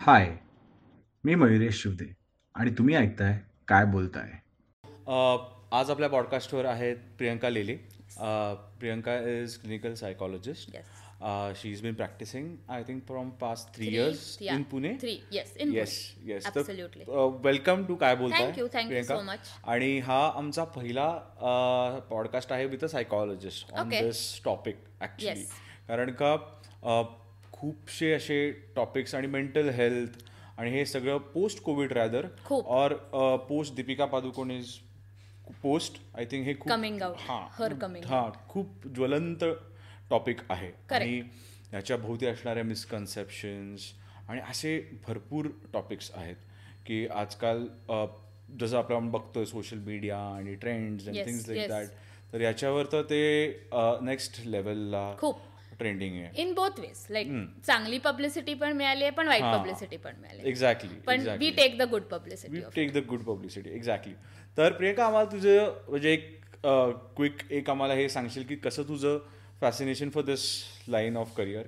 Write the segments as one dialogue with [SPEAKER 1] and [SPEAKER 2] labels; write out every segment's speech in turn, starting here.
[SPEAKER 1] हाय मी मयुरेश शिवदे आणि तुम्ही ऐकताय काय बोलताय
[SPEAKER 2] अ, आज आपल्या पॉडकास्टवर आहेत Priyanka Lele uh, Priyanka is clinical psychologist
[SPEAKER 3] Yes.
[SPEAKER 2] She is been practicing I think from past three
[SPEAKER 3] Three,
[SPEAKER 2] years
[SPEAKER 3] yeah,
[SPEAKER 2] in Pune
[SPEAKER 3] three, yes, in
[SPEAKER 2] yes
[SPEAKER 3] Pune.
[SPEAKER 2] Yes
[SPEAKER 3] Absolutely.
[SPEAKER 2] Welcome to Kay uh, Boltay
[SPEAKER 3] Thank you, thank you so much.
[SPEAKER 2] आणि हा आमचा पहिला podcast आहे with a psychologist on
[SPEAKER 3] Okay.
[SPEAKER 2] This topic actually
[SPEAKER 3] Yes.
[SPEAKER 2] कारण का अ, खूपसे असे topics आणि मेंटल हेल्थ आणि हे सगळं पोस्ट कोविड रॅदर
[SPEAKER 3] खूप.
[SPEAKER 2] Or post Deepika Padukone is post I think हे खूप
[SPEAKER 3] Coming out. Her coming
[SPEAKER 2] हा खूप ज्वलंत टॉपिक आहे
[SPEAKER 3] Correct.
[SPEAKER 2] आणि याच्या भोवती असणाऱ्या मिसकन्सेप्शन्स आणि असे भरपूर टॉपिक्स आहेत की आजकाल अ, जसं आपण आपण बघतोय सोशल मीडिया आणि trends and
[SPEAKER 3] Yes,
[SPEAKER 2] things like
[SPEAKER 3] yes.
[SPEAKER 2] That तर याच्यावर तर ते नेक्स्ट लेवलला
[SPEAKER 3] खूप.
[SPEAKER 2] ट्रेंडिंग आहे
[SPEAKER 3] इन बोथ वेज लाईक चांगली पब्लिसिटी पण मिळाली आहे पण वाईट
[SPEAKER 2] Hmm. हा.
[SPEAKER 3] पब्लिसिटी पण मिळाली आहे.
[SPEAKER 2] एक्झॅक्टली
[SPEAKER 3] पण we take the good publicity
[SPEAKER 2] we take the good publicity exactly तर प्रियंका आम्हाला तुझं म्हणजे एक क्विक एक आम्हाला हे सांगशील की कसं तुझं fascination for this line of career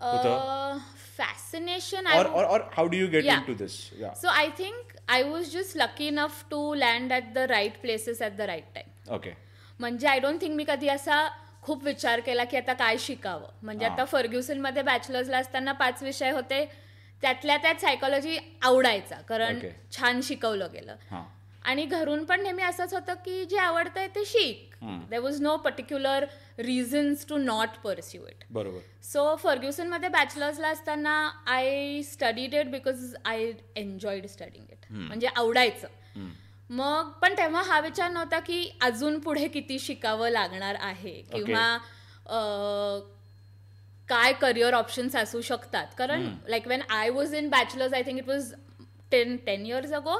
[SPEAKER 2] होतं
[SPEAKER 3] Uh, fascination
[SPEAKER 2] or or or how do you get
[SPEAKER 3] Yeah.
[SPEAKER 2] into this yeah
[SPEAKER 3] so I think I was just lucky enough to land at the right places at the right time
[SPEAKER 2] okay
[SPEAKER 3] म्हणजे I don't think मी कधी असा खूप विचार केला की आता काय शिकावं म्हणजे
[SPEAKER 2] हा.
[SPEAKER 3] आता फर्ग्युसन मध्ये बॅचलर्सला असताना पाच विषय होते त्यातल्या त्यात सायकोलॉजी आवडायचा कारण
[SPEAKER 2] Okay.
[SPEAKER 3] छान शिकवलं गेलं
[SPEAKER 2] huh
[SPEAKER 3] आणि घरून पण नेहमी असंच होतं की जे आवडतंय ते शिक there was no particular reasons to not pursue it
[SPEAKER 2] बरोबर
[SPEAKER 3] सो फर्ग्युसनमध्ये बॅचलर्सला असताना I studied it because I enjoyed studying it म्हणजे
[SPEAKER 2] Hmm.
[SPEAKER 3] आवडायचं मग पण तेव्हा हा विचार नव्हता की अजून पुढे किती शिकावं लागणार आहे किंवा अ, काय करिअर ऑप्शन्स असू शकतात कारण like when I was in bachelors I think it was ten ten years ago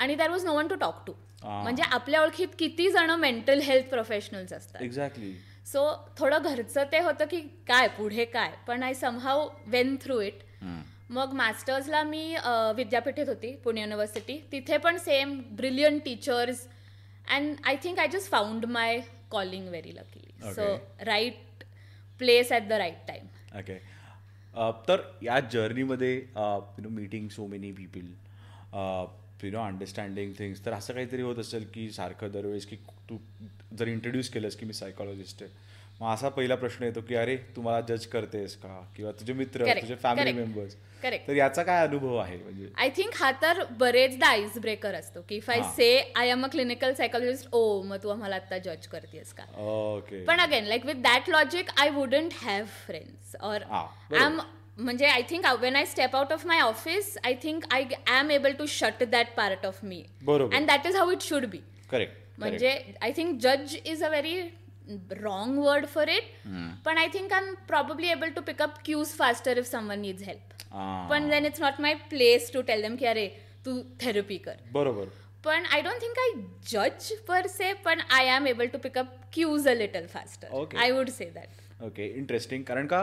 [SPEAKER 3] आणि that was no one to talk to
[SPEAKER 2] Ah.
[SPEAKER 3] म्हणजे आपल्या ओळखीत किती जण मेंटल हेल्थ प्रोफेशनल्स असतात
[SPEAKER 2] exactly
[SPEAKER 3] सो थोडं घरचं ते होतं की काय पुढे काय पण I somehow went through it
[SPEAKER 2] Hmm.
[SPEAKER 3] मग मास्टर्सला मी अ, विद्यापीठेत होती पुणे युनिव्हर्सिटी तिथे पण same brilliant teachers and I think I just found my calling very luckily so
[SPEAKER 2] Okay.
[SPEAKER 3] Right place at the right time
[SPEAKER 2] okay Uh, तर या uh, जर्नीमध्ये you know meeting so many people uh, you know understanding things तर असं काहीतरी होत असेल की सारखं दरवेळेस की तू जर इंट्रोड्यूस केलंस की मी सायकोलॉजिस्ट आहे मग असा पहिला प्रश्न येतो की अरे तुम्हाला जज करतेस का किंवा तुझे मित्र
[SPEAKER 3] Correct,
[SPEAKER 2] तुझे फॅमिली
[SPEAKER 3] correct,
[SPEAKER 2] मेंबर्स
[SPEAKER 3] correct.
[SPEAKER 2] तर याचा काय अनुभव आहे म्हणजे
[SPEAKER 3] आय थिंक हा तर बरेचदा आईस ब्रेकर असतो की इफ आय
[SPEAKER 2] हा.
[SPEAKER 3] Say I am a clinical psychologist ओ मग तू आम्हाला आत्ता जज करतेस का
[SPEAKER 2] ओके
[SPEAKER 3] पण again like with that logic I wouldn't have friends और
[SPEAKER 2] हा,
[SPEAKER 3] आय
[SPEAKER 2] बरोबर.
[SPEAKER 3] एम म्हणजे I think when I step out of my office I think I am able to shut that part of me
[SPEAKER 2] बरोबर.
[SPEAKER 3] And that is how it should be
[SPEAKER 2] correct
[SPEAKER 3] म्हणजे I think जज is a very wrong word for it पण I think I am probably able to pick up cues faster if someone needs help
[SPEAKER 2] Ah.
[SPEAKER 3] पण then it's not my place to tell them की अरे तू therapy कर
[SPEAKER 2] बरोबर
[SPEAKER 3] पण I don't think I जज per se पण I am able to pick up cues a little faster
[SPEAKER 2] Okay.
[SPEAKER 3] I would say that
[SPEAKER 2] okay interesting कारण का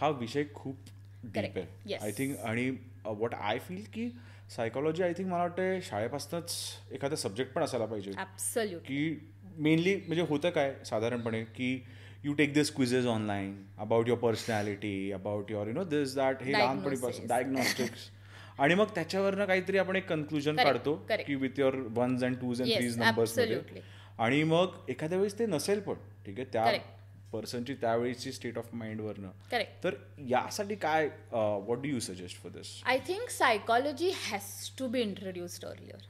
[SPEAKER 2] हा विषय खूप डीप
[SPEAKER 3] Correct.
[SPEAKER 2] आहे
[SPEAKER 3] Yes.
[SPEAKER 2] आय थिंक आणि uh, वॉट आय फील की सायकोलॉजी आय थिंक मला वाटतं शाळेपासूनच एखादा सब्जेक्ट पण असायला पाहिजे
[SPEAKER 3] ॲब्सल्यूट
[SPEAKER 2] की मेनली म्हणजे होतं काय साधारणपणे की you take this quizzes online about your personality about your you know this that हे लहानपणीपासून
[SPEAKER 3] Diagnosis.
[SPEAKER 2] डायग्नॉस्टिक्स आणि मग त्याच्यावरनं काहीतरी आपण एक कन्क्लुजन
[SPEAKER 3] Correct,
[SPEAKER 2] काढतो
[SPEAKER 3] correct.
[SPEAKER 2] की with your ones and twos and
[SPEAKER 3] Yes,
[SPEAKER 2] threes numbers
[SPEAKER 3] absolutely.
[SPEAKER 2] आणि मग एखाद्या वेळेस ते नसेल पण ठीक आहे त्या
[SPEAKER 3] Correct.
[SPEAKER 2] पर्सनची त्यावेळेची स्टेट ऑफ माइंडवरनं
[SPEAKER 3] करेक्ट
[SPEAKER 2] तर यासाठी काय what do you suggest for this
[SPEAKER 3] I think psychology has to be introduced earlier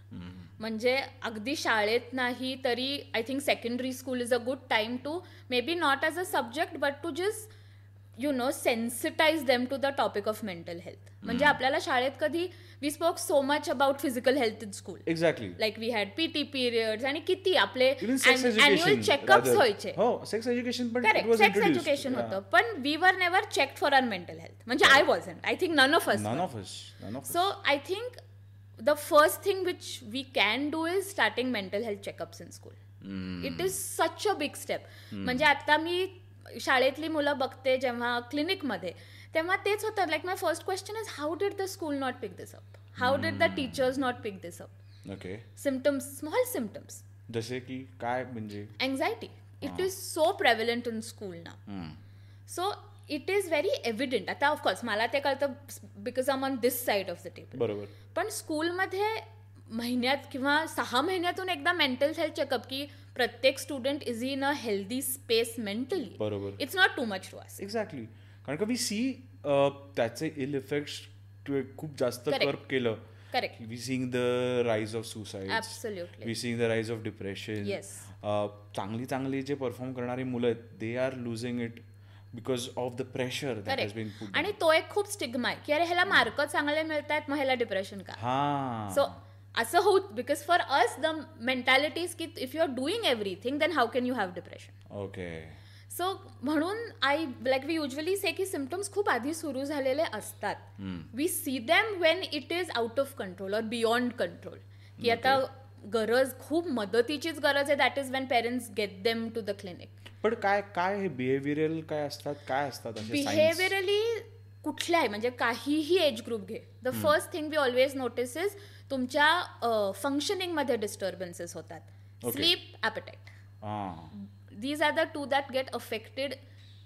[SPEAKER 3] म्हणजे अगदी शाळेत नाही तरी I think secondary school is a good time to maybe not as a subject but to just you know sensitise them to the topic of mental health म्हणजे आपल्याला शाळेत कधी we spoke so much about physical health in school
[SPEAKER 2] exactly
[SPEAKER 3] like we had PT periods आणि किती आपले
[SPEAKER 2] even sex
[SPEAKER 3] annual checkups व्हायचे
[SPEAKER 2] हो sex education पण
[SPEAKER 3] करेक्ट सेक्स एज्युकेशन होतं पण we were never check for our mental health म्हणजे I wasn't I think none of us
[SPEAKER 2] none of us none of
[SPEAKER 3] So I think the first thing which we can do is starting mental health checkups in school. It is such a big step. म्हणजे आता मी शाळेतली मुलं बघते जेव्हा क्लिनिकमध्ये तेव्हा तेच होतं like my first question is how did the school not pick this up how did the teachers not pick this up
[SPEAKER 2] okay
[SPEAKER 3] symptoms small symptoms
[SPEAKER 2] जसे की काय म्हणजे
[SPEAKER 3] anxiety. It is so prevalent in school now. So it is very evident आता of course मला ते कळतं because I'm on this side of the table
[SPEAKER 2] बरोबर
[SPEAKER 3] पण स्कूलमध्ये महिन्यात किंवा सहा महिन्यातून एकदा मेंटल हेल्थ चेकअप की प्रत्येक student is in a healthy space mentally
[SPEAKER 2] बरोबर
[SPEAKER 3] it's not too much to us
[SPEAKER 2] exactly कारण का वी सी त्याचे इल इफेक्ट खूप जास्त
[SPEAKER 3] Correct.
[SPEAKER 2] कर्प केलं
[SPEAKER 3] correct
[SPEAKER 2] we seeing the rise of suicide
[SPEAKER 3] absolutely
[SPEAKER 2] we seeing the rise of depression
[SPEAKER 3] Yes.
[SPEAKER 2] चांगली चांगली जे परफॉर्म करणारी मुलं आहेत they are losing it because of the pressure that has been
[SPEAKER 3] correct
[SPEAKER 2] put
[SPEAKER 3] आणि तो एक खूप स्टिग्मा आहे की अरे ह्याला मार्क चांगले मिळतात मग ह्याला डिप्रेशन का
[SPEAKER 2] हा
[SPEAKER 3] सो असं होऊ because for us the mentalities की if you are doing everything then how can you have depression
[SPEAKER 2] okay
[SPEAKER 3] so म्हणून I like we usually say की सिमटम्स खूप आधी सुरू झालेले असतात we see them when it is out of control और beyond control की आता गरज खूप मदतीचीच गरज आहे that is when parents get them to the clinic
[SPEAKER 2] पण काय काय हे बिहेवियरल काय असतात काय असतात असे signs?
[SPEAKER 3] बिहेवियरली कुठल्याही म्हणजे काहीही एज ग्रुप घे the first thing we always notice is तुमच्या फंक्शनिंगमध्ये डिस्टर्बन्सेस होतात
[SPEAKER 2] Okay.
[SPEAKER 3] स्लीप ॲपेटाईट
[SPEAKER 2] हा
[SPEAKER 3] these are the two that get affected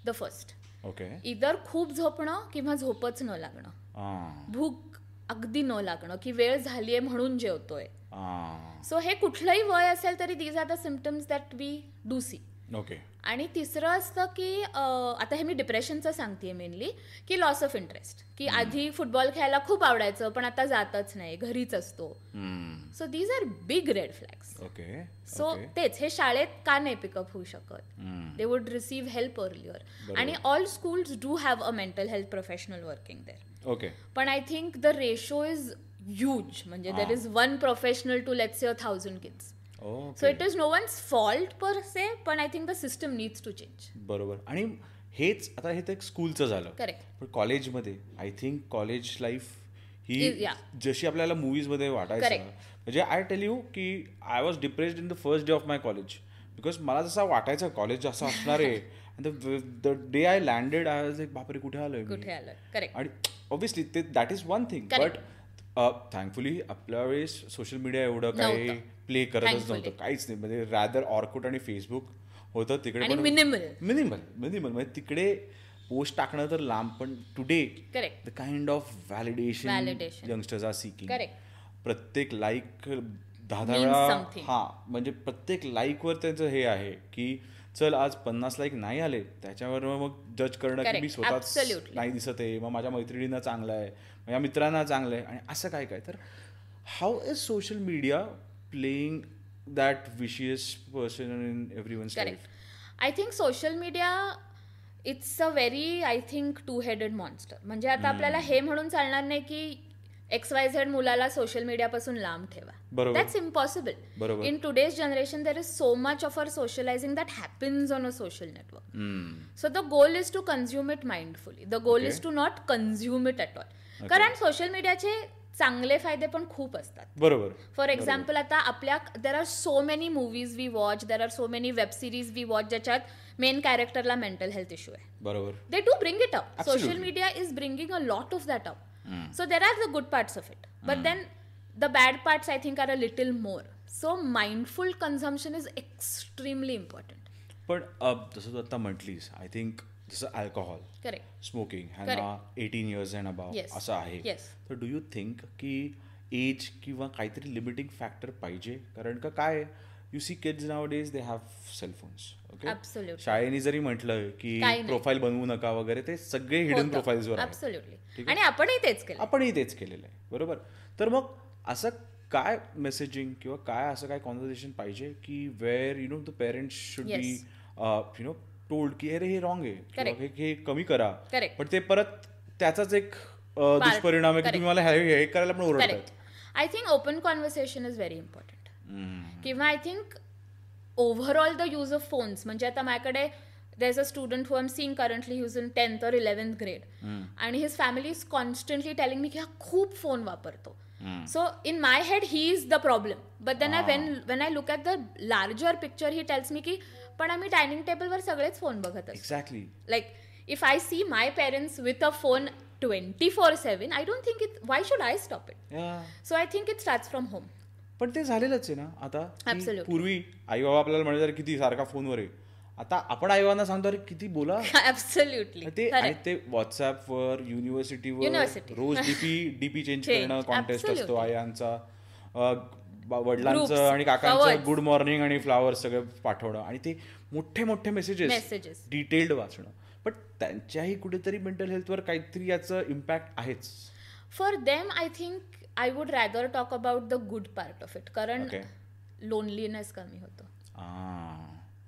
[SPEAKER 3] the first
[SPEAKER 2] okay
[SPEAKER 3] इतर खूप झोपणं किंवा झोपच न लागणं
[SPEAKER 2] हा
[SPEAKER 3] भूक अगदी न लागणं की वेळ झालीये म्हणून जेवतोय
[SPEAKER 2] हा
[SPEAKER 3] सो हे कुठलंही वय असेल तरी these are the symptoms that we do see
[SPEAKER 2] okay
[SPEAKER 3] आणि तिसरं असतं की अं, आता हे मी डिप्रेशनचं सांगते मेनली की लॉस ऑफ इंटरेस्ट की आधी फुटबॉल खेळायला खूप आवडायचं पण आता जातच नाही घरीच असतो
[SPEAKER 2] Hmm,
[SPEAKER 3] so these are big red flags
[SPEAKER 2] okay
[SPEAKER 3] so तेच हे शाळेत का नाही पिकअप होऊ शकत
[SPEAKER 2] Hmm,
[SPEAKER 3] they would receive help earlier आणि all schools do have a mental health professional working there
[SPEAKER 2] okay
[SPEAKER 3] पण I think the ratio is huge म्हणजे there is one professional to let's your thousand kids so
[SPEAKER 2] okay
[SPEAKER 3] it is no one's fault per se पण I think the system needs to change
[SPEAKER 2] बरोबर आणि हेच आता हे तर स्कूलचं झालं
[SPEAKER 3] करेक्ट
[SPEAKER 2] पण कॉलेजमध्ये आय थिंक कॉलेज लाईफ ही
[SPEAKER 3] Is- yeah.
[SPEAKER 2] जशी आपल्याला मूवीजमध्ये वाटायचं
[SPEAKER 3] Correct.
[SPEAKER 2] म्हणजे आय टेल यू की I was depressed in the first day of my college because मला जसा वाटायचं कॉलेज जसं असणार आहे the day I landed I was एक बापरे कुठे आलोय मी
[SPEAKER 3] कुठे आलं करेक्ट
[SPEAKER 2] आणि ऑब्विसली ते that is one thing
[SPEAKER 3] Correct.
[SPEAKER 2] But thankfully uh, आपल्या वेळेस सोशल मीडिया एवढं काही
[SPEAKER 3] नव्हतं.
[SPEAKER 2] प्ले करतच
[SPEAKER 3] Thankfully.
[SPEAKER 2] नव्हतं काहीच नाही म्हणजे रॅदर ऑर्कुट आणि फेसबुक होतं तिकडे
[SPEAKER 3] आणि minimal.
[SPEAKER 2] मिनिमल मिनिमल म्हणजे तिकडे पोस्ट टाकणं तर लांब पण today
[SPEAKER 3] correct
[SPEAKER 2] the kind of validation
[SPEAKER 3] Validation.
[SPEAKER 2] Youngsters are seeking
[SPEAKER 3] Correct.
[SPEAKER 2] प्रत्येक लाईक दहा दहा
[SPEAKER 3] Means
[SPEAKER 2] वेळा
[SPEAKER 3] something.
[SPEAKER 2] हा म्हणजे प्रत्येक लाईकवर त्यांचं हे आहे की चल आज पन्नास लाईक नाही आले त्याच्यावर मग जज करणं की
[SPEAKER 3] Correct.
[SPEAKER 2] मी स्वतः
[SPEAKER 3] Absolutely.
[SPEAKER 2] नाही दिसत आहे मग माझ्या मैत्रिणींना चांगलं आहे माझ्या मित्रांना चांगलं आहे आणि असं काय काय तर how is social media playing that vicious person in every one
[SPEAKER 3] correct I think social media it's a very I think two headed monster म्हणजे आता आपल्याला हे म्हणून चालणार नाही की एक्स वाय झेड मुलाला सोशल मीडियापासून लांब ठेवा
[SPEAKER 2] बरोबर.
[SPEAKER 3] दॅट्स इम्पॉसिबल
[SPEAKER 2] बरोबर.
[SPEAKER 3] In today's generation there is so much of our socializing that happens on a social network so the goal is to consume it mindfully the goal
[SPEAKER 2] Okay.
[SPEAKER 3] Is to not consume it at all कारण social मीडियाचे चांगले फायदे पण खूप असतात
[SPEAKER 2] बरोबर
[SPEAKER 3] for example आता आपल्या there are so many movies we watch there are so many web series we watch ज्याच्यात मेन कॅरेक्टरला मेंटल हेल्थ इश्यू आहे
[SPEAKER 2] बरोबर
[SPEAKER 3] they do bring it up social
[SPEAKER 2] Absolutely. Hmm.
[SPEAKER 3] Media is bringing a lot of that up so there are the good parts of it but then the bad parts I think are a little more so mindful consumption is extremely important
[SPEAKER 2] पण अं, जसं तू आता म्हटलीस I think जसं alcohol
[SPEAKER 3] correct
[SPEAKER 2] smoking ह्यांना eighteen years and above
[SPEAKER 3] Yes.
[SPEAKER 2] असं आहे
[SPEAKER 3] Yes.
[SPEAKER 2] तर डू यू थिंक की एज किंवा काहीतरी लिमिटिंग फॅक्टर पाहिजे कारण का काय you see kids nowadays they have cellphones okay
[SPEAKER 3] Absolutely.
[SPEAKER 2] शाळेने जरी म्हटलं की
[SPEAKER 3] काही नाही.
[SPEAKER 2] प्रोफाईल बनवू नका वगैरे ते सगळे हिडन प्रोफाईल्सवर आहेत
[SPEAKER 3] ऍब्सोल्युटली आणि आपणही तेच केलं
[SPEAKER 2] आपणही तेच केलेलं आहे बरोबर तर मग असं काय मेसेजिंग किंवा काय असं काय कॉन्व्हर्सेशन पाहिजे की where you know the parents should be
[SPEAKER 3] Yes.
[SPEAKER 2] You know told की अरे हे रॉंग आहे किंवा
[SPEAKER 3] Correct.
[SPEAKER 2] हे- हे कमी करा
[SPEAKER 3] Correct.
[SPEAKER 2] पण ते परत त्याचाच एक अ, दुष्परिणाम आहे की
[SPEAKER 3] Correct.
[SPEAKER 2] तुम्ही मला हे हे करायला पण
[SPEAKER 3] करेक्ट
[SPEAKER 2] ओरडतात
[SPEAKER 3] I think open conversation is very important किंवा I think overall the use of phones म्हणजे आता माझ्याकडे there is a student who am seen currently use in tenth और इलेव्हन्थ ग्रेड आणि his family is constantly telling me की हा खूप phone वापरतो so in my head he is the problem but then I when when I look at the larger picture he tells मी की पण आम्ही dining टेबलवर सगळेच फोन बघत असतो
[SPEAKER 2] exactly
[SPEAKER 3] like if i see my parents with a phone 24 7 i don't think it why should i stop it so i think it starts from home
[SPEAKER 2] पण ते झालेलंच आहे ना आता की
[SPEAKER 3] Absolutely.
[SPEAKER 2] पूर्वी आई बाबा आपल्याला म्हणायचं किती सारखा फोनवर आहे आता आपण आईवांना सांगतो अरे किती बोला
[SPEAKER 3] ऍब्सल्युटली
[SPEAKER 2] ते आणि ते व्हॉट्सॲपवर युनिव्हर्सिटीवर
[SPEAKER 3] University.
[SPEAKER 2] रोज डीपी डीपी चेंज
[SPEAKER 3] Change,
[SPEAKER 2] करणं कॉन्टेस्ट असतो
[SPEAKER 3] absolutely.
[SPEAKER 2] आयांचा अ, ब- वडिलांचं
[SPEAKER 3] Groups,
[SPEAKER 2] आणि काकांचं
[SPEAKER 3] flowers.
[SPEAKER 2] गुड मॉर्निंग आणि फ्लावर सगळं पाठवणं आणि ते मोठे मोठे
[SPEAKER 3] Messages.
[SPEAKER 2] मेसेजेस डिटेल्ड वाचणं पण त्यांच्याही कुठेतरी मेंटल हेल्थवर काहीतरी याचं इम्पॅक्ट आहेच
[SPEAKER 3] for them I think I would rather talk about the good part of it कारण
[SPEAKER 2] Okay.
[SPEAKER 3] लोनलीनेस कमी होतं
[SPEAKER 2] आ,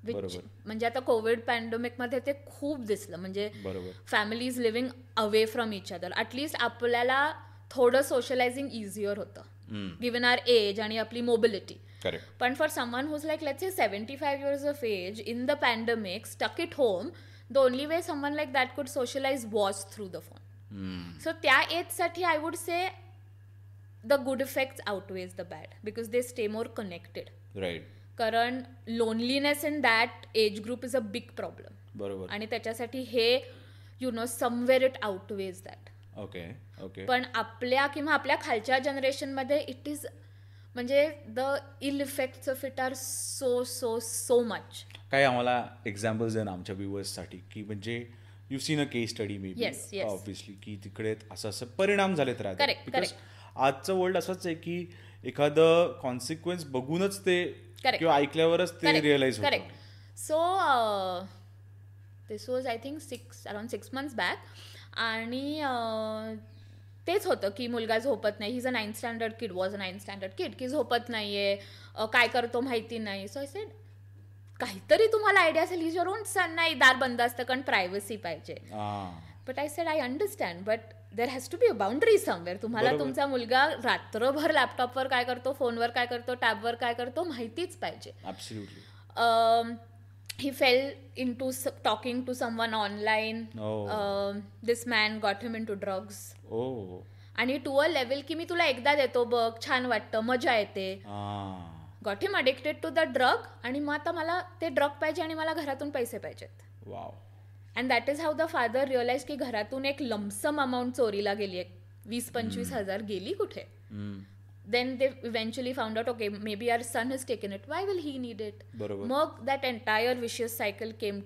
[SPEAKER 3] Which-
[SPEAKER 2] बरोबर
[SPEAKER 3] म्हणजे आता कोविड पॅन्डेमिक मध्ये ते खूप दिसलं म्हणजे
[SPEAKER 2] बरोबर.
[SPEAKER 3] Family is living away from each other at least आपल्याला थोडं सोशलायझिंग इझियर होतं गिवन आर एज आणि आपली मोबिलिटी
[SPEAKER 2] करेक्ट
[SPEAKER 3] पण for someone whose like let's say seventy five years of age in the pandemic stuck at home the only way someone like that could socialize watch through the phone so त्या एजसाठी I would say the good effects outweighs the bad because they stay more connected
[SPEAKER 2] right
[SPEAKER 3] कारण loneliness in that age group is a big problem
[SPEAKER 2] बरोबर
[SPEAKER 3] आणि त्याच्यासाठी हे you know somewhere it outweighs that
[SPEAKER 2] okay okay
[SPEAKER 3] पण आपल्या किंवा आपल्या खालच्या जनरेशनमध्ये इट इज म्हणजे the ill effects of it are so so so much
[SPEAKER 2] काही आम्हाला एक्झाम्पल्स द्या ना आमच्या व्ह्युअर्ससाठी की म्हणजे you seen a case study may
[SPEAKER 3] Yes, yes.
[SPEAKER 2] Obviously की तिकडे असं असं परिणाम झालेत राहतात
[SPEAKER 3] Correct,
[SPEAKER 2] Because आजचं वर्ल्ड असंच आहे की एखादं कॉन्सिक्वेन्स बघूनच ते
[SPEAKER 3] Correct.
[SPEAKER 2] किंवा ऐकल्यावरच ते रिअलाइज होतं
[SPEAKER 3] correct so uh, this was I think six around six months back आणि अं, तेच होतं की मुलगा झोपत नाही his a ninth standard kid was a ninth standard kid की झोपत नाही आहे काय करतो माहिती नाही सो आय सेड काहीतरी तुम्हाला आयडिया असेल हिज ओन सन नाही दार बंद असतं कारण प्रायव्हसी पाहिजे
[SPEAKER 2] हां
[SPEAKER 3] but I said I understand but there has to be a boundary somewhere तुम्हाला
[SPEAKER 2] बरोबर.
[SPEAKER 3] तुमचा मुलगा रात्रभर लॅपटॉपवर काय करतो फोनवर काय करतो टॅबवर काय करतो माहितीच पाहिजे
[SPEAKER 2] absolutely
[SPEAKER 3] um, he fell into s- talking to someone online.
[SPEAKER 2] Oh.
[SPEAKER 3] Um, this man got him into drugs.
[SPEAKER 2] ओ
[SPEAKER 3] आणि टू अ लेवल की मी तुला एकदा देतो बघ छान वाटतं मजा येते
[SPEAKER 2] हां
[SPEAKER 3] got him addicted to the drug आणि मग आता मला ते ड्रग पाहिजे आणि मला घरातून पैसे पाहिजेत
[SPEAKER 2] wow
[SPEAKER 3] and that is how the father realize की घरातून एक लमसम अमाऊंट चोरीला गेली आहे वीस पंचवीस हजार गेली कुठे then they eventually found out okay may be our son is taken it why will he need it
[SPEAKER 2] बरोबर.
[SPEAKER 3] मग that entire vicious cycle came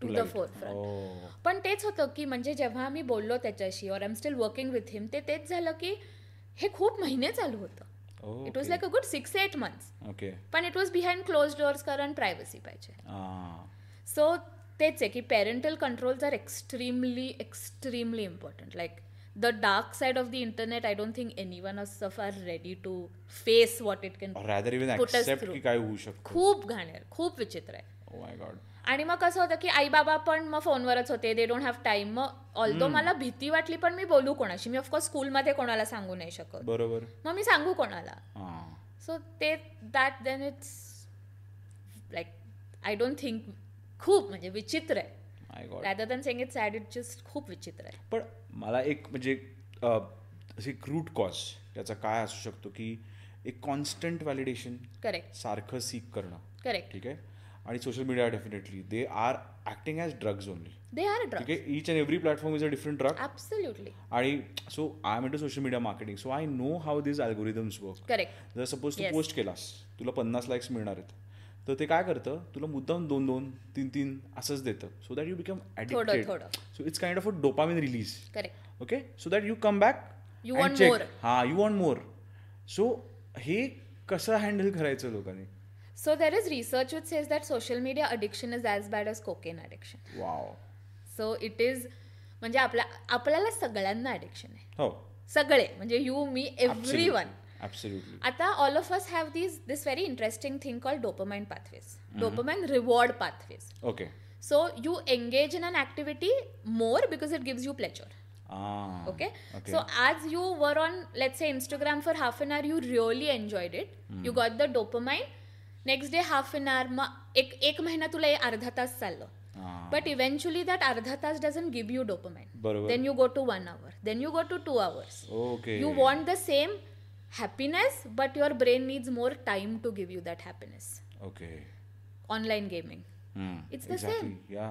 [SPEAKER 3] to the forefront
[SPEAKER 2] ओ
[SPEAKER 3] पण तेच होतं की म्हणजे जेव्हा मी बोललो त्याच्याशी or am still working with him ते तेच झालं की हे खूप महिने चालू होतं it was like a good six eight months
[SPEAKER 2] okay
[SPEAKER 3] पण it was behind close doors कारण प्रायव्हसी पाहिजे
[SPEAKER 2] हां
[SPEAKER 3] सो तेच आहे की parental controls are extremely extremely important like the dark side of the internet I don't think any one of सफ are ready to face what it can
[SPEAKER 2] rather even
[SPEAKER 3] Put us
[SPEAKER 2] accept
[SPEAKER 3] through.
[SPEAKER 2] की काय होऊ Oh शकतो
[SPEAKER 3] खूप घाणेर खूप विचित्र आहे
[SPEAKER 2] ओ my god
[SPEAKER 3] आणि मग कसं होतं की आई बाबा पण मग फोनवरच होते दे डोंट हॅव टाइम मग ऑल्दो मला भीती वाटली पण मी बोलू कोणाशी मी ऑफकोर्स स्कूलमध्ये कोणाला सांगू नाही शकत
[SPEAKER 2] बरोबर
[SPEAKER 3] मग मी सांगू कोणाला
[SPEAKER 2] हां
[SPEAKER 3] सो ते that then it's like I don't think खूप म्हणजे विचित्र आहे
[SPEAKER 2] my God
[SPEAKER 3] rather than saying it sad it just खूप विचित्र आहे
[SPEAKER 2] पण मला एक म्हणजे अ, अशी एक रूट कॉज याचा काय असू शकतो की एक कॉन्स्टंट व्हॅलिडेशन
[SPEAKER 3] करेक्ट
[SPEAKER 2] सारखं सीक करणं
[SPEAKER 3] करेक्ट
[SPEAKER 2] ठीक आहे आणि social media definitely they are acting as drugs only
[SPEAKER 3] they are
[SPEAKER 2] ठीक
[SPEAKER 3] ड्रग
[SPEAKER 2] आहे each and every platform is a different drug
[SPEAKER 3] absolutely
[SPEAKER 2] आणि so I am to social media marketing so I know how these algorithms work
[SPEAKER 3] correct
[SPEAKER 2] जर suppose तू
[SPEAKER 3] Yes.
[SPEAKER 2] Post केलास तुला पन्नास likes मिळणार आहेत तर ते काय करतं तुला मुद्दाम दोन दोन तीन तीन असंच देतं so that you become addicted
[SPEAKER 3] थोडं.
[SPEAKER 2] So it's kind of a dopamine release
[SPEAKER 3] correct
[SPEAKER 2] okay so that you come back
[SPEAKER 3] You want more.
[SPEAKER 2] हा यू वॉन्ट मोर सो हे कसं हँडल करायचं लोकांनी
[SPEAKER 3] so there is research with says that social media addiction is as bad as cocaine addiction
[SPEAKER 2] wow
[SPEAKER 3] so it is म्हणजे आपल्या आपल्याला सगळ्यांना addiction आहे
[SPEAKER 2] हो
[SPEAKER 3] सगळे म्हणजे you me every one
[SPEAKER 2] absolutely
[SPEAKER 3] आता all of us have these this very interesting thing call dopamine pathways dopamine reward pathways
[SPEAKER 2] okay
[SPEAKER 3] so you engage in an activity more because it gives you pleasure
[SPEAKER 2] Ah. Mm-hmm.
[SPEAKER 3] Okay so आज you were on let's say Instagram for half an hour you really enjoyed it you got the dopamine next day half an hour मग एक एक महिना तुला हे अर्धा तास चाललं
[SPEAKER 2] Ah.
[SPEAKER 3] बट इव्हेंच्युअली दॅट अर्धा तास डझन गिव्ह यू डोपमाइन
[SPEAKER 2] बरोबर.
[SPEAKER 3] Then you go to one hour then you go to two hours
[SPEAKER 2] okay
[SPEAKER 3] you want the same happiness but your brain needs more time to give you that happiness
[SPEAKER 2] okay
[SPEAKER 3] online gaming
[SPEAKER 2] Hmm.
[SPEAKER 3] It's the same.
[SPEAKER 2] या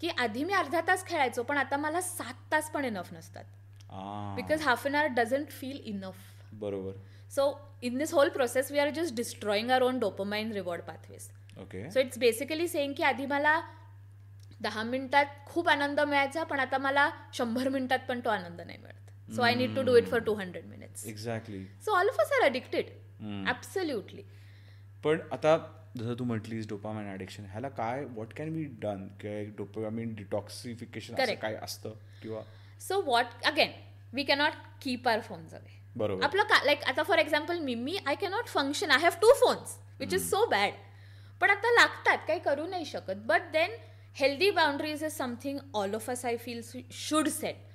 [SPEAKER 3] की आधी मी अर्धा तास खेळायचो पण आता मला सात तास पण इनफ नसतात
[SPEAKER 2] Ah.
[SPEAKER 3] Because half an hour doesn't feel enough
[SPEAKER 2] बरोबर
[SPEAKER 3] so in this whole process we are just destroying our own dopamine reward pathways
[SPEAKER 2] okay
[SPEAKER 3] so it's basically same की आधी मला दहा मिनिटात खूप आनंद मिळायचा पण आता मला शंभर मिनिटात पण तो आनंद नाही मिळत so I need to do it for two hundred minutes
[SPEAKER 2] exactly
[SPEAKER 3] so all of us are addicted absolutely
[SPEAKER 2] पण आता जसं तू म्हटलीस डोपामाइन ॲडिक्शन ह्याला काय वॉट कॅन बी डन काय डोपामाइन डिटॉक्सिफिकेशन असं
[SPEAKER 3] Correct.
[SPEAKER 2] काय असतं किंवा
[SPEAKER 3] so what again we cannot keep our phones away
[SPEAKER 2] बरोबर
[SPEAKER 3] आपलं का लाईक आता फॉर एक्झाम्पल मी मी I cannot function I have two phones which is so bad पण आता लागतात काही करू नाही शकत but then healthy boundaries is something all of us I feel should set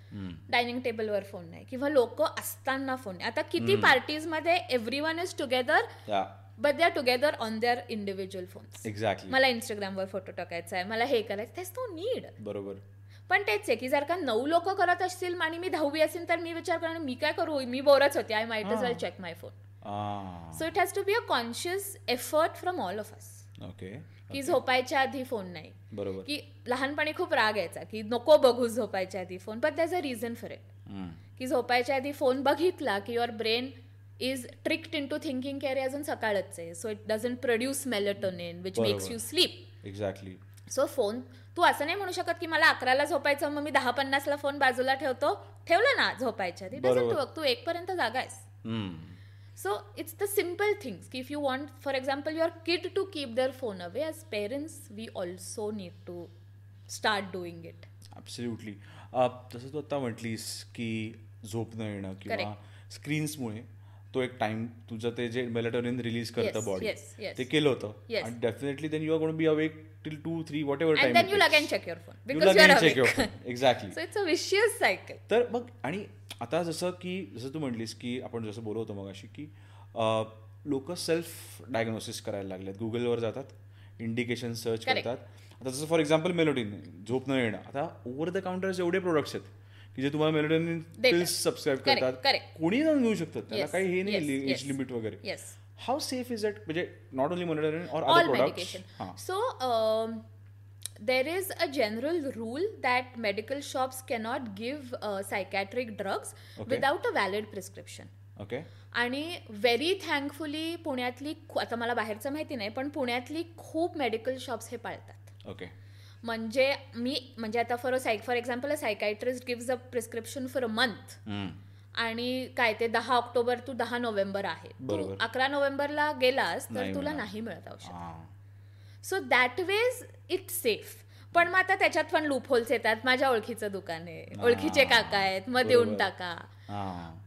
[SPEAKER 3] dining टेबलवर फोन नाही किंवा लोक असताना फोन नाही आता किती पार्टीजमध्ये एव्हरी वन इज टुगेदर
[SPEAKER 2] या
[SPEAKER 3] but they are together on their individual phones
[SPEAKER 2] exactly
[SPEAKER 3] मला इंस्टाग्रामवर फोटो टाकायचा आहे मला हे करायचं त्याच तो नीड
[SPEAKER 2] बरोबर
[SPEAKER 3] पण तेच आहे की जर का नऊ लोक करत असतील आणि मी दहावी असेल तर मी विचार करणार मी काय करू मी बोरच होते I might is well check my phone
[SPEAKER 2] a,
[SPEAKER 3] so it has to be a conscious effort from all of us
[SPEAKER 2] okay
[SPEAKER 3] की झोपायच्या आधी फोन नाही
[SPEAKER 2] बरोबर
[SPEAKER 3] की लहानपणी खूप राग यायचा की नको बघू झोपायच्या आधी phone but that's a reason for it
[SPEAKER 2] हम्म.
[SPEAKER 3] की झोपायच्या आधी फोन बघितला की your brain is tricked into thinking की अरे अजून सकाळच आहे so it doesn't produce melatonin which
[SPEAKER 2] बरोबर.
[SPEAKER 3] Makes you sleep
[SPEAKER 2] exactly
[SPEAKER 3] so phone तू असं नाही म्हणू शकत की मला अकराला झोपायचं मग मी दहा पन्नासला फोन बाजूला ठेवतो ठेवला ना झोपायच्या आधी डझंट
[SPEAKER 2] बरोबर.
[SPEAKER 3] वर्क तू एकपर्यंत जागा आहेस so it's the simple things की if you want for example your kid to keep their phone away as parents we also need to start doing it
[SPEAKER 2] absolutely जसं तू आता म्हटलीस की झोप न येणं किंवा स्क्रीन्समुळे तो एक टाइम तुझं ते जे मेलेटोनिन रिलीज करतं
[SPEAKER 3] Yes,
[SPEAKER 2] बॉडी
[SPEAKER 3] yes, yes.
[SPEAKER 2] ते केलं होतं
[SPEAKER 3] Yes.
[SPEAKER 2] आणि definitely then you are gonna be awake till two three whatever
[SPEAKER 3] and
[SPEAKER 2] time
[SPEAKER 3] then you again check your phone because your so
[SPEAKER 2] exactly
[SPEAKER 3] it's a vicious cycle
[SPEAKER 2] तर मग आणि आता जसं की जसं तू म्हटलीस की आपण जसं बोलत होतो मग अशी की लोक सेल्फ डायग्नोसिस करायला लागलेत गुगलवर जातात इंडिकेशन सर्च
[SPEAKER 3] Correct.
[SPEAKER 2] करतात आता जसं फॉर एक्झाम्पल मेलोडिन झोप न येणं आता ओव्हर द काउंटरचे एवढे प्रोडक्ट्स आहेत की जे तुम्हाला मेलोडिन
[SPEAKER 3] देतात.
[SPEAKER 2] पिल्स सबस्क्राईब
[SPEAKER 3] Correct,
[SPEAKER 2] करतात
[SPEAKER 3] correct.
[SPEAKER 2] कोणी जाऊन घेऊ शकतात त्याला
[SPEAKER 3] Yes,
[SPEAKER 2] काही हे
[SPEAKER 3] yes,
[SPEAKER 2] नाही
[SPEAKER 3] yes.
[SPEAKER 2] एज लिमिट वगैरे
[SPEAKER 3] yes
[SPEAKER 2] how safe is that म्हणजे not only melatonin or
[SPEAKER 3] all
[SPEAKER 2] other products
[SPEAKER 3] medication.
[SPEAKER 2] Ah.
[SPEAKER 3] So um, there is a general rule that medical shops cannot give uh, psychiatric drugs
[SPEAKER 2] Okay.
[SPEAKER 3] without a valid prescription.
[SPEAKER 2] Okay
[SPEAKER 3] आणि very thankfully पुण्यातली खू- आता मला बाहेरचं माहिती नाही पण पुण्यातली खूप मेडिकल शॉप्स हे पाळतात
[SPEAKER 2] ओके
[SPEAKER 3] म्हणजे मी म्हणजे आता for say for example a psychiatrist gives a prescription for a month आणि काय ते दहा ऑक्टोबर टू दहा नोव्हेंबर आहे तू
[SPEAKER 2] बरोबर.
[SPEAKER 3] अकरा नोव्हेंबरला गेलास
[SPEAKER 2] नाही
[SPEAKER 3] तर तुला
[SPEAKER 2] मिळणार.
[SPEAKER 3] नाही मिळत औषध so that ways it's safe पण मग आता त्याच्यात पण लूपहोल्स येतात माझ्या ओळखीचं दुकान आहे
[SPEAKER 2] Ah,
[SPEAKER 3] ओळखीचे काका आहेत मग देऊन
[SPEAKER 2] बरोबर.
[SPEAKER 3] टाका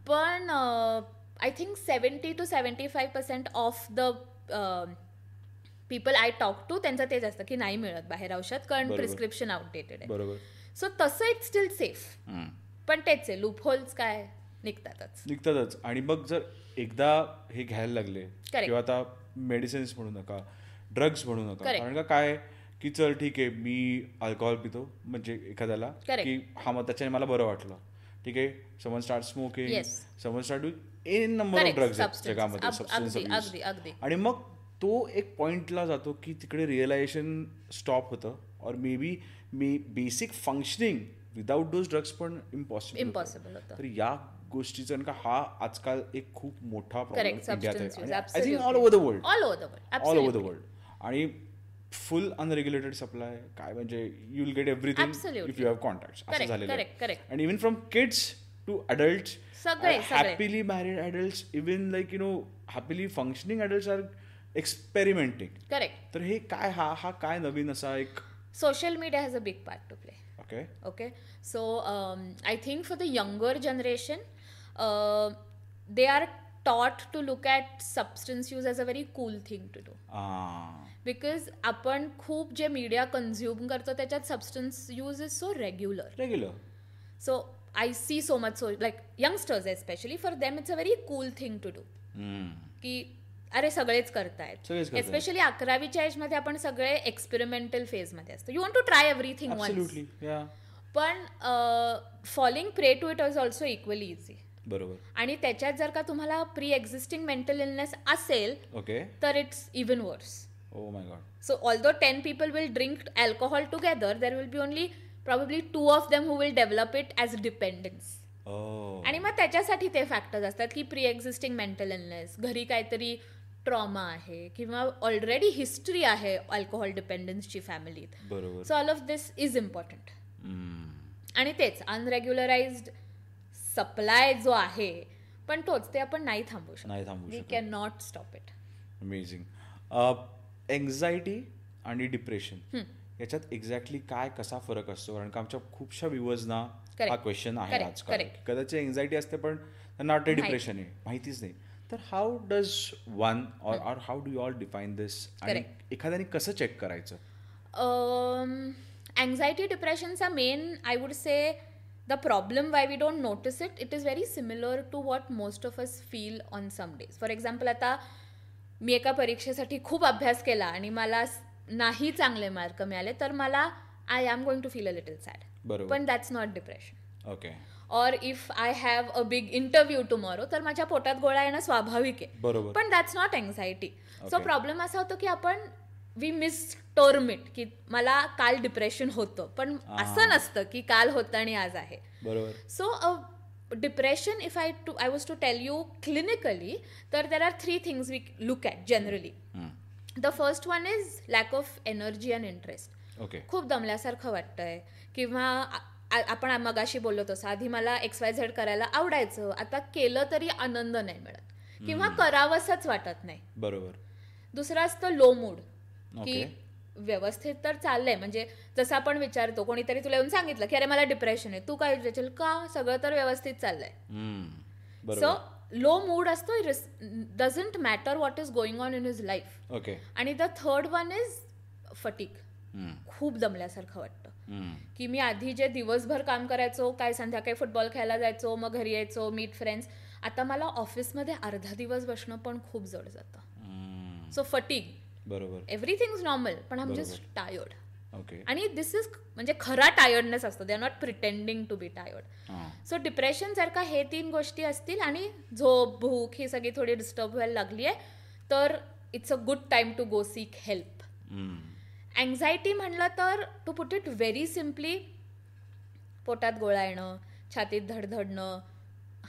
[SPEAKER 3] पण I think seventy two seventy five percent of the people I talk to त्यांचं तेच असतं की नाही मिळत बाहेर औषध कारण
[SPEAKER 2] बरोबर.
[SPEAKER 3] प्रिस्क्रिप्शन आउटडेटेड आहे
[SPEAKER 2] बरोबर
[SPEAKER 3] सो तसं इट्स स्टील सेफ
[SPEAKER 2] हम्म.
[SPEAKER 3] पण तेच आहे लूपहोल्स काय निघतातच
[SPEAKER 2] निघतातच आणि मग जर एकदा हे घ्यायला लागले
[SPEAKER 3] Correct.
[SPEAKER 2] किंवा आता मेडिसिन्स म्हणू नका ड्रग्स म्हणू नका
[SPEAKER 3] Correct.
[SPEAKER 2] कारण का काय की चल ठीक आहे मी अल्कोहोल पितो म्हणजे एखाद्याला
[SPEAKER 3] Correct.
[SPEAKER 2] की हा मग त्याच्याने मला बरं वाटलं ठीक आहे someone start smoking
[SPEAKER 3] Yes.
[SPEAKER 2] Someone start N number of
[SPEAKER 3] Correct.
[SPEAKER 2] Drugs
[SPEAKER 3] Substances.
[SPEAKER 2] जगामध्ये
[SPEAKER 3] अग-
[SPEAKER 2] substance
[SPEAKER 3] अगदी-
[SPEAKER 2] abuse.
[SPEAKER 3] अगदी- अगदी.
[SPEAKER 2] आणि मग तो एक पॉइंटला जातो की तिकडे रिअलायझेशन स्टॉप होतं और मे बी मी basic functioning without those drugs पण इम्पॉसिबल
[SPEAKER 3] Impossible होतं.
[SPEAKER 2] तर या गोष्टीचा आणि का हा आजकाल एक खूप मोठा
[SPEAKER 3] correct substance use
[SPEAKER 2] I think all over the world
[SPEAKER 3] all over the world
[SPEAKER 2] all over the world आणि फुल अनरेग्युलेटेड सप्लाय काय म्हणजे you will get everything
[SPEAKER 3] Absolutely.
[SPEAKER 2] If you have contact असं
[SPEAKER 3] Correct,
[SPEAKER 2] झालेलं
[SPEAKER 3] correct, correct.
[SPEAKER 2] आणि even from kids to adult
[SPEAKER 3] सगळे, सगळे.
[SPEAKER 2] Happily married adult even like you know happily functioning adult are experimenting
[SPEAKER 3] correct
[SPEAKER 2] तर हे काय हा हा काय नवीन असा एक
[SPEAKER 3] social media has a big part to play
[SPEAKER 2] okay
[SPEAKER 3] okay so um, i think for the younger generation uh, they are taught to look at substance use as a very cool thing to do because आपण खूप जे media consume करतो त्याच्यात substance use is so regular
[SPEAKER 2] regular
[SPEAKER 3] so I see so much so like youngsters especially for them it's a very cool thing to do की अरे सगळेच करतायत
[SPEAKER 2] सगळेच करतायत.
[SPEAKER 3] एस्पेशली अकरावीच्या एजमध्ये आपण सगळे एक्सपेरिमेंटल फेजमध्ये असतो you want to try everything once
[SPEAKER 2] absolutely या
[SPEAKER 3] पण falling prey to it is also equally easy
[SPEAKER 2] बरोबर
[SPEAKER 3] आणि त्याच्यात जर का तुम्हाला प्री एक्झिस्टिंग मेंटल इलनेस असेल
[SPEAKER 2] ओके
[SPEAKER 3] तर it's even worse
[SPEAKER 2] oh my God
[SPEAKER 3] so although ten people will drink alcohol together there will be only probably two of them who will develop it as dependence
[SPEAKER 2] ओ हो. Oh.
[SPEAKER 3] आणि मग त्याच्यासाठी ते factors असतात की pre existing mental illness घरी काहीतरी trauma आहे किंवा ऑलरेडी हिस्ट्री आहे अल्कोहोल डिपेंडन्सची फॅमिलीत
[SPEAKER 2] बरोबर
[SPEAKER 3] so all of this is important
[SPEAKER 2] hmm.
[SPEAKER 3] आणि तेच अनरेग्युलराइज्ड सप्लाय जो आहे पण तोच ते आपण नाही थांबू शकतो
[SPEAKER 2] नाही थांबू
[SPEAKER 3] वी
[SPEAKER 2] शकत
[SPEAKER 3] can not stop it
[SPEAKER 2] amazing anxiety आणि डिप्रेशन याच्यात एक्झॅक्टली काय कसा फरक असतो कारण का आमच्या खूपशा व्ह्युअर्सना
[SPEAKER 3] Correct.
[SPEAKER 2] हा क्वेश्चन आहे
[SPEAKER 3] Correct.
[SPEAKER 2] आजकाल
[SPEAKER 3] Correct.
[SPEAKER 2] कदाचित एन्झायटी असते पण त्यांना वाटतं डिप्रेशन आहे माहितीच नाही तर हाऊ डज वन और और how do you all define this आणि एखाद्याने कसं चेक करायचं
[SPEAKER 3] anxiety depressions are main i would say the problem why we don't notice it it is very similar to what most of us feel on some days for example आता मी एका परीक्षेसाठी खूप अभ्यास केला आणि मला स- नाही चांगले मार्क मिळाले तर मला I am going to feel a little sad
[SPEAKER 2] बरोबर
[SPEAKER 3] पण दॅट्स नॉट डिप्रेशन
[SPEAKER 2] ओके
[SPEAKER 3] और if I have a big interview tomorrow तर माझ्या पोटात गोळा येणं स्वाभाविक आहे
[SPEAKER 2] बरोबर
[SPEAKER 3] पण that's not anxiety so
[SPEAKER 2] Okay.
[SPEAKER 3] Problem असा होतो की आपण वी मिस टर्म इट की मला काल डिप्रेशन होतं पण
[SPEAKER 2] Ah.
[SPEAKER 3] असं नसतं की काल होतं आणि आज आहे
[SPEAKER 2] बरोबर
[SPEAKER 3] so a depression if I to I was to tell you clinically तर there are three things we look at generally
[SPEAKER 2] hmm.
[SPEAKER 3] The first one is lack of energy and interest
[SPEAKER 2] okay
[SPEAKER 3] खूप दमल्यासारखं वाटतंय किंवा आ- आ- आपण मगाशी बोललो तसं आधी मला एक्स वाय झेड करायला आवडायचं आता केलं तरी आनंद नाही मिळत किंवा करावंसंच वाटत नाही
[SPEAKER 2] बरोबर
[SPEAKER 3] दुसरं असतं लो मूड की
[SPEAKER 2] Okay.
[SPEAKER 3] व्यवस्थित तर चाललंय म्हणजे जसं आपण विचारतो कोणीतरी तुला येऊन सांगितलं की अरे मला डिप्रेशन आहे तू काय विचारशील का सगळं तर व्यवस्थित चाललंय
[SPEAKER 2] हम्म.
[SPEAKER 3] सो
[SPEAKER 2] बरोबर
[SPEAKER 3] लो मूड असतो doesn't matter what is going on in his life
[SPEAKER 2] okay
[SPEAKER 3] आणि the third one is fatigue
[SPEAKER 2] hmm.
[SPEAKER 3] खूप दमल्यासारखं वाटतं
[SPEAKER 2] हम्म.
[SPEAKER 3] की मी आधी जे दिवसभर काम करायचो काय संध्याकाळी फुटबॉल खेळायला जायचो मग घरी यायचो मीट फ्रेंड्स आता मला ऑफिसमध्ये अर्धा दिवस बसणं पण खूप जड जातं
[SPEAKER 2] हम्म.
[SPEAKER 3] सो फटिग
[SPEAKER 2] बरोबर
[SPEAKER 3] एव्हरीथिंग इज नॉर्मल पण आम जस्ट
[SPEAKER 2] बरोबर.
[SPEAKER 3] टायर्ड
[SPEAKER 2] ओके
[SPEAKER 3] आणि दिस इज म्हणजे खरा टायर्डनेस असतो they are not pretending to be tired
[SPEAKER 2] हां
[SPEAKER 3] सो डिप्रेशन सारखा हे तीन गोष्टी असतील आणि झोप भूक ही सगळी थोडी डिस्टर्ब व्हायला लागली आहे तर it's a good time to go seek help
[SPEAKER 2] hmm.
[SPEAKER 3] Anxiety म्हणलं तर to put it very simply पोटात गोळा येणं छातीत धडधडणं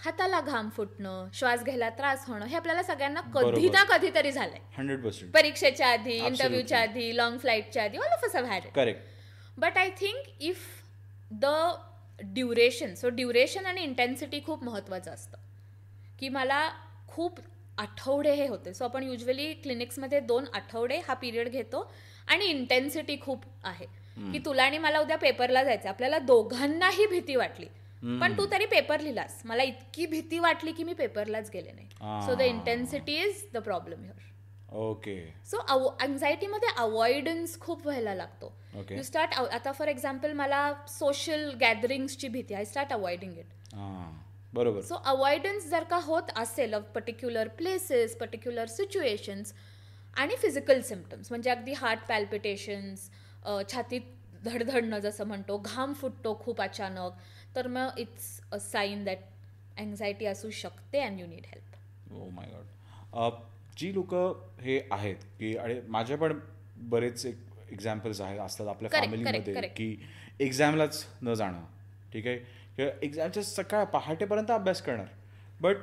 [SPEAKER 3] हाताला घाम फुटणं श्वास घ्यायला त्रास होणं हे आपल्याला सगळ्यांना कधी
[SPEAKER 2] बरोबर.
[SPEAKER 3] ना कधीतरी झालंय
[SPEAKER 2] हंड्रेड पर्सेंट
[SPEAKER 3] परीक्षेच्या आधी
[SPEAKER 2] Absolutely.
[SPEAKER 3] इंटरव्ह्यूच्या आधी लॉंग फ्लाईटच्या आधी all of us had
[SPEAKER 2] correct
[SPEAKER 3] but I think if the duration so duration आणि इंटेन्सिटी खूप महत्त्वाचं असतं की मला खूप आठवडे हे होते सो आपण युजली क्लिनिक्समध्ये दोन आठवडे हा पिरियड घेतो आणि इंटेन्सिटी खूप आहे की तुला आणि मला उद्या पेपरला जायचं आपल्याला दोघांनाही भीती वाटली पण तू तरी पेपर लिहिलास मला इतकी भीती वाटली की मी पेपरलाच गेले नाही so the intensity is the problem here
[SPEAKER 2] okay
[SPEAKER 3] so अँझायटीमध्ये अवॉइडन्स खूप व्हायला लागतो
[SPEAKER 2] ओके
[SPEAKER 3] यू स्टार्ट आता फॉर एक्झाम्पल मला सोशल गॅदरिंग्सची भीती आय स्टार्ट अवॉइडिंग इट
[SPEAKER 2] हां बरोबर
[SPEAKER 3] सो अवॉइडन्स जर का होत असेल of particular places particular situations आणि फिजिकल सिमटम्स म्हणजे अगदी हार्ट पॅल्पिटेशन्स छातीत धडधडणं जसं म्हणतो घाम फुटतो खूप अचानक तर मग it's a sign that anxiety असू शकते and you need help
[SPEAKER 2] oh my God जी लोक हे आहेत की आणि माझे पण बरेच एक एक्झाम्पल्स आहेत असतात आपल्या
[SPEAKER 3] Correct, correct,
[SPEAKER 2] फॅमिलीमध्ये
[SPEAKER 3] correct.
[SPEAKER 2] की एक्झामलाच न जाणं ठीक आहे किंवा एक्झामच्या सकाळ पहाटेपर्यंत अभ्यास करणार बट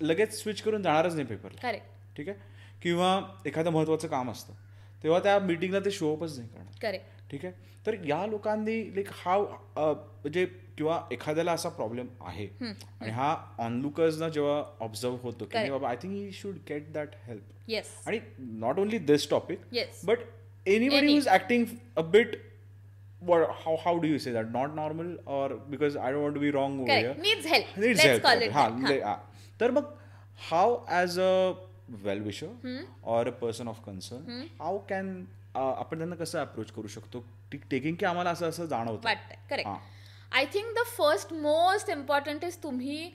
[SPEAKER 2] लगेच स्विच करून जाणारच नाही पेपरला
[SPEAKER 3] करेक्ट
[SPEAKER 2] ठीक आहे किंवा एखादं महत्त्वाचं काम असतं तेव्हा त्या मीटिंगला ते शोअपच नाही करणार
[SPEAKER 3] करेक्ट
[SPEAKER 2] ठीक आहे तर या लोकांनी लाईक हा अ, म्हणजे किंवा एखाद्याला असा प्रॉब्लेम आहे आणि हा ऑनलुकर्सना जेव्हा ऑब्झर्व होतो की नाही
[SPEAKER 3] Correct.
[SPEAKER 2] बाबा I think he should get that help
[SPEAKER 3] yes
[SPEAKER 2] आणि not only this topic
[SPEAKER 3] yes
[SPEAKER 2] but anybody
[SPEAKER 3] Any.
[SPEAKER 2] Who is acting a bit how how do you say that not normal और because I don't want be wrong
[SPEAKER 3] correct needs help
[SPEAKER 2] Needs
[SPEAKER 3] let's
[SPEAKER 2] help,
[SPEAKER 3] call
[SPEAKER 2] okay.
[SPEAKER 3] It
[SPEAKER 2] हा, म्हणजे ले- हा. तर मग how as a well wisher or a person of concern how can आपण त्यांना कसं अप्रोच करू शकतो टेकिंग की आम्हाला असं असं जाणवतं
[SPEAKER 3] वाटतंय
[SPEAKER 2] हा.
[SPEAKER 3] Correct I think the first most important is तुम्ही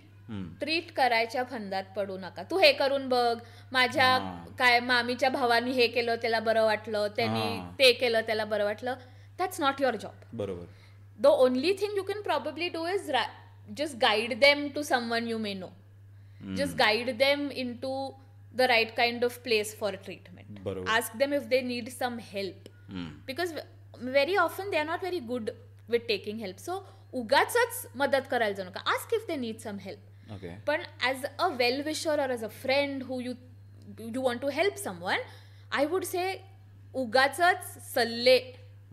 [SPEAKER 3] ट्रीट करायच्या फंदात पडू नका तू हे करून बघ माझ्या
[SPEAKER 2] हा.
[SPEAKER 3] काय मामीच्या भावानी हे केलं त्याला बरं वाटलं
[SPEAKER 2] हा.
[SPEAKER 3] त्यांनी ते केलं त्याला बरं वाटलं दॅट्स नॉट युअर जॉब
[SPEAKER 2] बरोबर
[SPEAKER 3] the only thing you can probably do is just guide them to someone you may know
[SPEAKER 2] Hmm.
[SPEAKER 3] Just guide them into the right kind of place for treatment
[SPEAKER 2] बरोबर.
[SPEAKER 3] Ask them if they need some help because very often they are not very good with taking help so उगाच मदत करायला जाऊ नका ask if they need some help
[SPEAKER 2] okay
[SPEAKER 3] पण as a well wisher or as a friend who you you want to help someone I would say उगाच सल्ले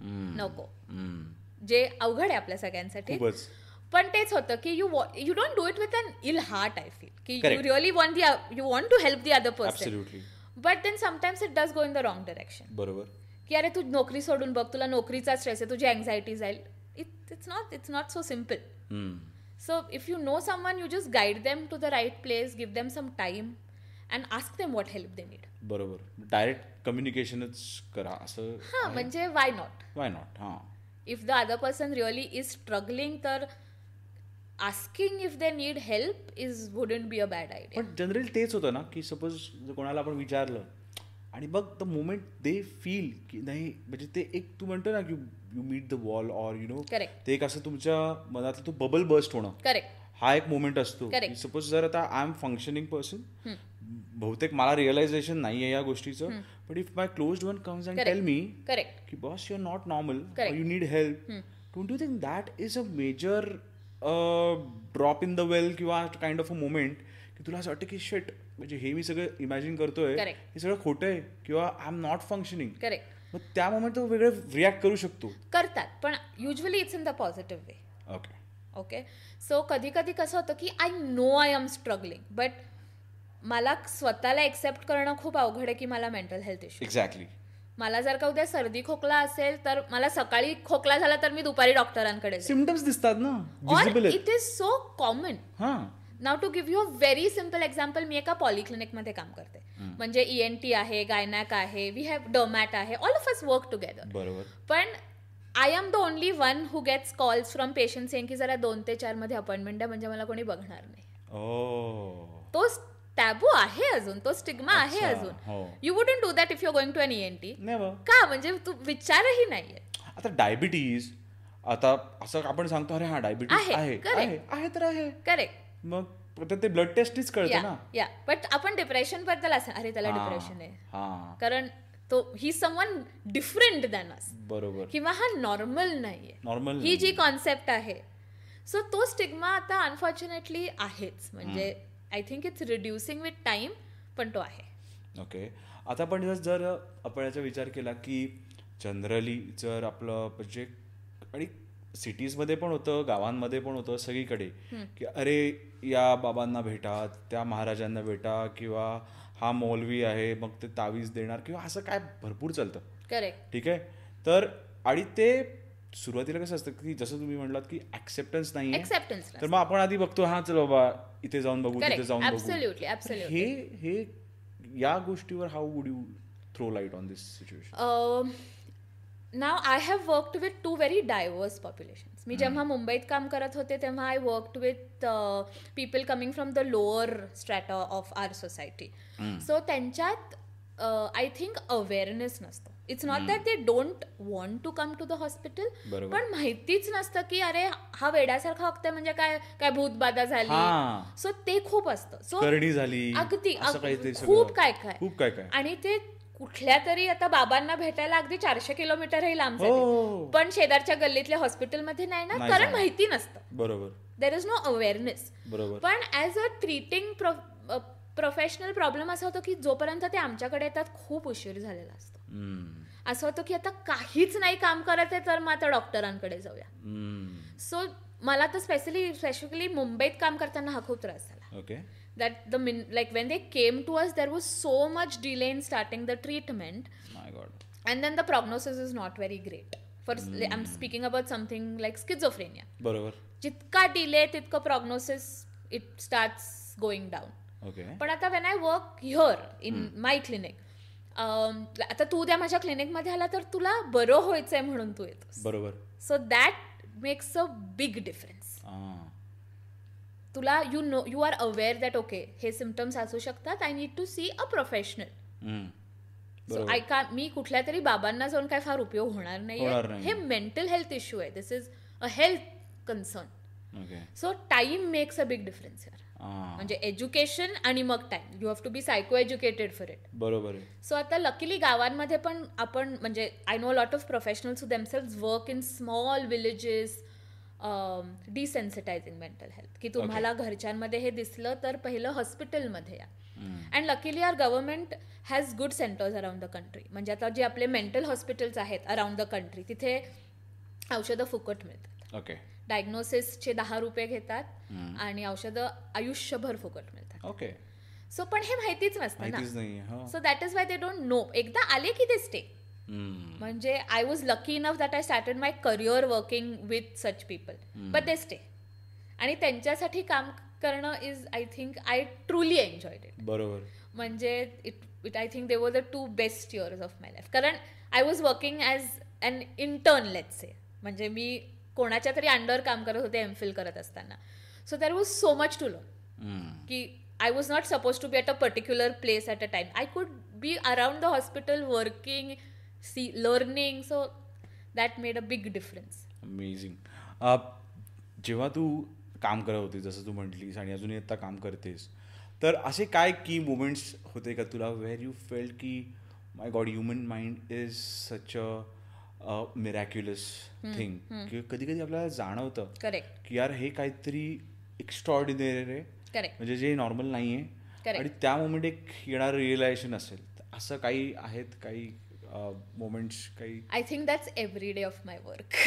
[SPEAKER 3] नको
[SPEAKER 2] हम्म.
[SPEAKER 3] जे अवघड आहे आपल्या सगळ्यांसाठी
[SPEAKER 2] खूपच
[SPEAKER 3] पण तेच होतं की you you don't do it with an ill heart I feel की you
[SPEAKER 2] Correct.
[SPEAKER 3] Really want the you want to help the other person
[SPEAKER 2] absolutely
[SPEAKER 3] but then sometimes it does go in the wrong direction
[SPEAKER 2] बरोबर
[SPEAKER 3] की अरे तू नोकरी सोडून बघ तुला नोकरीचा stress आहे तुझी अँझायटी जाईल it it's not it's not so simple
[SPEAKER 2] hmm.
[SPEAKER 3] So if you know someone, you just guide them to the right place, give them some time, and ask them what help they need.
[SPEAKER 2] बरोबर direct कम्युनिकेशनच करा असं
[SPEAKER 3] हा म्हणजे why not?
[SPEAKER 2] Why not हां
[SPEAKER 3] If the other person really is struggling, तर asking if they need help is wouldn't be a bad idea.
[SPEAKER 2] पण general तेच होतं ना की सपोज जर कोणाला आपण विचारलं आणि बघ द मोमेंट दे फील की नाही म्हणजे ते एक तू म्हणतो ना की you meet the wall or you know
[SPEAKER 3] Correct.
[SPEAKER 2] ते एक असं तुमच्या मनातलं तो बबल बर्स्ट होणं
[SPEAKER 3] Correct.
[SPEAKER 2] हा एक मोमेंट असतो
[SPEAKER 3] Correct.
[SPEAKER 2] सपोज जर आता आय एम फंक्शनिंग पर्सन बहुतेक मला रिअलायझेशन नाही आहे या गोष्टीचं but if my close one comes and
[SPEAKER 3] Correct.
[SPEAKER 2] Tell me
[SPEAKER 3] Correct.
[SPEAKER 2] की boss you are not normal
[SPEAKER 3] Correct. Hmm.
[SPEAKER 2] You need help don't you think that is a major uh, drop in the well किंवा kind of a moment की तुला असं वाटतं की शेट म्हणजे हे मी सगळं इमॅजिन करतोय
[SPEAKER 3] Correct.
[SPEAKER 2] हे सगळं खोटं आहे किंवा I am not functioning
[SPEAKER 3] Correct.
[SPEAKER 2] मग त्या मोमेंट तो वेगळं रिॲक्ट करू शकतो
[SPEAKER 3] करतात पण usually it's in the positive way
[SPEAKER 2] okay
[SPEAKER 3] okay so कधी कधी कसं होतं की I know I am struggling but मला स्वतःला एक्सेप्ट करणं खूप अवघड आहे की मला मेंटल हेल्थ इश्यू
[SPEAKER 2] एक्झॅक्टली
[SPEAKER 3] मला जर का उद्या सर्दी खोकला असेल तर मला सकाळी खोकला झाला तर मी दुपारी डॉक्टरांकडे
[SPEAKER 2] सिमटम्स दिसतात ना
[SPEAKER 3] ऑर
[SPEAKER 2] विजिबल आहेत
[SPEAKER 3] इट इज सो कॉमन
[SPEAKER 2] हां
[SPEAKER 3] now to give you a very simple example मी एका पॉलिक्लिनिकमध्ये काम करते म्हणजे ई एन टी आहे गायनॅक आहे वी हॅव डोमॅट आहे all of us work together
[SPEAKER 2] बरोबर
[SPEAKER 3] पण I am the only one who gets calls from patient saying की जरा दोन ते चारमध्ये अपॉइंटमेंट आहे म्हणजे मला कोणी बघणार नाही
[SPEAKER 2] ओ
[SPEAKER 3] तो टॅबू आहे अजून तो स्टिग्मा आहे
[SPEAKER 2] अच्छा, हो.
[SPEAKER 3] अजून you wouldn't do that if you going to an E N T
[SPEAKER 2] नाही बा.
[SPEAKER 3] E का म्हणजे तू विचारही नाहीये
[SPEAKER 2] आता डायबिटीज आता असं आपण सांगतो अरे हा डायबिटीज
[SPEAKER 3] आहे,
[SPEAKER 2] आहे
[SPEAKER 3] correct.
[SPEAKER 2] आहे आहे तर आहे
[SPEAKER 3] करेक्ट
[SPEAKER 2] मग पण ते ब्लड टेस्टच कळतं
[SPEAKER 3] या
[SPEAKER 2] ना
[SPEAKER 3] या बट आपण डिप्रेशन बद्दल असं अरे त्याला
[SPEAKER 2] हा,
[SPEAKER 3] डिप्रेशन आहे
[SPEAKER 2] हा
[SPEAKER 3] कारण तो ही समवन डिफरंट दॅन अस
[SPEAKER 2] बरोबर
[SPEAKER 3] किंवा हा नॉर्मल नाहीये
[SPEAKER 2] नॉर्मल
[SPEAKER 3] ही जी कॉन्सेप्ट आहे सो तो स्टिग्मा आता अनफॉर्च्युनेटली आहेच म्हणजे I think it's reducing with time पण तो आहे
[SPEAKER 2] ओके आता आपण जर- जर आपण याचा विचार केला की जनरली जर आपलं म्हणजे आणि सिटीजमध्ये पण होतं गावांमध्ये पण होतं सगळीकडे की अरे या बाबांना भेटा त्या महाराजांना भेटा किंवा हा मौलवी आहे मग ते तावीज देणार किंवा असं काय भरपूर चालतं
[SPEAKER 3] करेक्ट
[SPEAKER 2] ठीक आहे तर आणि ते सुरुवातीला कसं असतं की जसं तुम्ही म्हणलात की ऍक्सेप्टन्स नाही आहे,
[SPEAKER 3] ऍक्सेप्टन्स
[SPEAKER 2] तर मग आपण आधी बघतो हा चल बाबा इथे जाऊन बघू तिथे
[SPEAKER 3] करेक्ट
[SPEAKER 2] जाऊन बघू
[SPEAKER 3] ऍब्सोल्युटली ऍब्सोल्युटली
[SPEAKER 2] हे हे या गोष्टीवर how would you throw light on this situation
[SPEAKER 3] um, now I have worked with two very diverse populations. मी जेव्हा
[SPEAKER 2] Hmm.
[SPEAKER 3] मुंबईत काम करत होते तेव्हा I worked with people coming from the lower strata of our society
[SPEAKER 2] Hmm.
[SPEAKER 3] So त्यांच्यात uh, I think awareness नसतो it's not that they don't want to come to the hospital
[SPEAKER 2] Hmm. बरोबर.
[SPEAKER 3] पण माहितीच नसतं की अरे हा वेड्यासारखा वागतोय म्हणजे काय काय भूतबाधा
[SPEAKER 2] हा.
[SPEAKER 3] झाली सो ते खूप असतं सो
[SPEAKER 2] करणी झाली
[SPEAKER 3] अगदी
[SPEAKER 2] असं
[SPEAKER 3] अग-
[SPEAKER 2] काहीतरी सगळं.
[SPEAKER 3] खूप काय काय
[SPEAKER 2] खूप काय काय
[SPEAKER 3] आणि ते कुठल्या तरी आता बाबांना भेटायला अगदी चारशे किलोमीटर हे लांब जाते.
[SPEAKER 2] हो.
[SPEAKER 3] पण शेजारच्या गल्लीतल्या हॉस्पिटलमध्ये नाही ना
[SPEAKER 2] नाही
[SPEAKER 3] कारण
[SPEAKER 2] जाणार.
[SPEAKER 3] माहिती नसतं
[SPEAKER 2] बरोबर
[SPEAKER 3] देर इज नो अवेअरनेस
[SPEAKER 2] बरोबर
[SPEAKER 3] पण as a treating professional problem असा होतो की जोपर्यंत ते आमच्याकडे येतात खूप उशीर झालेला असतो
[SPEAKER 2] हम्म.
[SPEAKER 3] असं होतं की आता काहीच नाही काम करत आहे तर मग आता डॉक्टरांकडे जाऊया
[SPEAKER 2] हम्म.
[SPEAKER 3] सो मला तर स्पेशली स्पेसिफिकली मुंबईत काम करताना हा खूप त्रास झाला
[SPEAKER 2] okay
[SPEAKER 3] that the min- like when they came to us there was so much delay in starting the treatment
[SPEAKER 2] my God
[SPEAKER 3] and then the prognosis is not very great for i'm speaking about something like schizophrenia
[SPEAKER 2] बरोबर
[SPEAKER 3] जितका delay तितकं prognosis it starts going down
[SPEAKER 2] okay
[SPEAKER 3] पण आता when i work here in my clinic um, आता तू उद्या माझ्या क्लिनिकमध्ये आला तर तुला बरं व्हायचंय म्हणून तू येतोस
[SPEAKER 2] बरोबर
[SPEAKER 3] so that makes a big difference
[SPEAKER 2] हा.
[SPEAKER 3] तुला you know you are aware that okay हे सिमटम्स असू शकतात I need to see a professional
[SPEAKER 2] hmm.
[SPEAKER 3] So
[SPEAKER 2] बरोबर
[SPEAKER 3] आय का मी कुठल्या तरी बाबांना जाऊन काय फार उपयोग होणार
[SPEAKER 2] होणार
[SPEAKER 3] नाही
[SPEAKER 2] नाही.
[SPEAKER 3] हे मेंटल हेल्थ इश्यू आहे this is a health concern
[SPEAKER 2] okay
[SPEAKER 3] so time makes a big difference here
[SPEAKER 2] हा.
[SPEAKER 3] म्हणजे एज्युकेशन आणि मग time you have to be psycho educated for it
[SPEAKER 2] बरोबर आहे
[SPEAKER 3] सो आता लकीली गावांमध्ये पण आपण म्हणजे I know lot of professionals who themselves work in small villages desensitising mental health की तुम्हाला घरच्यांमध्ये हे दिसलं तर पहिलं हॉस्पिटलमध्ये या and luckily our government has good centres around the country म्हणजे आता जे आपले मेंटल हॉस्पिटल्स आहेत अराउंड द कंट्री तिथे औषधं फुकट मिळतात
[SPEAKER 2] ओके
[SPEAKER 3] डायग्नोसिसचे दहा रुपये घेतात आणि औषधं आयुष्यभर फुकट मिळतात
[SPEAKER 2] ओके
[SPEAKER 3] सो पण हे माहितीच नसतं
[SPEAKER 2] माहितीच हो.
[SPEAKER 3] ना
[SPEAKER 2] नाही हा
[SPEAKER 3] so that is why they don't know एकदा आले की ते स्टे
[SPEAKER 2] हम्म.
[SPEAKER 3] म्हणजे I was lucky enough that I started my career working with such people but they stay आणि त्यांच्यासाठी काम करणं is I think I truly enjoyed it
[SPEAKER 2] बरोबर
[SPEAKER 3] म्हणजे it it I think they were the two best years of my life कारण I was working as an intern late say म्हणजे मी कोणाच्या तरी अंडर काम करत होते एम फिल करत असताना so there was so much to learn
[SPEAKER 2] hmm.
[SPEAKER 3] की I was not suppose to be at a particular place at a time I could be around the hospital working see learning so that made a big difference
[SPEAKER 2] amazing जेव्हा तू काम करत होतीस जसं तू म्हटलीस आणि अजूनही आता काम करतेस तर असे काय की मोमेंट्स होते का तुला वेअर यू फेल्ट की my God human mind is such a miraculous thing किंवा कधी कधी आपल्याला जाणवतं
[SPEAKER 3] करेक्ट
[SPEAKER 2] की यार हे काहीतरी एक्स्ट्रॉर्डिनरी आहे
[SPEAKER 3] करेक्ट
[SPEAKER 2] म्हणजे जे नॉर्मल नाही आहे
[SPEAKER 3] Correct.
[SPEAKER 2] आणि त्या मोमेंट एक येणार रिअलायझेशन असेल तर असं काही आहेत काही मोमेंट्स काही
[SPEAKER 3] I think that's every day of my work.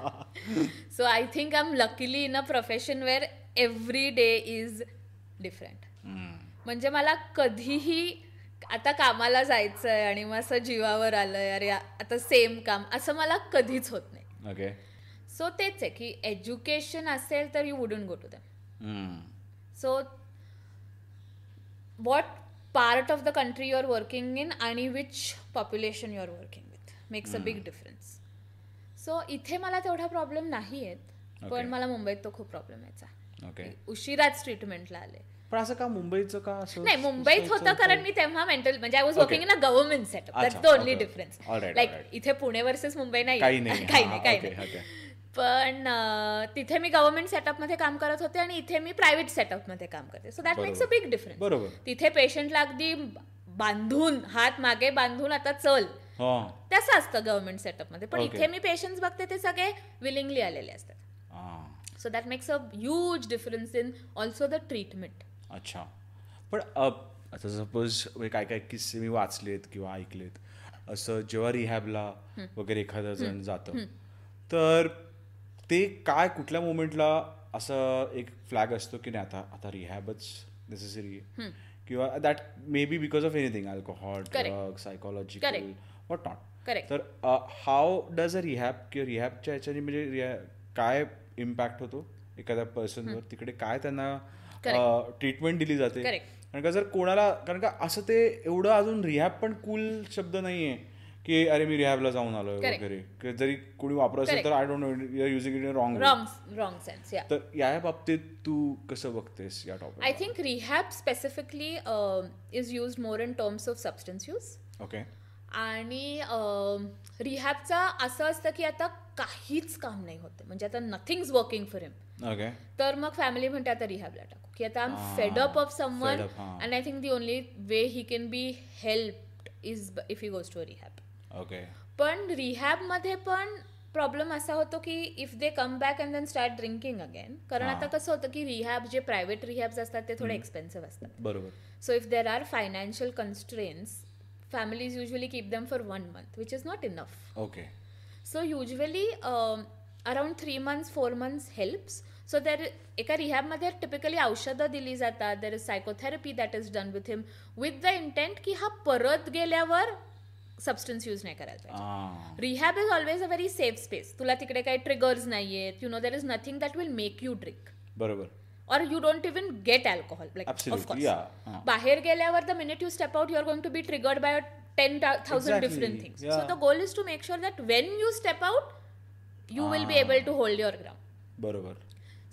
[SPEAKER 3] so I think I'm luckily in a profession where every day is different. म्हणजे मला कधीही आता कामाला जायचं आहे आणि मग असं जीवावर आलंय अरे आता सेम काम असं मला कधीच होत नाही
[SPEAKER 2] ओके
[SPEAKER 3] सो तेच आहे की एज्युकेशन असेल तर you wouldn't go to them so what part of the country you are working in आणि which population you are working with makes a
[SPEAKER 2] Hmm.
[SPEAKER 3] Big difference so इथे मला तेवढा प्रॉब्लेम नाही आहेत
[SPEAKER 2] Okay.
[SPEAKER 3] पण मला मुंबईत तो खूप प्रॉब्लेम यायचा
[SPEAKER 2] ओके
[SPEAKER 3] उशिराच ट्रीटमेंटला आले
[SPEAKER 2] पण असं का मुंबईचं का असं
[SPEAKER 3] नाही मुंबईत होतं कारण मी तेव्हा मेंटल म्हणजे I was
[SPEAKER 2] Okay.
[SPEAKER 3] Working in a government setup that's the
[SPEAKER 2] अच्छा,
[SPEAKER 3] only
[SPEAKER 2] okay.
[SPEAKER 3] Difference
[SPEAKER 2] Alright,
[SPEAKER 3] like
[SPEAKER 2] alright.
[SPEAKER 3] इथे पुणे वर्सेस मुंबई नाही
[SPEAKER 2] काही नाही
[SPEAKER 3] काही
[SPEAKER 2] हा,
[SPEAKER 3] नाही काही
[SPEAKER 2] okay,
[SPEAKER 3] नाही
[SPEAKER 2] okay.
[SPEAKER 3] पण अं, तिथे मी गव्हर्नमेंट सेटअपमध्ये काम करत होते आणि इथे मी प्रायव्हेट सेटअपमध्ये काम करते सो दॅट
[SPEAKER 2] बरोबर.
[SPEAKER 3] मेक्स अ बिग डिफरन्स
[SPEAKER 2] बरोबर
[SPEAKER 3] तिथे पेशंटला अगदी बांधून हात मागे बांधून आता चल
[SPEAKER 2] हा
[SPEAKER 3] तसं असतं गव्हर्नमेंट सेटअपमध्ये पण
[SPEAKER 2] Okay.
[SPEAKER 3] इथे मी पेशंट्स बघते ते सगळे विलिंगली आलेले असतात
[SPEAKER 2] हा.
[SPEAKER 3] So that makes a huge difference in also the treatment
[SPEAKER 2] अच्छा पण अ, आता सपोज काय काय किस्से मी वाचलेत किंवा ऐकलेत असं जेव्हा रिहॅबला वगैरे एखादं जण जातं तर ते काय कुठल्या मोमेंटला असं एक फ्लॅग असतो की नाही आता आता रिहॅबच नेसेसरी आहे किंवा that may B because of anything alcohol
[SPEAKER 3] Correct.
[SPEAKER 2] Drug psychological what not
[SPEAKER 3] correct
[SPEAKER 2] तर हाऊ डज अ रिहॅब किंवा रिहॅबच्या ह्याच्याने म्हणजे रिहॅ- काय इम्पॅक्ट होतो एखाद्या पर्सनवर तिकडे काय त्यांना ट्रीटमेंट दिली जाते
[SPEAKER 3] Correct.
[SPEAKER 2] कारण का जर कोणाला कारण का असं ते एवढं अजून रिहॅब पण कूल शब्द नाहीये की अरे मी रिहॅबला जाऊन आलोय
[SPEAKER 3] Correct.
[SPEAKER 2] वगैरे किंवा जरी कोणी वापरत असेल तर I don't know you are using it in wrong
[SPEAKER 3] wrong wrong sense या
[SPEAKER 2] तर या बाबतीत तू कसं बघतेस या
[SPEAKER 3] I
[SPEAKER 2] topic
[SPEAKER 3] think rehab specifically is use more in terms of substance use
[SPEAKER 2] okay
[SPEAKER 3] आणि रिहॅबचा असं असतं की आता काहीच काम नाही होतं म्हणजे आता nothing is working for him
[SPEAKER 2] okay
[SPEAKER 3] तर मग फॅमिली म्हणते आता रिहॅबला टाकू की आता I am fed up of someone
[SPEAKER 2] fed up, हां.
[SPEAKER 3] And I think the only way he can be help is if he goes to rehab
[SPEAKER 2] okay
[SPEAKER 3] पण रिहॅबमध्ये पण प्रॉब्लेम असा होतो की if they come back and then start drinking again कारण आता कसं होतं की रिहॅब जे प्रायव्हेट रिहॅब्स असतात ते थोडे एक्सपेन्सिव्ह असतात
[SPEAKER 2] बरोबर
[SPEAKER 3] so if there are financial कन्स्ट्रेन्स families usually keep them for one month which is not enough
[SPEAKER 2] okay
[SPEAKER 3] so usually um, around three months four months helps so there एका रिहॅबमध्ये typically औषधं दिली जातात there is psychotherapy that is done with him with the intent की हा परत गेल्यावर substance use नाही करायला पाहिजे
[SPEAKER 2] Ah.
[SPEAKER 3] Rehab is always a very safe space तुला तिकडे काही ट्रिगर्स नाही आहेत you know there is nothing that will make you drink
[SPEAKER 2] बरोबर
[SPEAKER 3] और you don't even get alcohol
[SPEAKER 2] Absolutely, yeah. Ah. हा.
[SPEAKER 3] बाहेर गेल्यावर the minute you step out you are going to be triggered by ten thousand
[SPEAKER 2] Exactly,
[SPEAKER 3] different things so
[SPEAKER 2] yeah.
[SPEAKER 3] The goal is to make sure that when you step out you will be
[SPEAKER 2] Ah.
[SPEAKER 3] Able to hold your ground
[SPEAKER 2] बरोबर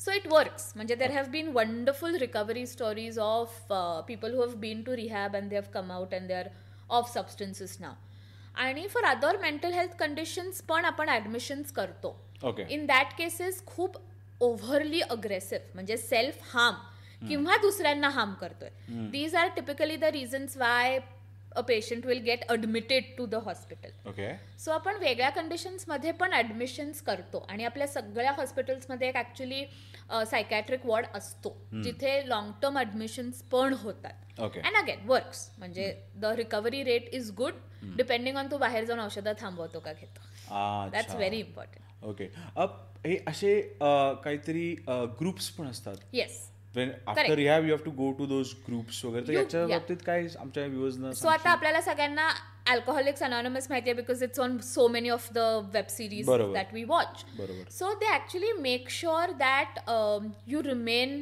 [SPEAKER 3] so it works म्हणजे there have been wonderful recovery stories of people who have been to rehab and they have come out and they are off substances now आणि for other mental health conditions पण आपण admissions करतो
[SPEAKER 2] okay
[SPEAKER 3] in that cases खूप overly aggressive म्हणजे self harm किंवा दुसऱ्यांना harm करतोय these are typically the reasons why a patient will get admitted to the hospital
[SPEAKER 2] okay
[SPEAKER 3] so आपण वेगळ्या कंडिशन्समध्ये पण ॲडमिशन्स करतो आणि आपल्या सगळ्या हॉस्पिटल्समध्ये एक ॲक्च्युली सायकॅट्रिक वॉर्ड असतो जिथे लॉंग टर्म ॲडमिशन्स पण होतात
[SPEAKER 2] ओके
[SPEAKER 3] अँड अगेन वर्क्स म्हणजे the recovery rate is good depending on तो बाहेर जाऊन औषधं थांबवतो का घेतो दॅट्स
[SPEAKER 2] अच्छा
[SPEAKER 3] व्हेरी इम्पॉर्टंट
[SPEAKER 2] ओके अब Ah, हे असे अ, काहीतरी ग्रुप्स पण असतात
[SPEAKER 3] yes
[SPEAKER 2] after rehab you have to go to those groups वगैरे तर
[SPEAKER 3] You-
[SPEAKER 2] याच्या
[SPEAKER 3] yeah.
[SPEAKER 2] बाबतीत काय आमच्या व्ह्युअर्सना
[SPEAKER 3] सो आता आपल्याला सगळ्यांना अल्कोहोलिक्स अनॉनमस माहिती आहे because it's on so many of the web series
[SPEAKER 2] बरोबर.
[SPEAKER 3] दॅट वी वॉच
[SPEAKER 2] बरोबर
[SPEAKER 3] so they actually make sure that you remain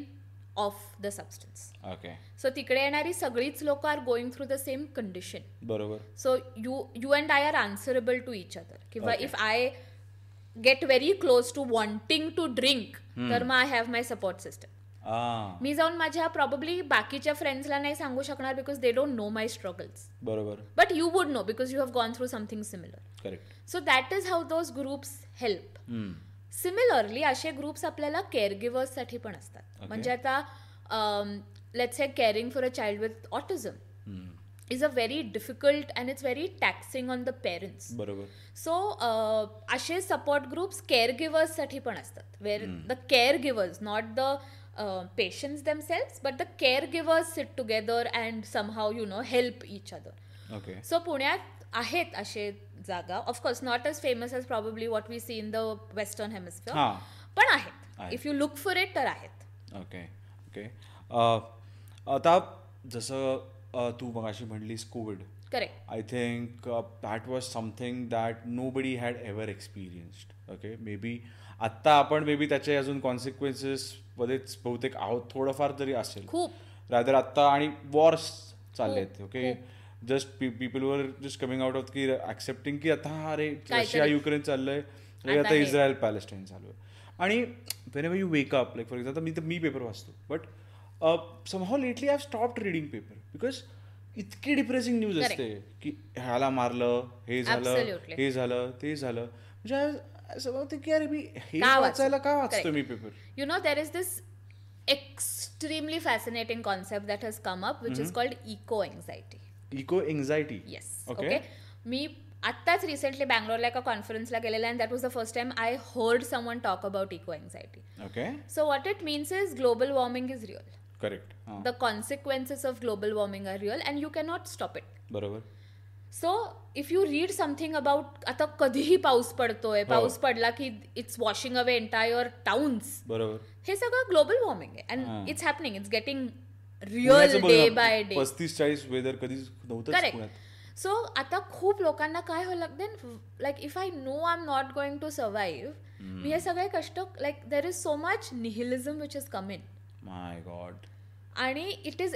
[SPEAKER 3] off the substance
[SPEAKER 2] okay
[SPEAKER 3] so तिकडे येणारी सगळीच लोक are going through the same condition
[SPEAKER 2] बरोबर
[SPEAKER 3] so you you and I are answerable to each other किंवा
[SPEAKER 2] Okay.
[SPEAKER 3] If I get very close to wanting to drink
[SPEAKER 2] Hmm.
[SPEAKER 3] तर मग I have my support system
[SPEAKER 2] आ
[SPEAKER 3] मी जाऊन माझ्या probably बाकीच्या फ्रेंड्सला नाही सांगू शकणार because they don't know my struggles
[SPEAKER 2] बरोबर
[SPEAKER 3] but you would know because you have gone through something similar
[SPEAKER 2] correct
[SPEAKER 3] so that is how those groups help
[SPEAKER 2] Hmm.
[SPEAKER 3] Similarly असे ग्रुप्स आपल्याला केअरगिवर्ससाठी पण असतात म्हणजे um, आता लेट्स हे caring for a child with autism
[SPEAKER 2] Hmm.
[SPEAKER 3] Is a very difficult and it's very taxing on the parents
[SPEAKER 2] बरोबर
[SPEAKER 3] so uh, असे सपोर्ट ग्रुप्स केअरगिवर्ससाठी पण असतात where the caregivers not the uh, patients themselves but the caregivers sit together and somehow you know help each other
[SPEAKER 2] okay
[SPEAKER 3] so पुण्यात आहेत असे जागा of course not as famous as probably what we see in the western
[SPEAKER 2] हा.
[SPEAKER 3] Hemisphere पण आहेत
[SPEAKER 2] आहेत.
[SPEAKER 3] If you look for it तर आहेत
[SPEAKER 2] ओके ओके अ, Uh, आता जसं अ, तू मगाशी म्हणलीस Covid
[SPEAKER 3] correct
[SPEAKER 2] I think that was something that nobody had ever experienced okay may be आत्ता आपण मे बी त्याचे अजून कॉन्सिक्वेन्सेस मध्येच बहुतेक आहोत थोडंफार तरी असेल
[SPEAKER 3] खूप
[SPEAKER 2] रादर आत्ता आणि वॉर्स चालले आहेत
[SPEAKER 3] हो,
[SPEAKER 2] ओके जस्ट पीपल वर जस्ट कमिंग आउट ऑफ की ऍक्सेप्टिंग की आता हा अरे रशिया युक्रेन चाललंय अरे आता इस्रायल पॅलेस्टाईन चालू आहे आणि whenever you wake up like for example मी तर मी पेपर वाचतो uh, but somehow lately I stop reading paper because इतकी डिप्रेसिंग न्यूज असते की ह्याला मारलं हे झालं
[SPEAKER 3] Absolutely.
[SPEAKER 2] हे झालं ते झालं म्हणजे I- I असं वाटतं की अरे मी हे
[SPEAKER 3] का वाचू?
[SPEAKER 2] वाचायला का वाचतो
[SPEAKER 3] Correct.
[SPEAKER 2] मी paper
[SPEAKER 3] you know there is this extremely fascinating concept that has come up which is called eco anxiety
[SPEAKER 2] eco anxiety
[SPEAKER 3] yes
[SPEAKER 2] Okay.
[SPEAKER 3] मी आत्ताच रिसेंटली बँगलोरला एका कॉन्फरन्सला गेलेला and that was the first time I heard someone talk about eco anxiety
[SPEAKER 2] okay
[SPEAKER 3] so what it means is global warming is real
[SPEAKER 2] correct हां
[SPEAKER 3] the consequences of global warming are real and you can not stop it
[SPEAKER 2] बरोबर
[SPEAKER 3] so if you read something about आता कधीही पाऊस पडतोय
[SPEAKER 2] हो.
[SPEAKER 3] पाऊस पडला की it's washing away entire towns
[SPEAKER 2] बरोबर
[SPEAKER 3] हे सगळं ग्लोबल वॉर्मिंग आहे
[SPEAKER 2] हा.
[SPEAKER 3] And it's happening it's getting real
[SPEAKER 2] पुण्याचं बघ
[SPEAKER 3] डे
[SPEAKER 2] ना,
[SPEAKER 3] बाय डे
[SPEAKER 2] पस्तीस चाळीस वेदर कधीच नव्हतं पुण्यात
[SPEAKER 3] करेक्ट सो आता खूप लोकांना काय व्हायला लागते like if I know I am not going to survive मी हे सगळे कष्ट like there is so much nihilism which is coming
[SPEAKER 2] my god
[SPEAKER 3] आणि it is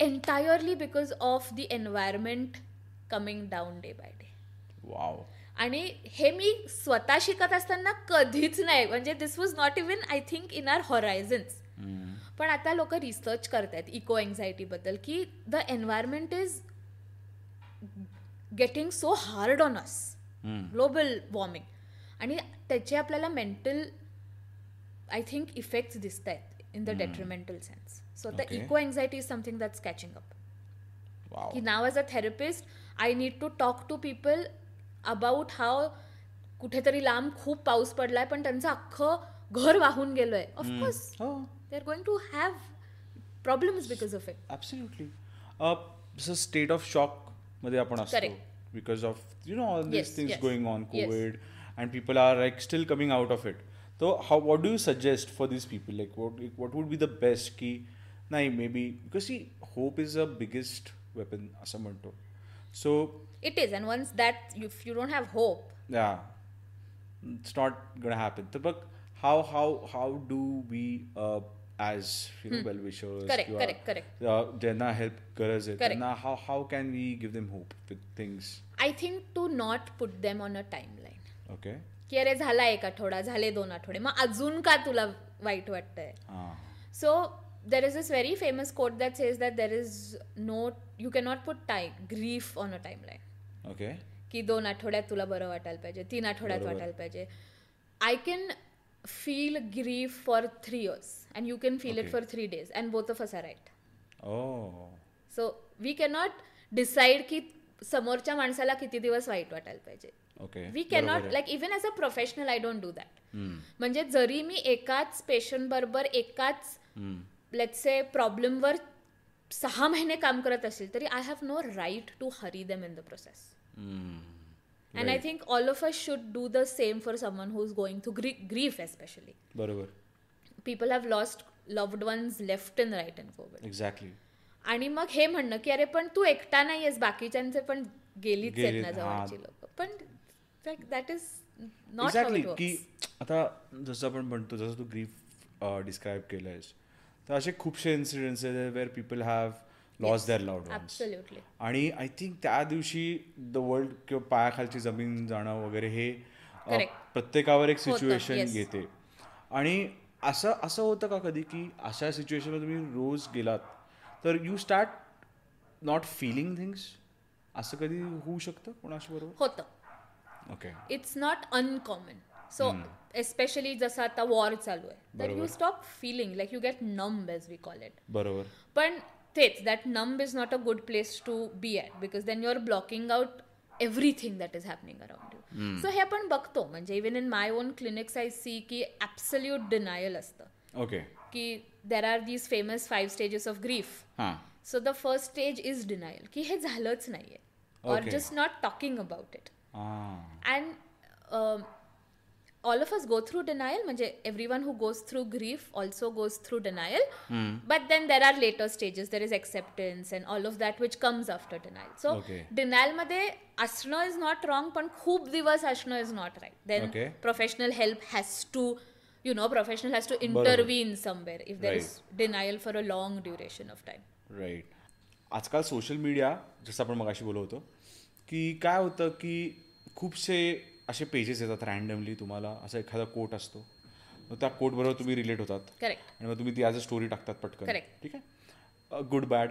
[SPEAKER 3] entirely because of the environment coming down day by day
[SPEAKER 2] wow
[SPEAKER 3] आणि हे मी स्वतः शिकत असताना कधीच नाही म्हणजे this was not even I think in our horizons
[SPEAKER 2] Hmm.
[SPEAKER 3] पण आता लोक रिसर्च करत आहेत इको बद्दल की the environment is getting so hard on us
[SPEAKER 2] Hmm.
[SPEAKER 3] Global warming आणि त्याचे आपल्याला मेंटल आय थिंक इफेक्ट्स दिसत आहेत in the detrimental sense so the
[SPEAKER 2] Okay.
[SPEAKER 3] Eco anxiety is something that's catching up
[SPEAKER 2] wow
[SPEAKER 3] की नाव as a therapist I need to talk to people about how कुठेतरी लांब खूप पाऊस पडलाय पण त्यांचं अख्खं घर वाहून गेलंय ऑफकोर्स
[SPEAKER 2] हो
[SPEAKER 3] they are going to have problems because of it
[SPEAKER 2] absolutely Uh, जसं स्टेट ऑफ शॉक मध्ये आपण असतो
[SPEAKER 3] Correct.
[SPEAKER 2] Because of you know all
[SPEAKER 3] Yes,
[SPEAKER 2] this things
[SPEAKER 3] yes.
[SPEAKER 2] Going on
[SPEAKER 3] Yes.
[SPEAKER 2] Covid and people are like still coming out of it तो how what do you suggest for this people like what what would be the best की नाही may be because ही hope is a biggest weapon असं म्हणतो so
[SPEAKER 3] it is and once that if you don't have hope
[SPEAKER 2] yeah it's not gonna happen the book how how how do we uh, as you know well wishers
[SPEAKER 3] Hmm. Correct, correct, correct.
[SPEAKER 2] uh, ज्यांना help गरज आहे
[SPEAKER 3] Correct.
[SPEAKER 2] त्यांना how how can we give them hope with things
[SPEAKER 3] I think to not put them on a timeline
[SPEAKER 2] okay
[SPEAKER 3] की अरे झाला एक आठवडा झाले दोन आठवडे मग अजून का तुला वाईट वाटतंय
[SPEAKER 2] ah
[SPEAKER 3] So there is this very famous quote that says that there is no you cannot put time grief on a timeline.
[SPEAKER 2] okay
[SPEAKER 3] की दोन आठवड्यात तुला बरं वाटायला पाहिजे तीन आठवड्यात
[SPEAKER 2] बरोबर.
[SPEAKER 3] वाटायला पाहिजे I can feel grief for three years and you can feel it
[SPEAKER 2] Okay.
[SPEAKER 3] For three days and both of us are right
[SPEAKER 2] oh
[SPEAKER 3] so we cannot decide की समोरच्या माणसाला किती दिवस वाईट वाटायला पाहिजे
[SPEAKER 2] okay
[SPEAKER 3] we cannot like even as a professional I don't do that
[SPEAKER 2] hmm,
[SPEAKER 3] म्हणजे जरी मी एकाच पेशंट बरोबर एकाच
[SPEAKER 2] हम्म,
[SPEAKER 3] लेट्से प्रॉब्लेमवर सहा महिने काम करत असेल तरी I have no right to hurry them in the process
[SPEAKER 2] hmm.
[SPEAKER 3] And I think all of us should do the same for someone who is going through grief grief especially
[SPEAKER 2] बरोबर
[SPEAKER 3] people have lost loved ones left and right and forward
[SPEAKER 2] exactly
[SPEAKER 3] आणि मग हे म्हणणं की अरे पण तू एकटा नाही आहेस बाकीच्यांचे पण गेलीच आहेत
[SPEAKER 2] गेलीत,
[SPEAKER 3] ना
[SPEAKER 2] हां.
[SPEAKER 3] जवळची लोक पण दॅट इज नॉट
[SPEAKER 2] एक्झॅक्टली की आता जसं आपण म्हणतो जसं तू ग्रीफ डिस्क्राईब केलं आहेस तर असे खूपसे इन्सिडेंट्स आहेत where people have loss their loud
[SPEAKER 3] absolutely
[SPEAKER 2] आणि आय थिंक त्या दिवशी द वर्ल्ड किंवा पायाखालची जमीन जाणं वगैरे हे अ,
[SPEAKER 3] Correct.
[SPEAKER 2] प्रत्येकावर एक
[SPEAKER 3] होतं,
[SPEAKER 2] सिच्युएशन
[SPEAKER 3] yes.
[SPEAKER 2] येते आणि असं असं होतं का कधी की अशा सिच्युएशनमध्ये तुम्ही रोज गेलात तर you start not feeling things असं कधी होऊ शकतं कोणाबरोबर
[SPEAKER 3] होतं
[SPEAKER 2] okay
[SPEAKER 3] it's not uncommon so especially जसं आता वॉर चालू आहे तर you stop feeling like you get numb as we call it
[SPEAKER 2] बरोबर
[SPEAKER 3] पण तेच that numb is not a good place to be at because then you are blocking out everything that is happening around you so हे आपण बघतो म्हणजे even in my own clinics I see की absolute denial असतं
[SPEAKER 2] okay
[SPEAKER 3] की there are these famous five stages of grief
[SPEAKER 2] हां
[SPEAKER 3] so the first stage is denial की हे झालंच नाही आहे और
[SPEAKER 2] Okay.
[SPEAKER 3] Just not talking about it
[SPEAKER 2] हां
[SPEAKER 3] and all of us go through denial म्हणजे every one who goes through grief also goes through denial
[SPEAKER 2] Hmm.
[SPEAKER 3] But then there are later stages there is acceptance and all of that which comes after denial so
[SPEAKER 2] Okay.
[SPEAKER 3] डिनायलमध्ये असणं is not wrong पण खूप दिवस असणं is not right
[SPEAKER 2] Okay.
[SPEAKER 3] Then professional help has to you know professional has to intervene somewhere if there is denial for a long duration of time
[SPEAKER 2] right आजकाल social media जसं आपण मगाशी बोलत होतो की काय होतं की खूपसे असे पेजेस येतात रँडमली तुम्हाला असा एखादा कोट असतो मग त्या कोटबरोबर तुम्ही रिलेट होतात
[SPEAKER 3] करेक्ट
[SPEAKER 2] आणि मग तुम्ही ती ॲज अ स्टोरी टाकतात पटकन
[SPEAKER 3] Correct.
[SPEAKER 2] ठीक आहे गुड बॅड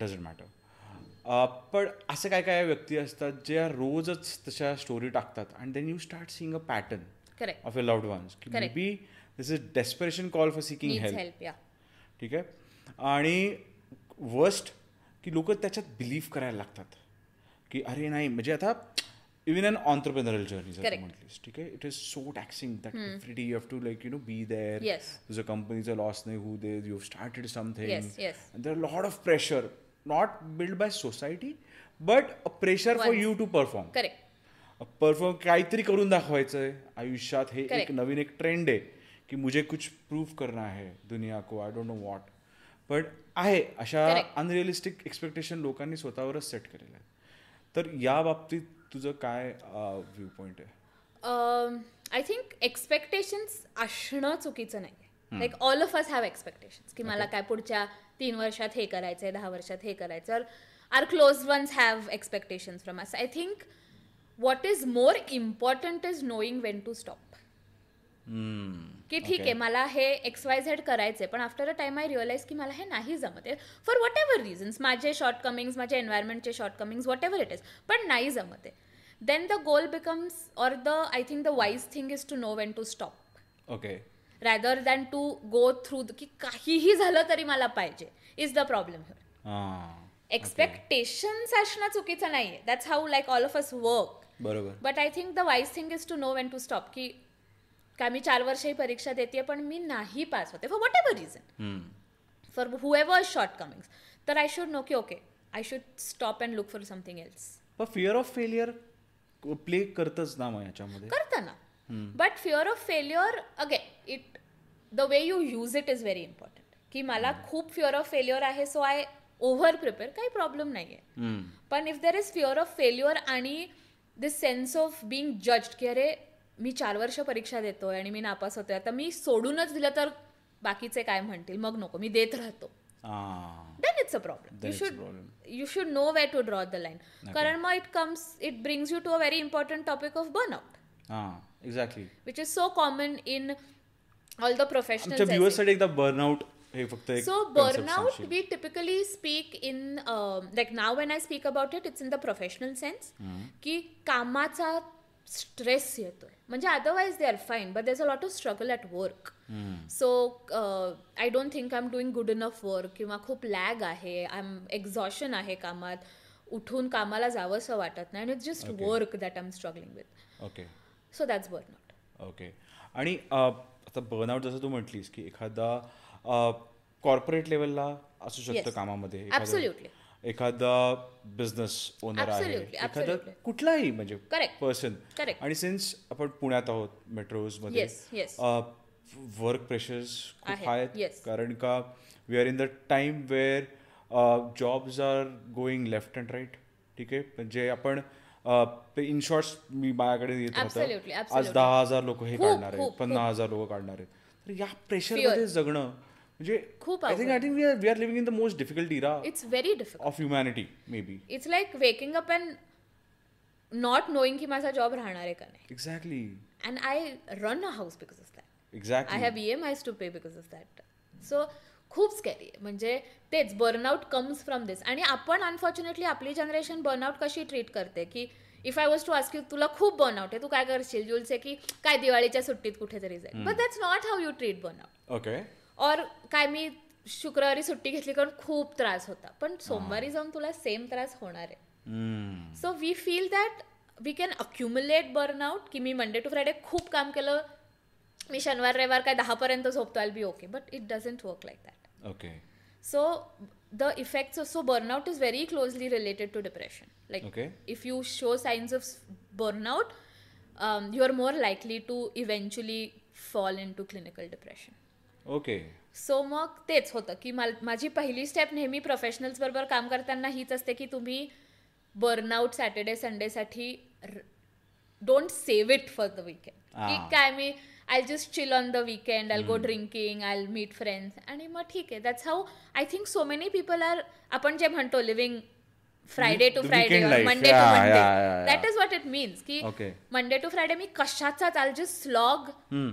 [SPEAKER 2] डझंट मॅटर पण असे काय काय व्यक्ती असतात ज्या रोजच तशा स्टोरी टाकतात and then you start seeing a pattern
[SPEAKER 3] correct
[SPEAKER 2] of a loved ones की may
[SPEAKER 3] Correct.
[SPEAKER 2] Be this is desperation call for seeking
[SPEAKER 3] needs
[SPEAKER 2] help
[SPEAKER 3] help या
[SPEAKER 2] ठीक आहे आणि वर्स्ट की लोक त्याच्यात बिलीव्ह करायला लागतात की अरे नाही म्हणजे आता इवन अन ऑन्टरप्रेनरल जर्नी जर
[SPEAKER 3] Correct. Hmm.
[SPEAKER 2] म्हटलीस ठीक आहे it is so taxing that every day you have to like you know be there
[SPEAKER 3] Yes.
[SPEAKER 2] तुझं कंपनीचा लॉस नाही होऊ दे you started something
[SPEAKER 3] Yes, yes.
[SPEAKER 2] There lot of pressure not build by society but pressure for
[SPEAKER 3] Once.
[SPEAKER 2] You to perform
[SPEAKER 3] correct
[SPEAKER 2] perform काहीतरी करून दाखवायचं आहे आयुष्यात हे एक
[SPEAKER 3] Correct.
[SPEAKER 2] नवीन एक ट्रेंड आहे की मुझे कुछ प्रूफ करना है दुनिया को आय डोंट नो वॉट पण आहे अशा
[SPEAKER 3] Correct.
[SPEAKER 2] अनरिअलिस्टिक एक्सपेक्टेशन लोकांनी स्वतःवरच सेट केलेलं आहे तर या बाबतीत तुझं काय व्ह्यू पॉइंट आहे
[SPEAKER 3] आय थिंक एक्सपेक्टेशन्स असणं चुकीचं नाही like all of us have expectations की मला काय पुढच्या तीन वर्षात हे करायचंय दहा वर्षात हे करायचं our close ones have expectations from us I think what is more important is knowing when to stop की ठीक आहे मला हे एक्स वाय झेड करायचंय पण after a time I realise की मला हे नाही जमत आहे फॉर वॉट एव्हर रिझन्स माझे शॉर्टकमिंग्स माझ्या एन्व्हायरमेंटचे shortcomings whatever it is पण नाही जमत आहे then the goal becomes or the I think the wise thing is to know when to stop
[SPEAKER 2] okay
[SPEAKER 3] rather than to go through की काहीही झालं तरी मला पाहिजे is the problem here expectations असणं चुकीचं नाही आहे that's how like all of us work
[SPEAKER 2] बरोबर
[SPEAKER 3] but I think the wise thing is to know when to stop की का मी चार वर्ष ही परीक्षा देते पण मी नाही पास होते for whatever reason for whoever shortcomings तर आय शुड नो की okay I should stop and look for something else
[SPEAKER 2] पण फिअर ऑफ फेलियर प्ले करतच ना मग याच्यामध्ये
[SPEAKER 3] करताना but fear of failure again it the way you use it is very important की मला खूप फिअर ऑफ फेल्युअर आहे सो आय ओव्हर प्रिपेअर काही प्रॉब्लेम नाही आहे
[SPEAKER 2] हम्म.
[SPEAKER 3] पण if there is fear of failure आणि this sense of being judged की अरे मी चार वर्ष परीक्षा देतोय आणि मी नापास होतोय आता मी सोडूनच दिलं तर बाकीचे काय म्हणतील मग नको मी देत राहतो
[SPEAKER 2] आ,
[SPEAKER 3] then it's a problem
[SPEAKER 2] Then
[SPEAKER 3] you
[SPEAKER 2] it's a
[SPEAKER 3] should
[SPEAKER 2] problem.
[SPEAKER 3] You should know way to draw the line कारण मग it comes it brings you to a very important topic of burnout
[SPEAKER 2] हा exactly
[SPEAKER 3] which is so common in all the
[SPEAKER 2] आमच्या
[SPEAKER 3] professional
[SPEAKER 2] व्ह्युअर्ससाठी एकदा burnout हे फक्त एक
[SPEAKER 3] so
[SPEAKER 2] concept
[SPEAKER 3] burnout
[SPEAKER 2] सांगशील.
[SPEAKER 3] We typically speak in like now when I speak about it it's in the professional sense की कामाचा स्ट्रेस येतोय म्हणजे otherwise they are fine but there's a lot of struggle at work so I don't think I am doing good enough work किंवा खूप lag आहे I am exhaustion आहे कामात उठून कामाला जावंसं वाटत नाही it's just work that I am struggling with
[SPEAKER 2] okay
[SPEAKER 3] so that's burnout
[SPEAKER 2] okay आणि अ, आता बर्नआउट जसं तू म्हटलीस की एखादा कॉर्पोरेट लेवलला असू शकतं
[SPEAKER 3] Yes.
[SPEAKER 2] कामामध्ये
[SPEAKER 3] Absolutely.
[SPEAKER 2] एखादा एखादा बिझनेस ओनर आहे
[SPEAKER 3] Absolutely,
[SPEAKER 2] एखादा
[SPEAKER 3] absolutely.
[SPEAKER 2] कुठलाही म्हणजे
[SPEAKER 3] Correct.
[SPEAKER 2] Person
[SPEAKER 3] Correct.
[SPEAKER 2] आणि सिन्स आपण पुण्यात आहोत मेट्रोज मध्ये
[SPEAKER 3] Yes, yes.
[SPEAKER 2] वर्क प्रेशर्स खूप
[SPEAKER 3] आहेत,
[SPEAKER 2] हाय
[SPEAKER 3] yes.
[SPEAKER 2] कारण का we are in the time where jobs are going left and right ठीक आहे म्हणजे आपण इन शॉर्ट्स मी माझ्याकडे येत
[SPEAKER 3] Absolutely,
[SPEAKER 2] होतं आज
[SPEAKER 3] absolutely.
[SPEAKER 2] दहा हजार लोक हे
[SPEAKER 3] खूप,
[SPEAKER 2] काढणार आहेत
[SPEAKER 3] खूप,
[SPEAKER 2] पन्नास हजार लोक काढणार आहेत तर या प्रेशरमध्ये जगणं म्हणजे
[SPEAKER 3] खूप
[SPEAKER 2] I think I think we are we are living in the most difficult era
[SPEAKER 3] it's very difficult
[SPEAKER 2] of humanity maybe
[SPEAKER 3] it's like waking up and not knowing की माझा जॉब राहणार आहे का नाही
[SPEAKER 2] exactly
[SPEAKER 3] and I run a house because of that I
[SPEAKER 2] exactly
[SPEAKER 3] have EMIs to pay because of that so खूप scary आहे म्हणजे तेच बर्नआउट कम्स फ्रॉम दिस आणि आपण अनफॉर्च्युनेटली आपली जनरेशन बर्नआउट कशी ट्रीट करते की if I was to ask you तुला खूप बर्नआउट आहे तू काय करशील युल से की काय दिवाळीच्या सुट्टीत कुठेतरी जाईल but that's not how you treat burnout
[SPEAKER 2] okay
[SPEAKER 3] और काय मी शुक्रवारी सुट्टी घेतली कारण खूप त्रास होता पण सोमवारी जाऊन तुला सेम त्रास होणार आहे
[SPEAKER 2] Hmm.
[SPEAKER 3] So we feel that we can accumulate burnout की मी मंडे टू फ्रायडे खूप काम केलं मी शनिवार रविवार काय दहापर्यंत झोपतो I be okay but it doesn't work like that
[SPEAKER 2] okay
[SPEAKER 3] so the effects of so burnout is very closely related to depression like
[SPEAKER 2] Okay.
[SPEAKER 3] If you show signs of burnout you are more likely to eventually fall in to clinical depression
[SPEAKER 2] okay
[SPEAKER 3] so मग तेच होतं की मला माझी पहिली step नेहमी professionals बरोबर काम करताना हीच असते की तुम्ही बर्नआउट सॅटर्डे संडेसाठी don't save it for the weekend की
[SPEAKER 2] Ah.
[SPEAKER 3] काय मी I just chill on the weekend I go drinking I meet friends आणि मग ठीक आहे that's how I think so many people are आपण जे म्हणतो living Friday to
[SPEAKER 2] The
[SPEAKER 3] Friday
[SPEAKER 2] weekend life.
[SPEAKER 3] Monday to
[SPEAKER 2] Yeah,
[SPEAKER 3] Monday
[SPEAKER 2] yeah, yeah, yeah.
[SPEAKER 3] That is what it means की
[SPEAKER 2] Okay.
[SPEAKER 3] Monday to Friday मी कशाचाच I just slog
[SPEAKER 2] Hmm.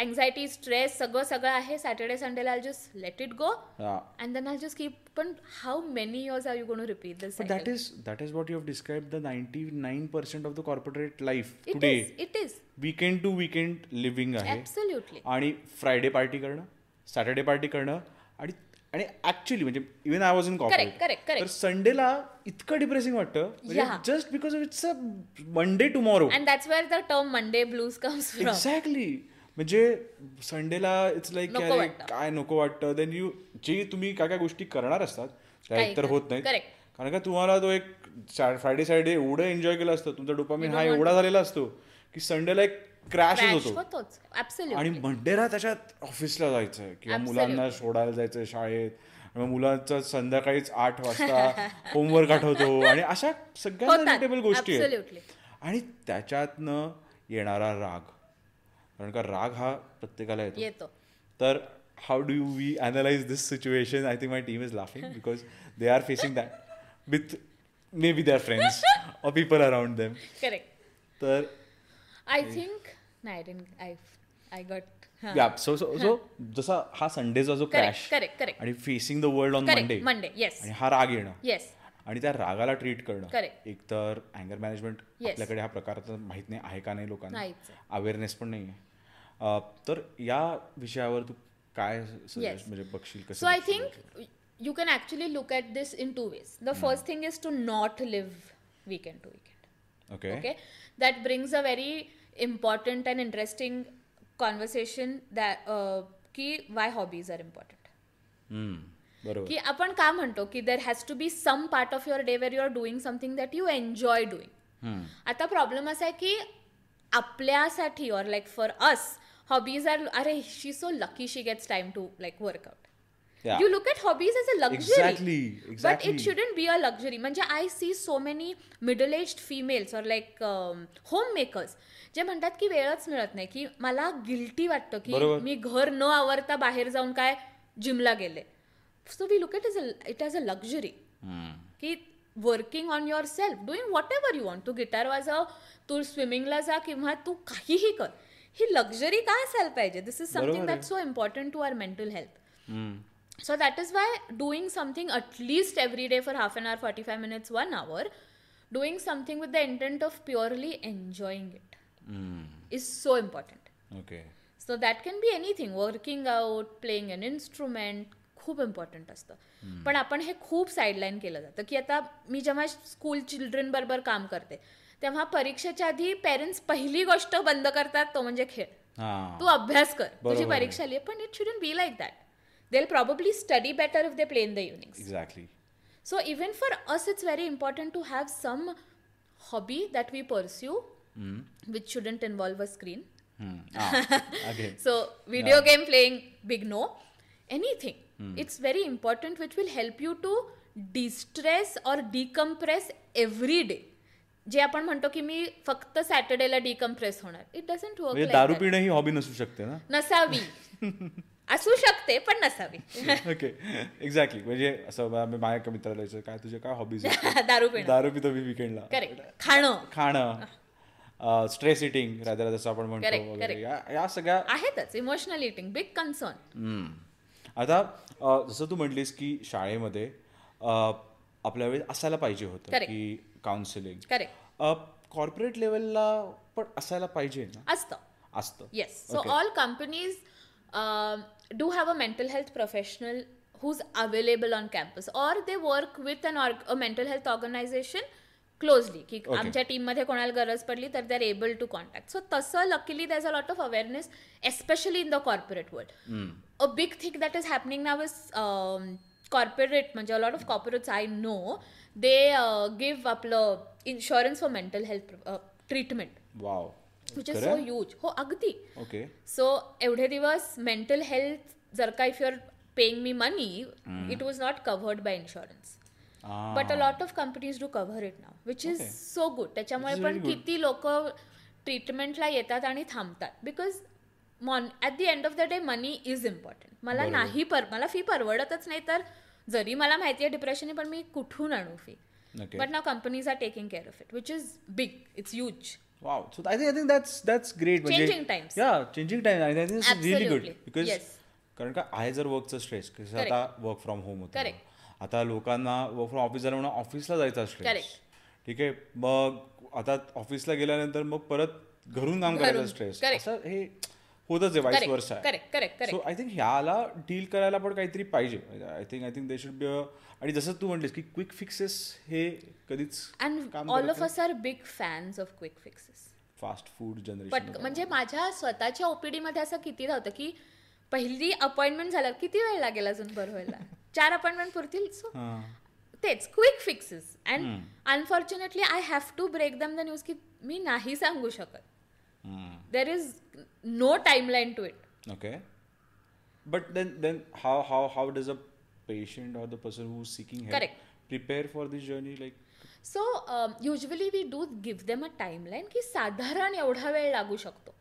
[SPEAKER 3] Anxiety stress सगळं सगळं आहे Saturday संडेला I just let it go and then I just keep पण how many years are you गोन repeat this
[SPEAKER 2] But that is that is what you have described the 99% of the corporate life
[SPEAKER 3] it
[SPEAKER 2] today.
[SPEAKER 3] Is it is
[SPEAKER 2] weekend to weekend living आहे
[SPEAKER 3] absolutely
[SPEAKER 2] आणि Friday party करणं Saturday party करणं आणि आणि actually म्हणजे even I was in
[SPEAKER 3] Correct, correct, correct.
[SPEAKER 2] तर संडेला इतकं डिप्रेसिंग वाटतं
[SPEAKER 3] Yeah.
[SPEAKER 2] म्हणजे just because it's a Monday tomorrow
[SPEAKER 3] and that's where the term Monday blues comes from
[SPEAKER 2] exactly म्हणजे संडेला इट्स लाईक
[SPEAKER 3] नको
[SPEAKER 2] अरे
[SPEAKER 3] वाटतं.
[SPEAKER 2] काय नको वाटतं देन यू जे तुम्ही काय काय गोष्टी करणार असतात त्या
[SPEAKER 3] काही
[SPEAKER 2] एकतर
[SPEAKER 3] कर-
[SPEAKER 2] होत नाहीत
[SPEAKER 3] correct.
[SPEAKER 2] कारण का तुम्हाला तो एक फ्रायडे सॅटर्डे एवढं एन्जॉय केलं असतं तुमचा डोपामिन हा एवढा झालेला असतो की संडेला एक क्रॅशच
[SPEAKER 3] क्रॅश
[SPEAKER 2] होतो
[SPEAKER 3] होतोच ॲब्सोल्युट
[SPEAKER 2] आणि मंडेला त्याच्यात ऑफिसला जायचं किंवा
[SPEAKER 3] Absolutely.
[SPEAKER 2] मुलांना सोडायला जायचं शाळेत आणि मग मुलांचं संध्याकाळीच आठ वाजता होमवर्क आठवतो आणि अशा सगळ्या
[SPEAKER 3] होतात.
[SPEAKER 2] relatable गोष्टी आहेत
[SPEAKER 3] Absolutely.
[SPEAKER 2] आणि त्याच्यातनं येणारा राग कारण का राग हा प्रत्येकाला येतो
[SPEAKER 3] येतो
[SPEAKER 2] तर how do you we analyse this situation I think my team is laughing because they are facing that with maybe their friends or people around them
[SPEAKER 3] correct
[SPEAKER 2] तर
[SPEAKER 3] आय थिंक नाही dent I I got
[SPEAKER 2] yeah so so so जसा हा संडेचा जो crash
[SPEAKER 3] correct, correct.
[SPEAKER 2] आणि facing the world on Monday
[SPEAKER 3] correct Monday yes
[SPEAKER 2] आणि हा राग येणं
[SPEAKER 3] येस
[SPEAKER 2] आणि त्या रागाला ट्रीट करणं
[SPEAKER 3] Correct.
[SPEAKER 2] एक तर अँगर मॅनेजमेंट
[SPEAKER 3] Yes.
[SPEAKER 2] आपल्याकडे हा प्रकार तर माहित नाही आहे का नाही लोकांना
[SPEAKER 3] नाहीच आहे.
[SPEAKER 2] अवेअरनेस पण नाही आहे तर या विषयावर तू काय suggest-
[SPEAKER 3] Yes.
[SPEAKER 2] म्हणजे बघशील
[SPEAKER 3] So
[SPEAKER 2] कसं
[SPEAKER 3] I
[SPEAKER 2] बघशील?
[SPEAKER 3] think you can actually look at this in two ways.
[SPEAKER 2] Hmm.
[SPEAKER 3] The first thing is to not live weekend to weekend.
[SPEAKER 2] Okay
[SPEAKER 3] Okay? That brings a very important and interesting conversation that uh, ki why hobbies are important.
[SPEAKER 2] हम्म, बरोबर
[SPEAKER 3] की आपण का म्हणतो की there has to be some part of your day where you are doing something that you enjoy doing आता problem असा आहे की आपल्यासाठी or like for us hobbies are अरे she so lucky she gets time to like workout
[SPEAKER 2] Yeah.
[SPEAKER 3] You look at hobbies as a
[SPEAKER 2] Exactly,
[SPEAKER 3] luxury but
[SPEAKER 2] exactly.
[SPEAKER 3] It shouldn't be a luxury म्हणजे I see so many middle aged females और like home makers um, जे म्हणतात की वेळच मिळत नाही की मला गिल्टी वाटतं की
[SPEAKER 2] बरोबर.
[SPEAKER 3] मी घर न आवरता बाहेर जाऊन काय जिमला गेले so we look it is it as a luxury की working on yourself doing whatever you want तू गिटार वाजव तू स्विमिंगला जा किंवा तू काहीही कर ही लक्झरी का असायला पाहिजे दिस इज समथिंग
[SPEAKER 2] बरोबर आहे.
[SPEAKER 3] That so important to our mental health
[SPEAKER 2] hmm,
[SPEAKER 3] So that is why doing something at least every day for half an hour, 45 minutes, one hour, doing something with the intent of purely enjoying it
[SPEAKER 2] hmm,
[SPEAKER 3] is so important.
[SPEAKER 2] Okay
[SPEAKER 3] So that can be anything working out, playing an instrument, खूप important असतं पण आपण हे खूप sideline केलं जातं की आता मी जेव्हा स्कूल चिल्ड्रन बरोबर काम करते तेव्हा परीक्षेच्या आधी पेरेंट्स पहिली गोष्ट बंद करतात तो म्हणजे खेळ तू
[SPEAKER 2] हां
[SPEAKER 3] अभ्यास कर तुझी
[SPEAKER 2] बरोबर आहे.
[SPEAKER 3] परीक्षा लिहि पण it shouldn't be like that they probably study better if they play in the evening
[SPEAKER 2] exactly
[SPEAKER 3] so even for us it's very important to have some hobby that we pursue which shouldn't involve a screen
[SPEAKER 2] Ah, again
[SPEAKER 3] so video game playing big no
[SPEAKER 2] Hmm.
[SPEAKER 3] Anything it's very important which will help you to distress और decompress every day जे आपण म्हणतो की मी फक्त सॅटर्डेला decompress होणार it doesn't
[SPEAKER 2] म्हणजे
[SPEAKER 3] work
[SPEAKER 2] दारू पिणं ही हॉबी नसू शकते ना
[SPEAKER 3] नसावी असू शकते पण नसावी
[SPEAKER 2] ओके एक्झॅक्टली म्हणजे असं मा- मी माझ्या एका मित्राला विचारलं, काय तुझे काय हॉबीज
[SPEAKER 3] दारू पिणं
[SPEAKER 2] दारू पितो मी विकेंडला
[SPEAKER 3] करेक्ट खाणं
[SPEAKER 2] खाणं स्ट्रेस इटिंग राधा जसं आपण म्हणतो
[SPEAKER 3] Correct,
[SPEAKER 2] वगैरे
[SPEAKER 3] correct.
[SPEAKER 2] या या सगळ्या
[SPEAKER 3] आहेतच इमोशनल इटिंग बिग कन्सर्न
[SPEAKER 2] हम्म. आता अ, जसं तू म्हटलीस की शाळेमध्ये अ, आपल्या वेळेस असायला पाहिजे होतं
[SPEAKER 3] Correct.
[SPEAKER 2] की काउन्सिलिंग
[SPEAKER 3] करेक्ट
[SPEAKER 2] कॉर्पोरेट लेवलला पण असायला पाहिजे ना
[SPEAKER 3] असतं
[SPEAKER 2] असतं
[SPEAKER 3] yes so
[SPEAKER 2] Okay.
[SPEAKER 3] All companies do have a mental health professional who's available on campus और they work with an org mental health organisation closely की
[SPEAKER 2] Okay.
[SPEAKER 3] आमच्या टीममध्ये कोणाला गरज पडली तर they are able to contact so तसं luckily there's a lot of awareness especially in the corporate world
[SPEAKER 2] हम्म.
[SPEAKER 3] A big thing that is happening now is corporate um, म्हणजे lot of corporates I know they give आपलं insurance for mental health treatment
[SPEAKER 2] wow
[SPEAKER 3] which is so
[SPEAKER 2] खरं
[SPEAKER 3] huge हो अगदी
[SPEAKER 2] okay
[SPEAKER 3] so एवढे दिवस mental health जर का if your paying me money it was not covered by insurance but a lot of companies do cover it now which is
[SPEAKER 2] Okay.
[SPEAKER 3] So good त्याच्यामुळे
[SPEAKER 2] Which is
[SPEAKER 3] पण
[SPEAKER 2] really good.
[SPEAKER 3] किती लोक ट्रीटमेंटला येतात आणि थांबतात because मॉन at the end of the day money is important मला
[SPEAKER 2] बरोबर.
[SPEAKER 3] नाही पर मला फी परवडतच नाही तर जरी मला माहिती आहे डिप्रेशन पण मी कुठून आणू fee
[SPEAKER 2] Okay.
[SPEAKER 3] But now companies are taking care of it which is big it's huge
[SPEAKER 2] wow so I think I think that's that's great
[SPEAKER 3] Changing times.
[SPEAKER 2] या changing time I think really good
[SPEAKER 3] Absolutely.
[SPEAKER 2] Because
[SPEAKER 3] Yes.
[SPEAKER 2] कारण का आहे जर वर्कचं stress कसं
[SPEAKER 3] Correct.
[SPEAKER 2] आता work from home होतं
[SPEAKER 3] Correct.
[SPEAKER 2] आता लोकांना वर्क फ्रॉम ऑफिस झालं म्हणून ऑफिसला जायचा स्ट्रेस
[SPEAKER 3] Correct.
[SPEAKER 2] ठीक आहे मग आता ऑफिसला गेल्यानंतर मग परत घरून काम
[SPEAKER 3] घरून.
[SPEAKER 2] करायचा स्ट्रेस
[SPEAKER 3] Correct.
[SPEAKER 2] असं हे होतच आहे वाईस वर्ष
[SPEAKER 3] correct correct correct
[SPEAKER 2] so I think ह्याला डील करायला पण काहीतरी पाहिजे I think I think they should be आणि जसं तू म्हटलीस की क्विक फिक्सेस हे कधीच
[SPEAKER 3] अँड
[SPEAKER 2] काम
[SPEAKER 3] ऑल
[SPEAKER 2] करत
[SPEAKER 3] of us are big fans of quick fixes
[SPEAKER 2] fast food generation
[SPEAKER 3] पट म्हणजे माझ्या स्वतःच्या ओपीडी मध्ये असं किती होतं की पहिली अपॉइंटमेंट झाल्यावर किती वेळ लागेल अजून बरं व्हायला चार अपॉइंटमेंट पुरतील So,
[SPEAKER 2] हां
[SPEAKER 3] तेच quick fixes and unfortunately I have to break दम द न्यूज की मी नाही सांगू शकत there is no timeline to it
[SPEAKER 2] Okay. But then then how how how does a patient or the person who's seeking help
[SPEAKER 3] Correct.
[SPEAKER 2] prepare for this journey like
[SPEAKER 3] so usually we do give them a timeline की साधारण एवढा वेळ लागू शकतो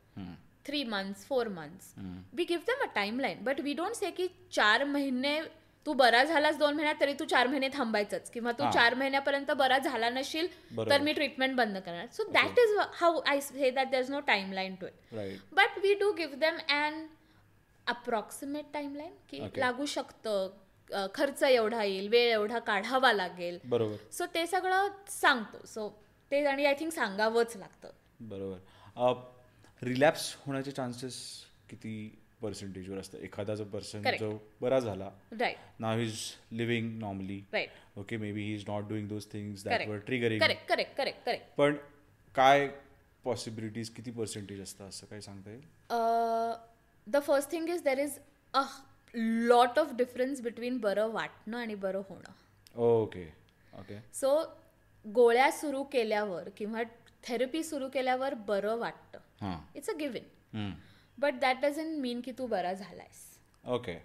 [SPEAKER 3] three months four months we give them a timeline but we don't say की चार महिने तू बरा झालास दोन महिन्यात तरी तू चार महिने थांबायचंच किंवा तू
[SPEAKER 2] हां.
[SPEAKER 3] चार महिन्यापर्यंत बरा झाला नशील
[SPEAKER 2] बरोबर.
[SPEAKER 3] तर मी ट्रीटमेंट बंद करणार so that is how I say that there is no timeline to it
[SPEAKER 2] right
[SPEAKER 3] but we do give them and approximate timeline की
[SPEAKER 2] Okay.
[SPEAKER 3] लागू शकतं अ, खर्च एवढा येईल वेळ एवढा काढावा लागेल
[SPEAKER 2] बरोबर
[SPEAKER 3] सो ते सगळं सांगतो सो ते आणि आय थिंक सांगावंच लागतं
[SPEAKER 2] बरोबर रिलॅप्स होण्याचे चान्सेस किती पर्सेंटेजवर असतं एखादा जो पर्सन
[SPEAKER 3] Correct.
[SPEAKER 2] जो बरा झाला
[SPEAKER 3] right
[SPEAKER 2] now is living normally
[SPEAKER 3] right
[SPEAKER 2] okay may be he is not doing those things that were
[SPEAKER 3] correct
[SPEAKER 2] triggering
[SPEAKER 3] correct correct correct correct
[SPEAKER 2] पण काय पॉसिबिलिटीज किती पर्सेंटेज असतं असं काही सांगता येईल
[SPEAKER 3] Uh, the first thing is there is a lot of difference between बरं वाटणं आणि बरं होणं
[SPEAKER 2] ओके ओके
[SPEAKER 3] सो गोळ्या सुरू केल्यावर किंवा थेरपी सुरू केल्यावर बरं वाटतं
[SPEAKER 2] हां
[SPEAKER 3] it's a given but that doesn't mean की तू बरा झालायस
[SPEAKER 2] okay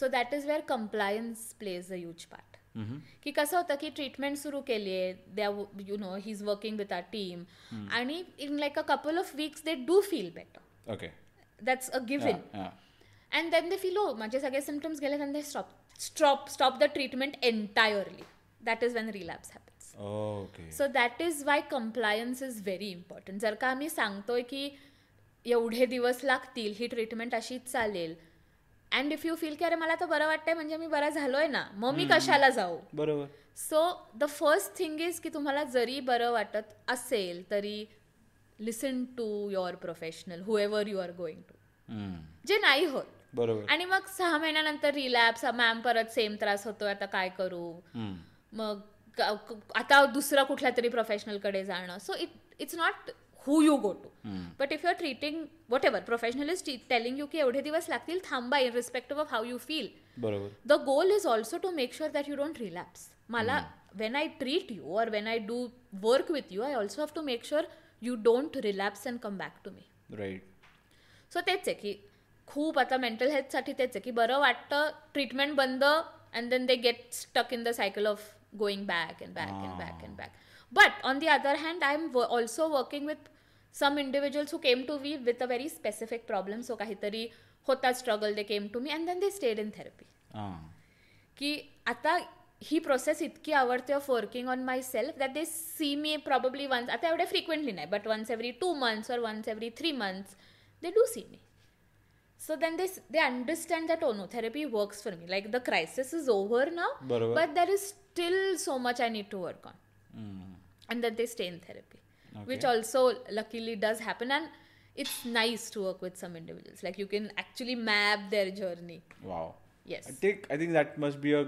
[SPEAKER 3] so that is where compliance plays a huge part की कसं होतं की ट्रीटमेंट सुरू केली आहे they you know he is working with our team आणि in like a couple of weeks they do feel better
[SPEAKER 2] okay
[SPEAKER 3] that's a given and then they feel हो माझे सगळे सिमटम्स गेले then they stop stop stop the treatment entirely that is when relapse happens
[SPEAKER 2] okay
[SPEAKER 3] so that is why compliance is very important जर का आम्ही सांगतोय की एवढे दिवस लागतील ही ट्रीटमेंट अशीच चालेल अँड इफ यू फील की अरे मला तर बरं वाटतंय म्हणजे मी बरा झालोय ना मग मी कशाला जाऊ
[SPEAKER 2] बरोबर
[SPEAKER 3] so the first thing is की तुम्हाला जरी बरं वाटत असेल तरी listen to your professional whoever you are going to जे नाही होत
[SPEAKER 2] बरोबर
[SPEAKER 3] आणि मग सहा महिन्यानंतर रिलॅप्स मॅम परत सेम त्रास होतोय आता काय करू
[SPEAKER 2] हम्म.
[SPEAKER 3] मग क- क- आता दुसरा कुठल्या तरी professional कडे जाणं so it it's not who you go to
[SPEAKER 2] hmm.
[SPEAKER 3] But if your treating whatever professional is telling you की एवढे दिवस लागतील थांबा irrespective of how you feel
[SPEAKER 2] बरोबर
[SPEAKER 3] the goal is also to make sure that you don't relapse मला when I treat you or when I do work with you I also have to make sure you don't relapse and come back to me
[SPEAKER 2] right
[SPEAKER 3] so तेच आहे की खूप आता mental हेल्थसाठी तेच आहे की बरं वाटतं ट्रीटमेंट बंद and then they get stuck in the cycle of going back and back and back and back but on the other hand I am also working with some individuals who came to we with a very specific problem so काहीतरी होता struggle they came to me and then they stayed in therapy
[SPEAKER 2] हां
[SPEAKER 3] की आता ही process इतकी आवडते of working on myself that they C me probably once आता एवढे फ्रिक्वेंटली नाही but once every two months or once every three months they do see me so then they they understand that oh no therapy works for me like the crisis is over now
[SPEAKER 2] बरोबर.
[SPEAKER 3] But there is still so much I need to work on
[SPEAKER 2] hmm.
[SPEAKER 3] and that they stay in therapy
[SPEAKER 2] Okay.
[SPEAKER 3] which also luckily does happen and it's nice to work with some individuals like you can actually map their journey
[SPEAKER 2] wow
[SPEAKER 3] Yes.
[SPEAKER 2] I think I think that must be a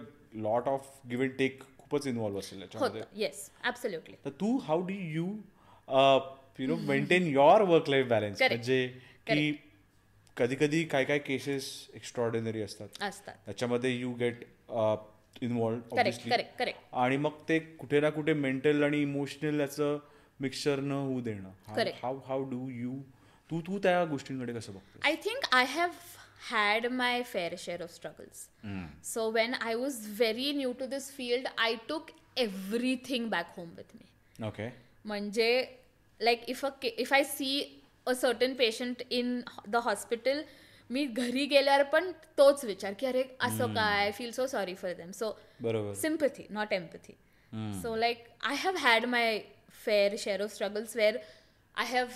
[SPEAKER 2] lot of give and take खूपच involve असेल
[SPEAKER 3] होतं
[SPEAKER 2] त्याच्यामध्ये
[SPEAKER 3] yes absolutely
[SPEAKER 2] तर तू how do you uh, you know maintain your work life balance
[SPEAKER 3] Correct.
[SPEAKER 2] म्हणजे की कधी कधी काय काय केसेस एक्स्ट्रॉर्डिनरी असतात
[SPEAKER 3] असतात
[SPEAKER 2] त्याच्यामध्ये uh, you get involve
[SPEAKER 3] correct correct correct
[SPEAKER 2] आणि मग ते कुठे ना कुठे मेंटल आणि इमोशनल याचं मिक्सचर न होऊ देणं
[SPEAKER 3] Correct.
[SPEAKER 2] How how do you तू तू त्या गोष्टींकडे कसं बघतो
[SPEAKER 3] I think I have had my fair share of struggles so when I was very new to this field I took everything back home with me
[SPEAKER 2] okay
[SPEAKER 3] म्हणजे like if a if I see a certain patient in the hospital मी घरी गेल्यावर पण तोच विचार की अरे असं काय feel so sorry for them so
[SPEAKER 2] बरोबर Hmm.
[SPEAKER 3] Sympathy not empathy so like I have had my fair share of struggles where I have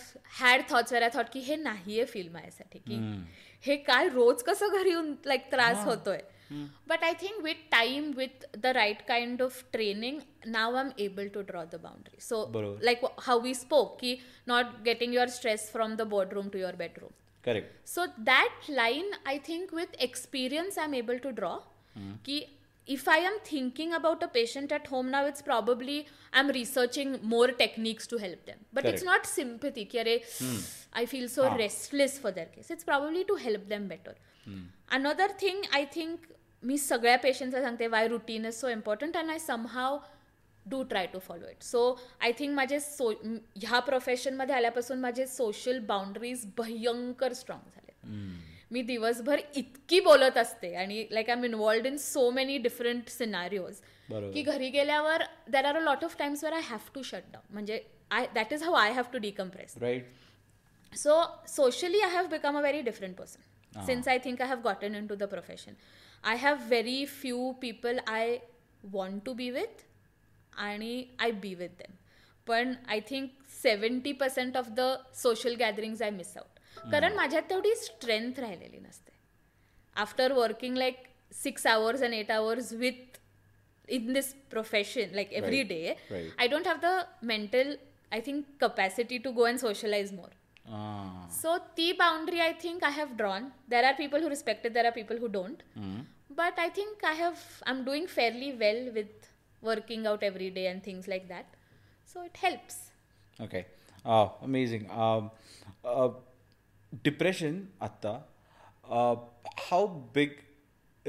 [SPEAKER 3] had thoughts where I thought की हे नाही आहे फील माझ्यासाठी की
[SPEAKER 2] Hmm.
[SPEAKER 3] हे काय रोज कसं घरी येऊन लाईक त्रास होतोय
[SPEAKER 2] Hmm.
[SPEAKER 3] But I think with time with the right kind of training now I am able to draw the boundary so
[SPEAKER 2] बरोबर.
[SPEAKER 3] लाईक हाऊ वी स्पोक की not getting your stress from the boardroom to your bedroom
[SPEAKER 2] correct
[SPEAKER 3] so that line I think with experience I am able to draw की if I am thinking about a patient at home now it's probably I am researching more techniques to help them but it's
[SPEAKER 2] Correct.
[SPEAKER 3] Not sympathy की अरे I feel so restless for their case it's probably to help them better another thing I think मी सगळ्या पेशंटला सांगते why routine is so important and I somehow do try to follow it so I think माझे so म- ह्या प्रोफेशनमध्ये आल्यापासून माझे सोशल बाउंड्रीज भयंकर स्ट्रॉंग झाले मी दिवसभर इतकी बोलत असते आणि like I am involved in so many different scenarios
[SPEAKER 2] बरोबर.
[SPEAKER 3] की घरी गेल्यावर there are a lot of times where I have to shut down म्हणजे I that is how I have to decompress
[SPEAKER 2] right
[SPEAKER 3] so socially I have become a very different
[SPEAKER 2] Ah.
[SPEAKER 3] Person since I think I have gotten into the profession I have very few people I want to be with आणि I be with them पण I think seventy percent of the social gatherings I miss
[SPEAKER 2] Hmm.
[SPEAKER 3] Out कारण माझ्यात तेवढी strength राहिलेली नसते after working like six hours and eight hours within this profession like every
[SPEAKER 2] Right.
[SPEAKER 3] Day
[SPEAKER 2] Right.
[SPEAKER 3] I don't have the mental I think capacity to go and socialize more
[SPEAKER 2] Ah.
[SPEAKER 3] So ती boundary I think I have drawn there are people who respected there are people who don't
[SPEAKER 2] Hmm.
[SPEAKER 3] But I think I have I am doing fairly well with working out every day and things like that so it helps
[SPEAKER 2] okay Ah, amazing depression Ah, आत्ता ah, how big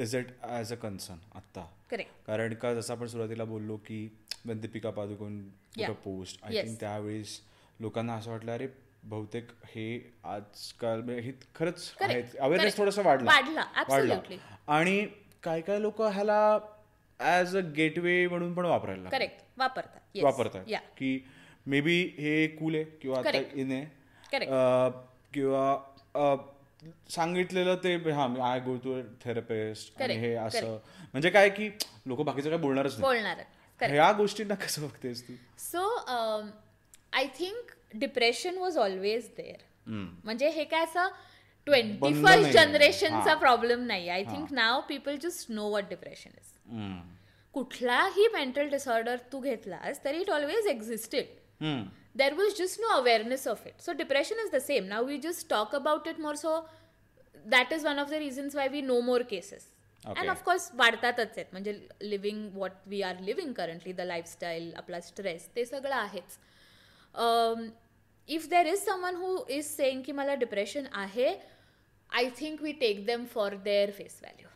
[SPEAKER 2] is it as a concern आत्ता
[SPEAKER 3] correct
[SPEAKER 2] कारण का जसं आपण सुरुवातीला बोललो की when Deepika Padukone
[SPEAKER 3] Yeah.
[SPEAKER 2] Post I
[SPEAKER 3] Yes.
[SPEAKER 2] Think त्यावेळेस लोकांना असं वाटलं अरे बहुतेक हे आजकाल म्हणजे हे खरंच
[SPEAKER 3] Correct.
[SPEAKER 2] आहेत अवेअरनेस
[SPEAKER 3] Correct.
[SPEAKER 2] थोडासा वाढला
[SPEAKER 3] वाढला. Absolutely.
[SPEAKER 2] आणि काय काय लोक ह्याला ॲज अ गेटवे म्हणून पण वापरायला लागले.
[SPEAKER 3] करेक्ट वापरतात
[SPEAKER 2] वापरतात
[SPEAKER 3] या
[SPEAKER 2] की मे बी हे कूल आहे किंवा आता
[SPEAKER 3] Correct.
[SPEAKER 2] इन आहे
[SPEAKER 3] Correct.
[SPEAKER 2] अं, किंवा अं, सांगितलेलं ते हां मी आय गो टू थेरपिस्ट आणि
[SPEAKER 3] Correct. हो,
[SPEAKER 2] हे असं म्हणजे काय की लोक बाकीचं काय बोलणारच
[SPEAKER 3] बोलणार
[SPEAKER 2] नाही ह्या गोष्टींना कसं बघतेस तू
[SPEAKER 3] so um, I think depression was always there म्हणजे हे काय असं ट्वेंटी
[SPEAKER 2] बंद
[SPEAKER 3] फर्स्ट
[SPEAKER 2] नाहीये.
[SPEAKER 3] जनरेशनचा
[SPEAKER 2] हा.
[SPEAKER 3] प्रॉब्लेम नाही I think now people just know what depression is कुठलाही मेंटल डिसऑर्डर तू घेतलास तरी it always existed
[SPEAKER 2] hmm.
[SPEAKER 3] There was just no awareness of it so depression is the same now we just talk about it more so that is one of the reasons why we know more cases
[SPEAKER 2] Okay.
[SPEAKER 3] And of course वाढतातच आहेत म्हणजे living what we are living currently the lifestyle आपला stress ते सगळं Um, आहेच if there is someone who is saying की मला depression आहे I think we take them for their face value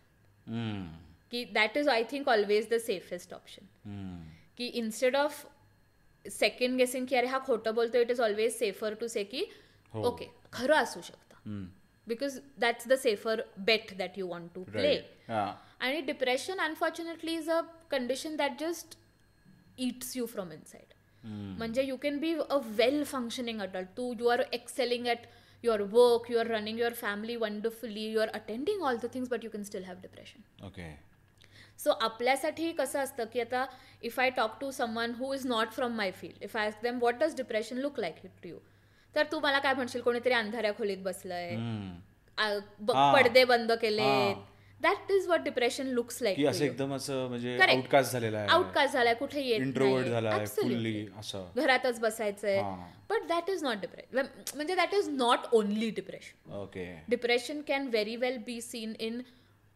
[SPEAKER 2] hmm.
[SPEAKER 3] की that is I think always the safest option
[SPEAKER 2] hmm.
[SPEAKER 3] की instead of second guessing की अरे हा खोटं बोलतो it is always safer to say की
[SPEAKER 2] हो.
[SPEAKER 3] ओके खरं असू शकतं because that's the safer bet that you want to play
[SPEAKER 2] Right. हा.
[SPEAKER 3] आणि depression unfortunately is a condition that just it's you from inside
[SPEAKER 2] Hmm.
[SPEAKER 3] म्हणजे you can be a well functioning adult तू you are excelling at your work you are running your family wonderfully you are attending all the things but you can still have depression
[SPEAKER 2] okay
[SPEAKER 3] so आपल्यासाठी कसं असतं की आता if I talk to someone who is not from my field if I ask them what does depression look like it to you तर तू मला काय म्हणशील कोणीतरी अंधाऱ्या खोलीत बसलंय
[SPEAKER 2] हम्म.
[SPEAKER 3] आ, ब-
[SPEAKER 2] हा.
[SPEAKER 3] पडदे बंद केलेत
[SPEAKER 2] हा.
[SPEAKER 3] That is what depression looks
[SPEAKER 2] की असं
[SPEAKER 3] लाईक
[SPEAKER 2] एकदम असं म्हणजे
[SPEAKER 3] Correct.
[SPEAKER 2] आउटकास्ट झालेला आहे
[SPEAKER 3] आउटकास्ट झालाय कुठे येत
[SPEAKER 2] इंट्रोवर्ट
[SPEAKER 3] नाहीये.
[SPEAKER 2] झालाय
[SPEAKER 3] Absolutely.
[SPEAKER 2] फुल्ली असं
[SPEAKER 3] घरातच बसायचंय
[SPEAKER 2] हा.
[SPEAKER 3] But that is not depression म्हणजे that is not only depression
[SPEAKER 2] okay
[SPEAKER 3] depression can very well be seen in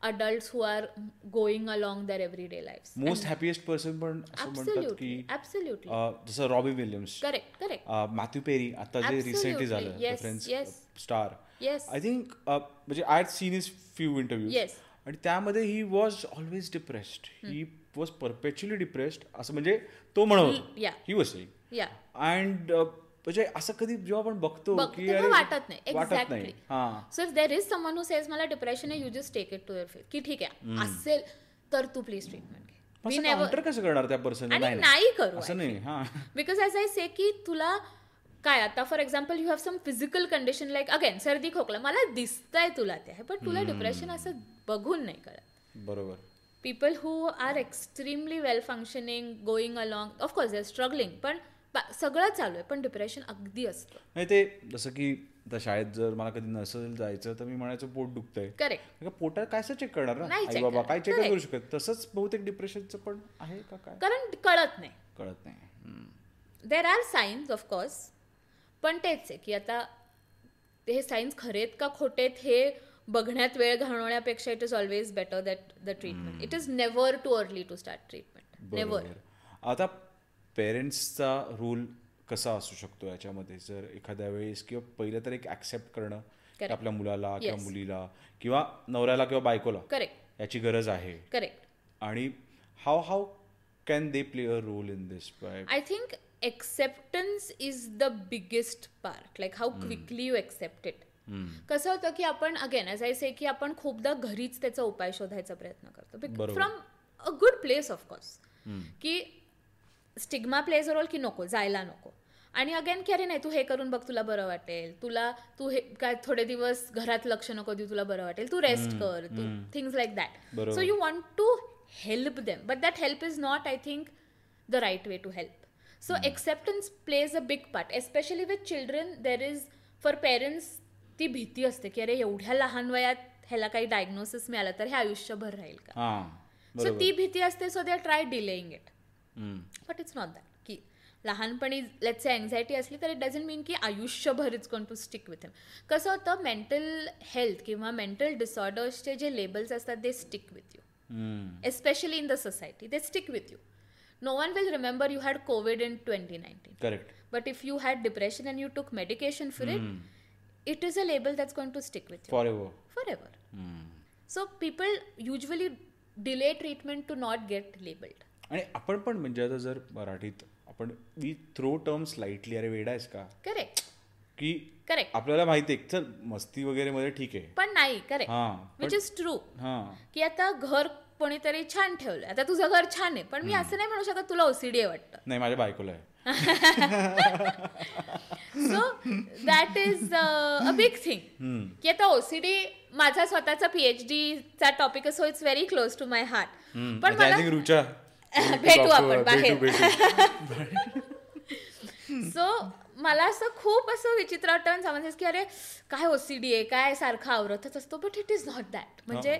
[SPEAKER 3] adults who are going along their everyday lives
[SPEAKER 2] most happiest person पण असं म्हणतात की
[SPEAKER 3] absolutely absolutely
[SPEAKER 2] अं, जसं Robbie Williams
[SPEAKER 3] correct correct
[SPEAKER 2] Matthew peri आता जे
[SPEAKER 3] Absolutely.
[SPEAKER 2] Recently झालं
[SPEAKER 3] Yes,
[SPEAKER 2] friends
[SPEAKER 3] yes.
[SPEAKER 2] Star
[SPEAKER 3] yes
[SPEAKER 2] I think म्हणजे I seen is few interview
[SPEAKER 3] Yes. Hmm.
[SPEAKER 2] आणि त्यामध्ये he was always depressed he was perpetually depressed असं म्हणजे तो म्हणत
[SPEAKER 3] yeah
[SPEAKER 2] he was saying
[SPEAKER 3] yeah
[SPEAKER 2] and म्हणजे असं कधी जेव्हा आपण बघतो
[SPEAKER 3] बघ,
[SPEAKER 2] की
[SPEAKER 3] तेव्हा
[SPEAKER 2] अरे,
[SPEAKER 3] वाटत नाही.
[SPEAKER 2] वाटत
[SPEAKER 3] Exactly.
[SPEAKER 2] नाही हा
[SPEAKER 3] so if there is someone who says मला depression आहे you just take it to your face की ठीक आहे असेल तर तू please treatment घे We never-
[SPEAKER 2] काउंटर कसं करणार त्या पर्सन
[SPEAKER 3] आणि नाही करू,
[SPEAKER 2] असं
[SPEAKER 3] I
[SPEAKER 2] नाही हा
[SPEAKER 3] बिकॉज ॲज आय से की तुला काय आता for example you have some physical condition like again सर्दी खोकला मला दिसतंय तुला ते आहे बट तुला डिप्रेशन असं बघून नाही कळत
[SPEAKER 2] बरोबर
[SPEAKER 3] people who are extremely well functioning going along of course they're struggling पण बा- सगळं चालू आहे पण डिप्रेशन अगदी असतं
[SPEAKER 2] नाही ते जसं की आता शाळेत जर मला कधी नसेल जायचं तर मी म्हणायचं पोट दुखतंय
[SPEAKER 3] करेक्ट
[SPEAKER 2] का पोटात काय असं चेक करणार ना
[SPEAKER 3] नाही
[SPEAKER 2] आई
[SPEAKER 3] check
[SPEAKER 2] बाबा
[SPEAKER 3] करणार.
[SPEAKER 2] काय चेक करू
[SPEAKER 3] Correct.
[SPEAKER 2] शकत तसंच बहुतेक डिप्रेशनचं पण आहे का काय
[SPEAKER 3] कारण कळत नाही
[SPEAKER 2] कळत नाही हम्म.
[SPEAKER 3] देर आर सायन्स ऑफकोर्स पण तेच आहे की आता हे सायन्स खरेत का खोटेत हे बघण्यात वेळ घालवण्यापेक्षा it is always better that the treatment it is never too early to start treatment never
[SPEAKER 2] बरोबर आता पेरेंट्सचा रोल कसा असू शकतो याच्यामध्ये जर एखाद्या वेळेस किंवा पहिलं तर एक ॲक्सेप्ट करणं की
[SPEAKER 3] Correct.
[SPEAKER 2] आपल्या मुलाला किंवा
[SPEAKER 3] Yes.
[SPEAKER 2] मुलीला किंवा नवऱ्याला किंवा बायकोला
[SPEAKER 3] करेक्ट
[SPEAKER 2] याची गरज आहे
[SPEAKER 3] करेक्ट
[SPEAKER 2] आणि how how can they play a role in this by
[SPEAKER 3] I think acceptance is the biggest part, like how quickly you accept it. कसं होतं की आपण अगेन एज आय से की आपण खूपदा घरीच त्याचा उपाय शोधायचा प्रयत्न करतो
[SPEAKER 2] बरोबर.
[SPEAKER 3] From a good place of course की स्टिग्मा प्लेज रोल की नको जायला नको आणि अगेन की अरे नाही तू हे करून बघ तुला बरं वाटेल तुला तू हे काय थोडे दिवस घरात लक्ष नको देऊ तुला बरं वाटेल तू रेस्ट कर तू थिंग्स लाईक दॅट
[SPEAKER 2] बरोबर.
[SPEAKER 3] So you want to help them but that help is not I think the right way to help so
[SPEAKER 2] Hmm.
[SPEAKER 3] Acceptance plays a big part especially with children there is for parents ती भीती असते की अरे एवढ्या लहान वयात ह्याला काही डायग्नोसिस मिळालं तर हे आयुष्यभर राहील का
[SPEAKER 2] हां
[SPEAKER 3] सो
[SPEAKER 2] बरोबर
[SPEAKER 3] ती भीती असते so they try delaying it
[SPEAKER 2] hmm.
[SPEAKER 3] But it's not that की लहानपणी लेट्स अँझायटी असली तर इट डझंट मीन की आयुष्यभर it's gonna stick with him कसं होतं मेंटल हेल्थ किंवा मेंटल डिसऑर्डर्सचे जे लेबल्स असतात they stick with you
[SPEAKER 2] hmm.
[SPEAKER 3] Especially in the society they stick with you no one will remember you had COVID in twenty nineteen
[SPEAKER 2] correct
[SPEAKER 3] but if you had depression and you took medication for it it is a label that's gonna stick with you
[SPEAKER 2] forever
[SPEAKER 3] forever so people usually delay treatment to not get labelled
[SPEAKER 2] आणि आपण पण म्हणजे आता जर मराठीत आपण we throw term slightly अरे वेडा आहेस का
[SPEAKER 3] करेक्ट
[SPEAKER 2] की
[SPEAKER 3] करेक्ट
[SPEAKER 2] आपल्याला माहिती आहे चल मस्ती वगैरे मध्ये ठीक आहे
[SPEAKER 3] पण नाही करेक्ट
[SPEAKER 2] हां
[SPEAKER 3] विच इज ट्रू
[SPEAKER 2] हां
[SPEAKER 3] की आता घर कोणीतरी छान ठेवलं आता तुझं घर छान आहे पण मी असं नाही म्हणू शकत तुला ओसीडी वाटतं
[SPEAKER 2] नाही माझ्या बायकोला आहे
[SPEAKER 3] so that is a big thing की आता ओसीडी माझा स्वतःचा पीएचडी चा टॉपिक असो it's very close to my heart पण
[SPEAKER 2] आता I
[SPEAKER 3] मला
[SPEAKER 2] think रुचा
[SPEAKER 3] भेटू आपण
[SPEAKER 2] भेटू,
[SPEAKER 3] बाहेर.
[SPEAKER 2] भेटू.
[SPEAKER 3] सो मला असं खूप असं विचित्र वाटतं समजायचं की अरे काय ओसीडी आहे काय सारखा आवरतच असतो but it is not that म्हणजे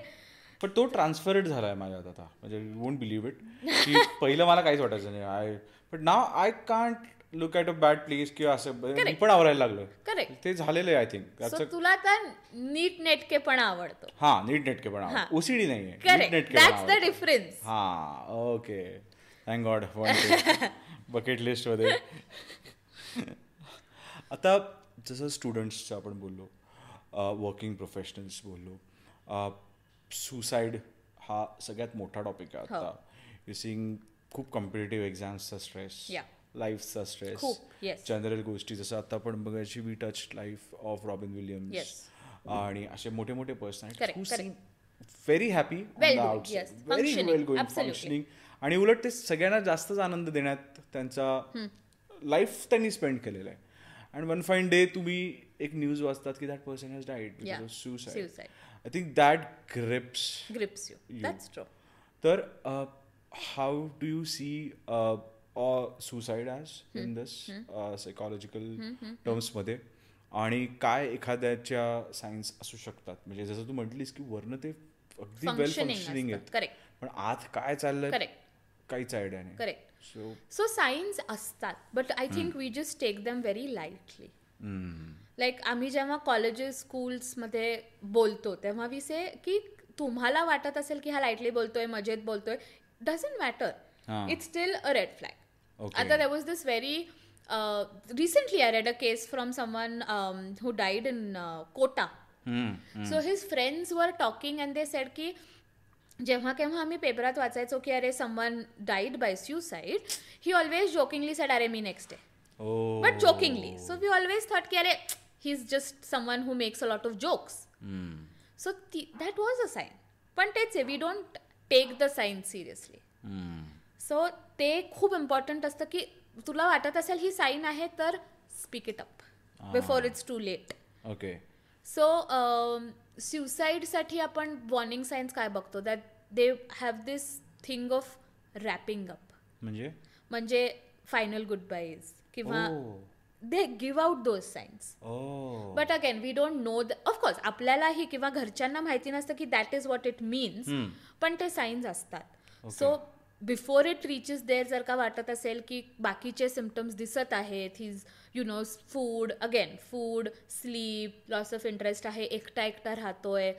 [SPEAKER 2] पण तो ट्रान्सफरड झाला आहे माझ्यात आता म्हणजे वोंट बिलीव्ह इट की पहिलं मला काहीच वाटायचं नाही I but now I can't look at a bad place किंवा असं ब- मी
[SPEAKER 3] Correct.
[SPEAKER 2] पण आवरायला लागलो
[SPEAKER 3] करेक्ट
[SPEAKER 2] ते झालेलं आहे आय थिंक
[SPEAKER 3] सो
[SPEAKER 2] त्याचं
[SPEAKER 3] तुला तर नीट नेटकेपणा आवडतो
[SPEAKER 2] हा नीट नेटकेपणा
[SPEAKER 3] हा.
[SPEAKER 2] ओसीडी नाही आहे
[SPEAKER 3] करेक्ट दॅट्स द डिफरन्स
[SPEAKER 2] हा okay thank God one bucket लिस्टमध्ये आता जसं स्टुडंट्सचं आपण बोललो वर्किंग प्रोफेशनल्स बोललो सुसाईड हा सगळ्यात मोठा टॉपिक
[SPEAKER 3] हो.
[SPEAKER 2] आहे आता यू सीइंग खूप कॉम्पिटेटिव्ह एक्झाम्सचा स्ट्रेस
[SPEAKER 3] Yeah.
[SPEAKER 2] लाईफचा स्ट्रेस
[SPEAKER 3] खूप, yes.
[SPEAKER 2] जनरल गोष्टी जसं आता आपण बघायची we touch life of Robin
[SPEAKER 3] Yes.
[SPEAKER 2] Williams आणि असे मोठे मोठे
[SPEAKER 3] Correct,
[SPEAKER 2] person
[SPEAKER 3] correct.
[SPEAKER 2] Very happy
[SPEAKER 3] Well doing, yes.
[SPEAKER 2] Very
[SPEAKER 3] Functioning,
[SPEAKER 2] well going
[SPEAKER 3] absolutely.
[SPEAKER 2] Functioning आणि उलट ते सगळ्यांना जास्तच आनंद देण्यात त्यांचा लाईफ त्यांनी स्पेंड केलेला आहे अँड वन फाईन डे तुम्ही एक न्यूज वाचतात की that person has died
[SPEAKER 3] Yeah.
[SPEAKER 2] Because of suicide
[SPEAKER 3] Suicide.
[SPEAKER 2] I think that grips
[SPEAKER 3] grips you that's true
[SPEAKER 2] तर uh, how do you see uh, suicide as in this uh, psychological टर्म्समध्ये आणि काय एखाद्याच्या science असू शकतात म्हणजे जसं तू म्हटलीस की वर्ण ते अगदी वेल फंक्शनिंग
[SPEAKER 3] फंक्शनिंग
[SPEAKER 2] आहेत
[SPEAKER 3] करेक्ट
[SPEAKER 2] पण आत काय चाललंय
[SPEAKER 3] करेक्ट
[SPEAKER 2] काहीच आयडिया नाही
[SPEAKER 3] करेक्ट
[SPEAKER 2] सो
[SPEAKER 3] सो सायन्स असतात but I think we just take them very lightly like आम्ही जेव्हा कॉलेजेस स्कूल्समध्ये बोलतो तेव्हा वी से की तुम्हाला वाटत असेल की हा लाईटली बोलतोय मजेत बोलतोय डझंट
[SPEAKER 2] हां.
[SPEAKER 3] Matter it's still a red flag
[SPEAKER 2] Okay.
[SPEAKER 3] आता they was this very uh, recently I read a case from someone who died in Kota so his friends were talking and they said की जेव्हा केव्हा आम्ही पेपरात वाचायचो की अरे someone died by suicide he always jokingly said अरे मी next day
[SPEAKER 2] oh
[SPEAKER 3] but jokingly so we always thought की अरे he is just someone who makes a lot of jokes so ती दॅट वॉज अ साईन पण तेच आहे we don't take the sign seriously so ते खूप important असतं की तुला वाटत असेल ही साईन आहे तर speak it up before it's too late
[SPEAKER 2] okay
[SPEAKER 3] so स्युसाईडसाठी um, आपण वॉर्निंग सायन्स काय बघतो that they have this thing of wrapping up
[SPEAKER 2] म्हणजे
[SPEAKER 3] म्हणजे फायनल गुड बायज किंवा
[SPEAKER 2] Oh.
[SPEAKER 3] They give out those signs
[SPEAKER 2] oh
[SPEAKER 3] but again we don't know the of course आपल्यालाही किंवा घरच्यांना माहिती नसतं की that is what it means पण ते सायन्स असतात so before it reaches there जर का वाटत असेल की बाकीचे सिमटम्स दिसत आहेत his you know food again food sleep loss of interest आहे एकटा एकटा राहतोय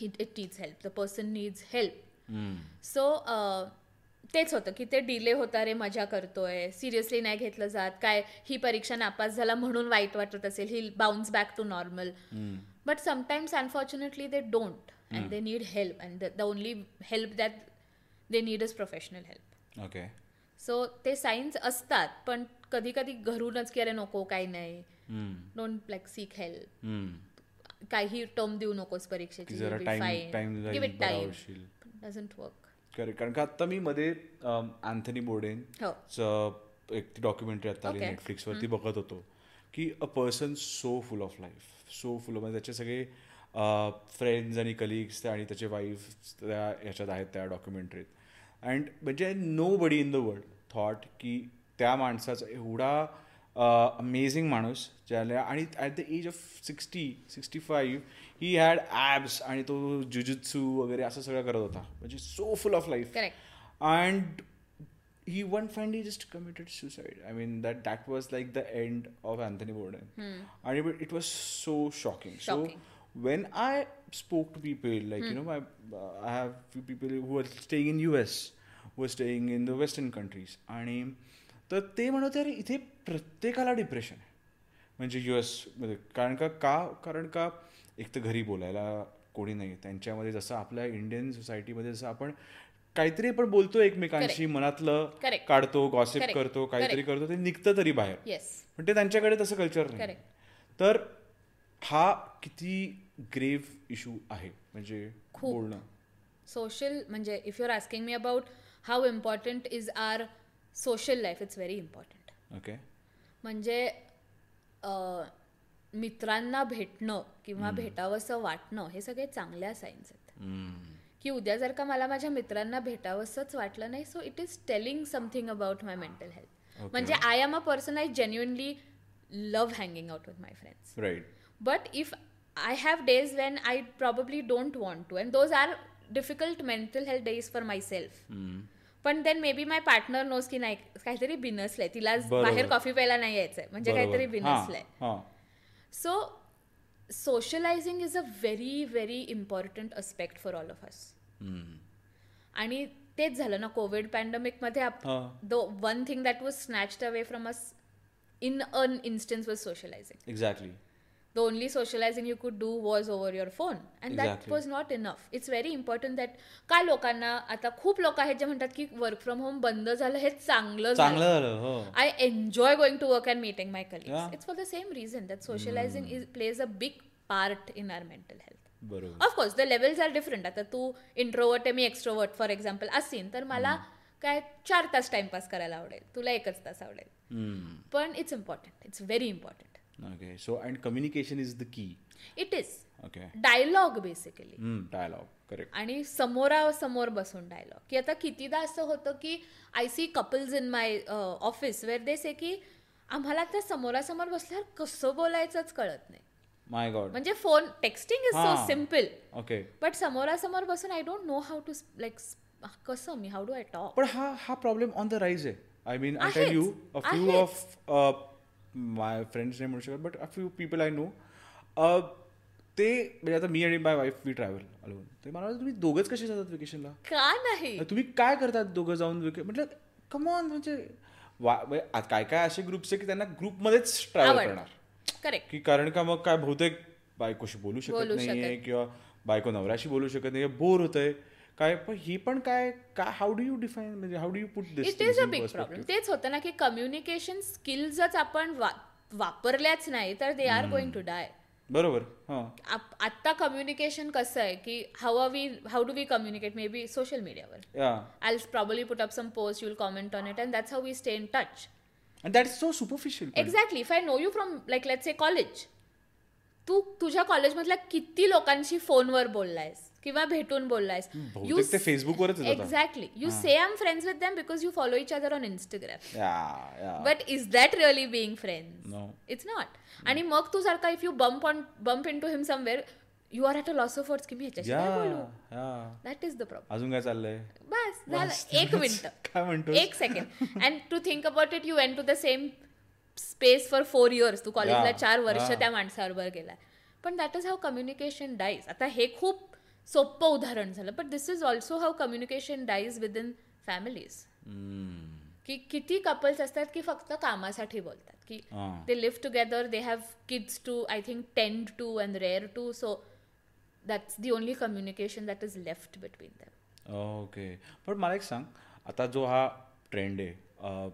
[SPEAKER 3] it is help the person needs help so uh, तेच होतं की ते डिले होता रे मजा करतोय सिरियसली नाही घेतलं जात काय ही परीक्षा नापास झाला म्हणून वाईट वाटत असेल he bounce back to normal but sometimes unfortunately they don't and they need help and the only help that they need is professional help
[SPEAKER 2] okay
[SPEAKER 3] so ते सायन्स असतात पण कधी कधी घरूनच की अरे नको काही नाही डोंट लाईक सीक हेल्प काही टर्म देऊ नकोस परीक्षेची
[SPEAKER 2] की जरा टाइम टाइम
[SPEAKER 3] टाइम
[SPEAKER 2] होशील
[SPEAKER 3] डझंट वर्क
[SPEAKER 2] करेक्ट कारण का आत्ता मी मध्ये अम, अँथनी बोर्डेन
[SPEAKER 3] हो
[SPEAKER 2] च एक ती डॉक्युमेंटरी आता आली
[SPEAKER 3] Okay.
[SPEAKER 2] नेटफ्लिक्सवरती बघत होतो की a person so full of life so full of म्हणजे त्याचे सगळे फ्रेंड्स आणि कलिग्स आणि त्याचे वाईफ त्या ह्याच्यात आहेत त्या डॉक्युमेंटरीत अँड म्हणजे nobody in the world thought की त्या माणसाचा एवढा अमेझिंग माणूस ज्याला आणि at the age of sixty sixty five he had abs आणि तो जुजुत्सू वगैरे असं सगळं करत होता म्हणजे so full of life
[SPEAKER 3] correct
[SPEAKER 2] and he one fine day just committed suicide i mean that that was like the end of anthony borden and it, wa- it was so shocking.
[SPEAKER 3] Shocking.
[SPEAKER 2] so when i spoke to people like
[SPEAKER 3] Hmm.
[SPEAKER 2] you know my, uh, i have few people who are staying in us who are staying in the western countries आणि तर ते म्हणत होते, अरे इथे प्रत्येकाला depression आहे म्हणजे यू एसमध्ये कारण का का कारण का एक तर घरी बोलायला कोणी नाही त्यांच्यामध्ये जसं आपल्या इंडियन सोसायटीमध्ये जसं आपण काहीतरी आपण बोलतो एकमेकांशी मनातलं
[SPEAKER 3] Correct.
[SPEAKER 2] काढतो गॉसिप
[SPEAKER 3] Correct.
[SPEAKER 2] करतो काहीतरी करतो ते निघतं तरी बाहेर
[SPEAKER 3] येस
[SPEAKER 2] पण ते त्यांच्याकडे तसं कल्चर नाही
[SPEAKER 3] Correct.
[SPEAKER 2] तर हा किती ग्रेव्ह इशू आहे म्हणजे
[SPEAKER 3] खूप.
[SPEAKER 2] बोलणं
[SPEAKER 3] सोशल म्हणजे if you're asking me about how important is our social life it's very important
[SPEAKER 2] okay
[SPEAKER 3] म्हणजे अ, मित्रांना भेटणं किंवा भेटावंसं वाटणं हे सगळे चांगल्या सायन्स आहेत की उद्या जर का मला माझ्या मित्रांना भेटावंसंच वाटलं नाही so it is telling something about my mental health
[SPEAKER 2] Okay.
[SPEAKER 3] म्हणजे I am a person I genuinely love hanging out with my friends
[SPEAKER 2] right
[SPEAKER 3] But if I have days when I probably don't want to, and those are difficult mental health days for myself. पण then maybe my partner knows की नाही काहीतरी बिनसलंय तिला
[SPEAKER 2] बरोबर.
[SPEAKER 3] बाहेर coffee प्यायला नाही यायचंय म्हणजे काहीतरी बिनसलंय so socializing is a very very important aspect for all of us आणि तेच झालं ना कोविड पॅन्डेमिकमध्ये
[SPEAKER 2] हा.
[SPEAKER 3] The one thing that was snatched away from us in an instance was socializing
[SPEAKER 2] exactly
[SPEAKER 3] the only socializing you could do was over your phone and that
[SPEAKER 2] Exactly.
[SPEAKER 3] was not enough it's very important that का लोकांना आता खूप लोक आहेत जे म्हणतात की work from home बंद झालं हे चांगलं
[SPEAKER 2] चांगलं
[SPEAKER 3] झालं
[SPEAKER 2] झालं हो
[SPEAKER 3] I enjoy going to work and meeting my
[SPEAKER 2] Yeah.
[SPEAKER 3] Colleagues it's for the same reason that socializing is plays a big part in our mental health
[SPEAKER 2] बरोबर
[SPEAKER 3] of course the levels are different आता तू introvert आहे मी extrovert for example असेन तर मला काय चार तास टाइमपास करायला आवडेल तुला एकच तास आवडेल पण it's important it's very important
[SPEAKER 2] okay so and communication is the key
[SPEAKER 3] it is
[SPEAKER 2] okay
[SPEAKER 3] dialogue basically
[SPEAKER 2] dialogue correct
[SPEAKER 3] आणि समोरासमोर बसून डायलॉग की आता कितीदा असं होतं की I see couples in my office where they say की आम्हाला तर समोरासमोर बसल्यावर कसं बोलायचंच कळत नाही
[SPEAKER 2] माय गॉड
[SPEAKER 3] म्हणजे फोन टेक्स्टिंग इज सो
[SPEAKER 2] हां.
[SPEAKER 3] सिम्पल
[SPEAKER 2] ओके
[SPEAKER 3] बट समोरासमोर बसून I don't know how to like कसं मी हाऊ डू आय टॉक
[SPEAKER 2] पण हा हा प्रॉब्लेम ऑन द राईज आहे आय मीन आय टेल
[SPEAKER 3] आहेच,
[SPEAKER 2] यू अ फ्यू
[SPEAKER 3] आहेच.
[SPEAKER 2] ऑफ माय फ्रेंड्स uh, नाही म्हणू शकत but a few people I know uh, ते म्हणजे आता मी आणि my wife we travel alone ते मला वाटलं, तुम्ही दोघंच कसे जातात वेकेशनला
[SPEAKER 3] का नाही
[SPEAKER 2] तुम्ही काय करतात दोघं जाऊन वेके म्हटलं कमॉन म्हणजे वा म्हणजे आ- काय काय असे ग्रुप्स आहे की त्यांना ग्रुपमध्येच ट्रॅव्हल
[SPEAKER 3] आवड
[SPEAKER 2] करणार
[SPEAKER 3] करेक्ट
[SPEAKER 2] की कारण का मग काय बहुतेक बायकोशी बोलू शकत
[SPEAKER 3] बोलू
[SPEAKER 2] नाहीये
[SPEAKER 3] शकत.
[SPEAKER 2] किंवा बायको नवऱ्याशी बोलू शकत नाही बोर होत आहे काय पण ही पण काय काय हाऊ डू यू डिफाईन म्हणजे how do you put
[SPEAKER 3] it is a big
[SPEAKER 2] this
[SPEAKER 3] problem तेच होतं ना की कम्युनिकेशन स्किल्सच आपण वा- वापरल्याच नाही तर they are going to die
[SPEAKER 2] बरोबर हां
[SPEAKER 3] आप- आत्ता कम्युनिकेशन कसं आहे की how are we how do we communicate maybe social मीडियावर
[SPEAKER 2] yeah
[SPEAKER 3] I probably put up some post you'll comment on it and that's how we stay in touch
[SPEAKER 2] and that is so superficial
[SPEAKER 3] exactly if I know you from like let's a college तू तुझ्या कॉलेजमधल्या किती लोकांशी फोनवर बोललायस किंवा भेटून बोललायस you
[SPEAKER 2] बहुतेक ते फेसबुकवरच येतात
[SPEAKER 3] exactly you say I am friends with them because you follow each other on Instagram
[SPEAKER 2] yeah yeah
[SPEAKER 3] but is that really being friends
[SPEAKER 2] no
[SPEAKER 3] it's not आणि मग तू जर का if you bump on bump into him somewhere you are at a loss of words की मी ह्याच्याशी
[SPEAKER 2] या
[SPEAKER 3] काय बोलू
[SPEAKER 2] या
[SPEAKER 3] दॅट इज द प्रॉब्लेम
[SPEAKER 2] अजून काय चाललंय
[SPEAKER 3] बस झालं एक मिनिट
[SPEAKER 2] काय म्हणतो
[SPEAKER 3] एक second and to think about it you went to the same space for four years तू कॉलेजला
[SPEAKER 2] Yeah,
[SPEAKER 3] चार वर्ष
[SPEAKER 2] yeah.
[SPEAKER 3] त्या माणसाबरोबर गेला पण that is how communication dies आता हे खूप सोपं उदाहरण झालं but this is also how communication dies within families
[SPEAKER 2] Hmm.
[SPEAKER 3] की किती कपल्स असतात की फक्त कामासाठी बोलतात की
[SPEAKER 2] हां
[SPEAKER 3] they live together they have kids to i think tend to and rare to so that's the only communication that is left between them
[SPEAKER 2] okay पण मला एक सांग आता जो हा ट्रेंड आहे अ,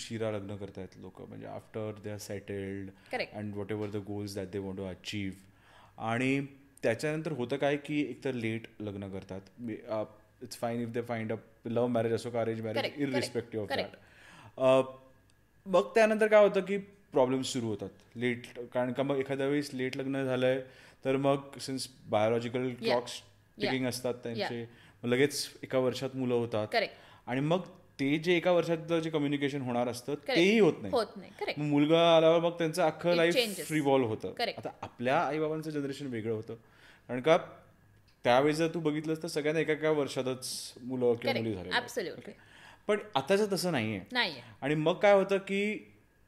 [SPEAKER 2] उशिरा लग्न करतायत लोक म्हणजे after they are settled
[SPEAKER 3] Correct.
[SPEAKER 2] And whatever the goals that they want to achieve आणि त्याच्यानंतर होतं काय की एकतर लेट लग्न करतात it's fine if they find a love marriage असो का arrange
[SPEAKER 3] Correct,
[SPEAKER 2] marriage
[SPEAKER 3] correct,
[SPEAKER 2] irrespective of
[SPEAKER 3] correct.
[SPEAKER 2] That मग त्यानंतर काय होतं की प्रॉब्लेम सुरू होतात लेट कारण का मग एखाद्या वेळेस लेट लग्न झालंय तर मग सिन्स बायोलॉजिकल क्लॉक्स टिकिंग असतात त्यांचे मग लगेच एका वर्षात मुलं होतात
[SPEAKER 3] Correct.
[SPEAKER 2] आणि मग ते जे एका वर्षातलं जे कम्युनिकेशन होणार असतं तेही होत नाही
[SPEAKER 3] होत नाही करेक्ट
[SPEAKER 2] मग मुलगा आल्यावर मग त्यांचं अख्खं
[SPEAKER 3] It
[SPEAKER 2] लाईफ
[SPEAKER 3] changes.
[SPEAKER 2] रिवॉल्व होतं
[SPEAKER 3] Correct.
[SPEAKER 2] आता आपल्या आईबाबांचं जनरेशन वेगळं होतं कारण का त्यावेळेस जर तू बघितलंस तर सगळ्यांना एका एका वर्षातच मुलं किंवा मुली
[SPEAKER 3] करेक्ट
[SPEAKER 2] झाली
[SPEAKER 3] ऍब्सोल्युटली
[SPEAKER 2] पण आताचं तसं नाहीये
[SPEAKER 3] नाहीये
[SPEAKER 2] आणि मग काय होतं की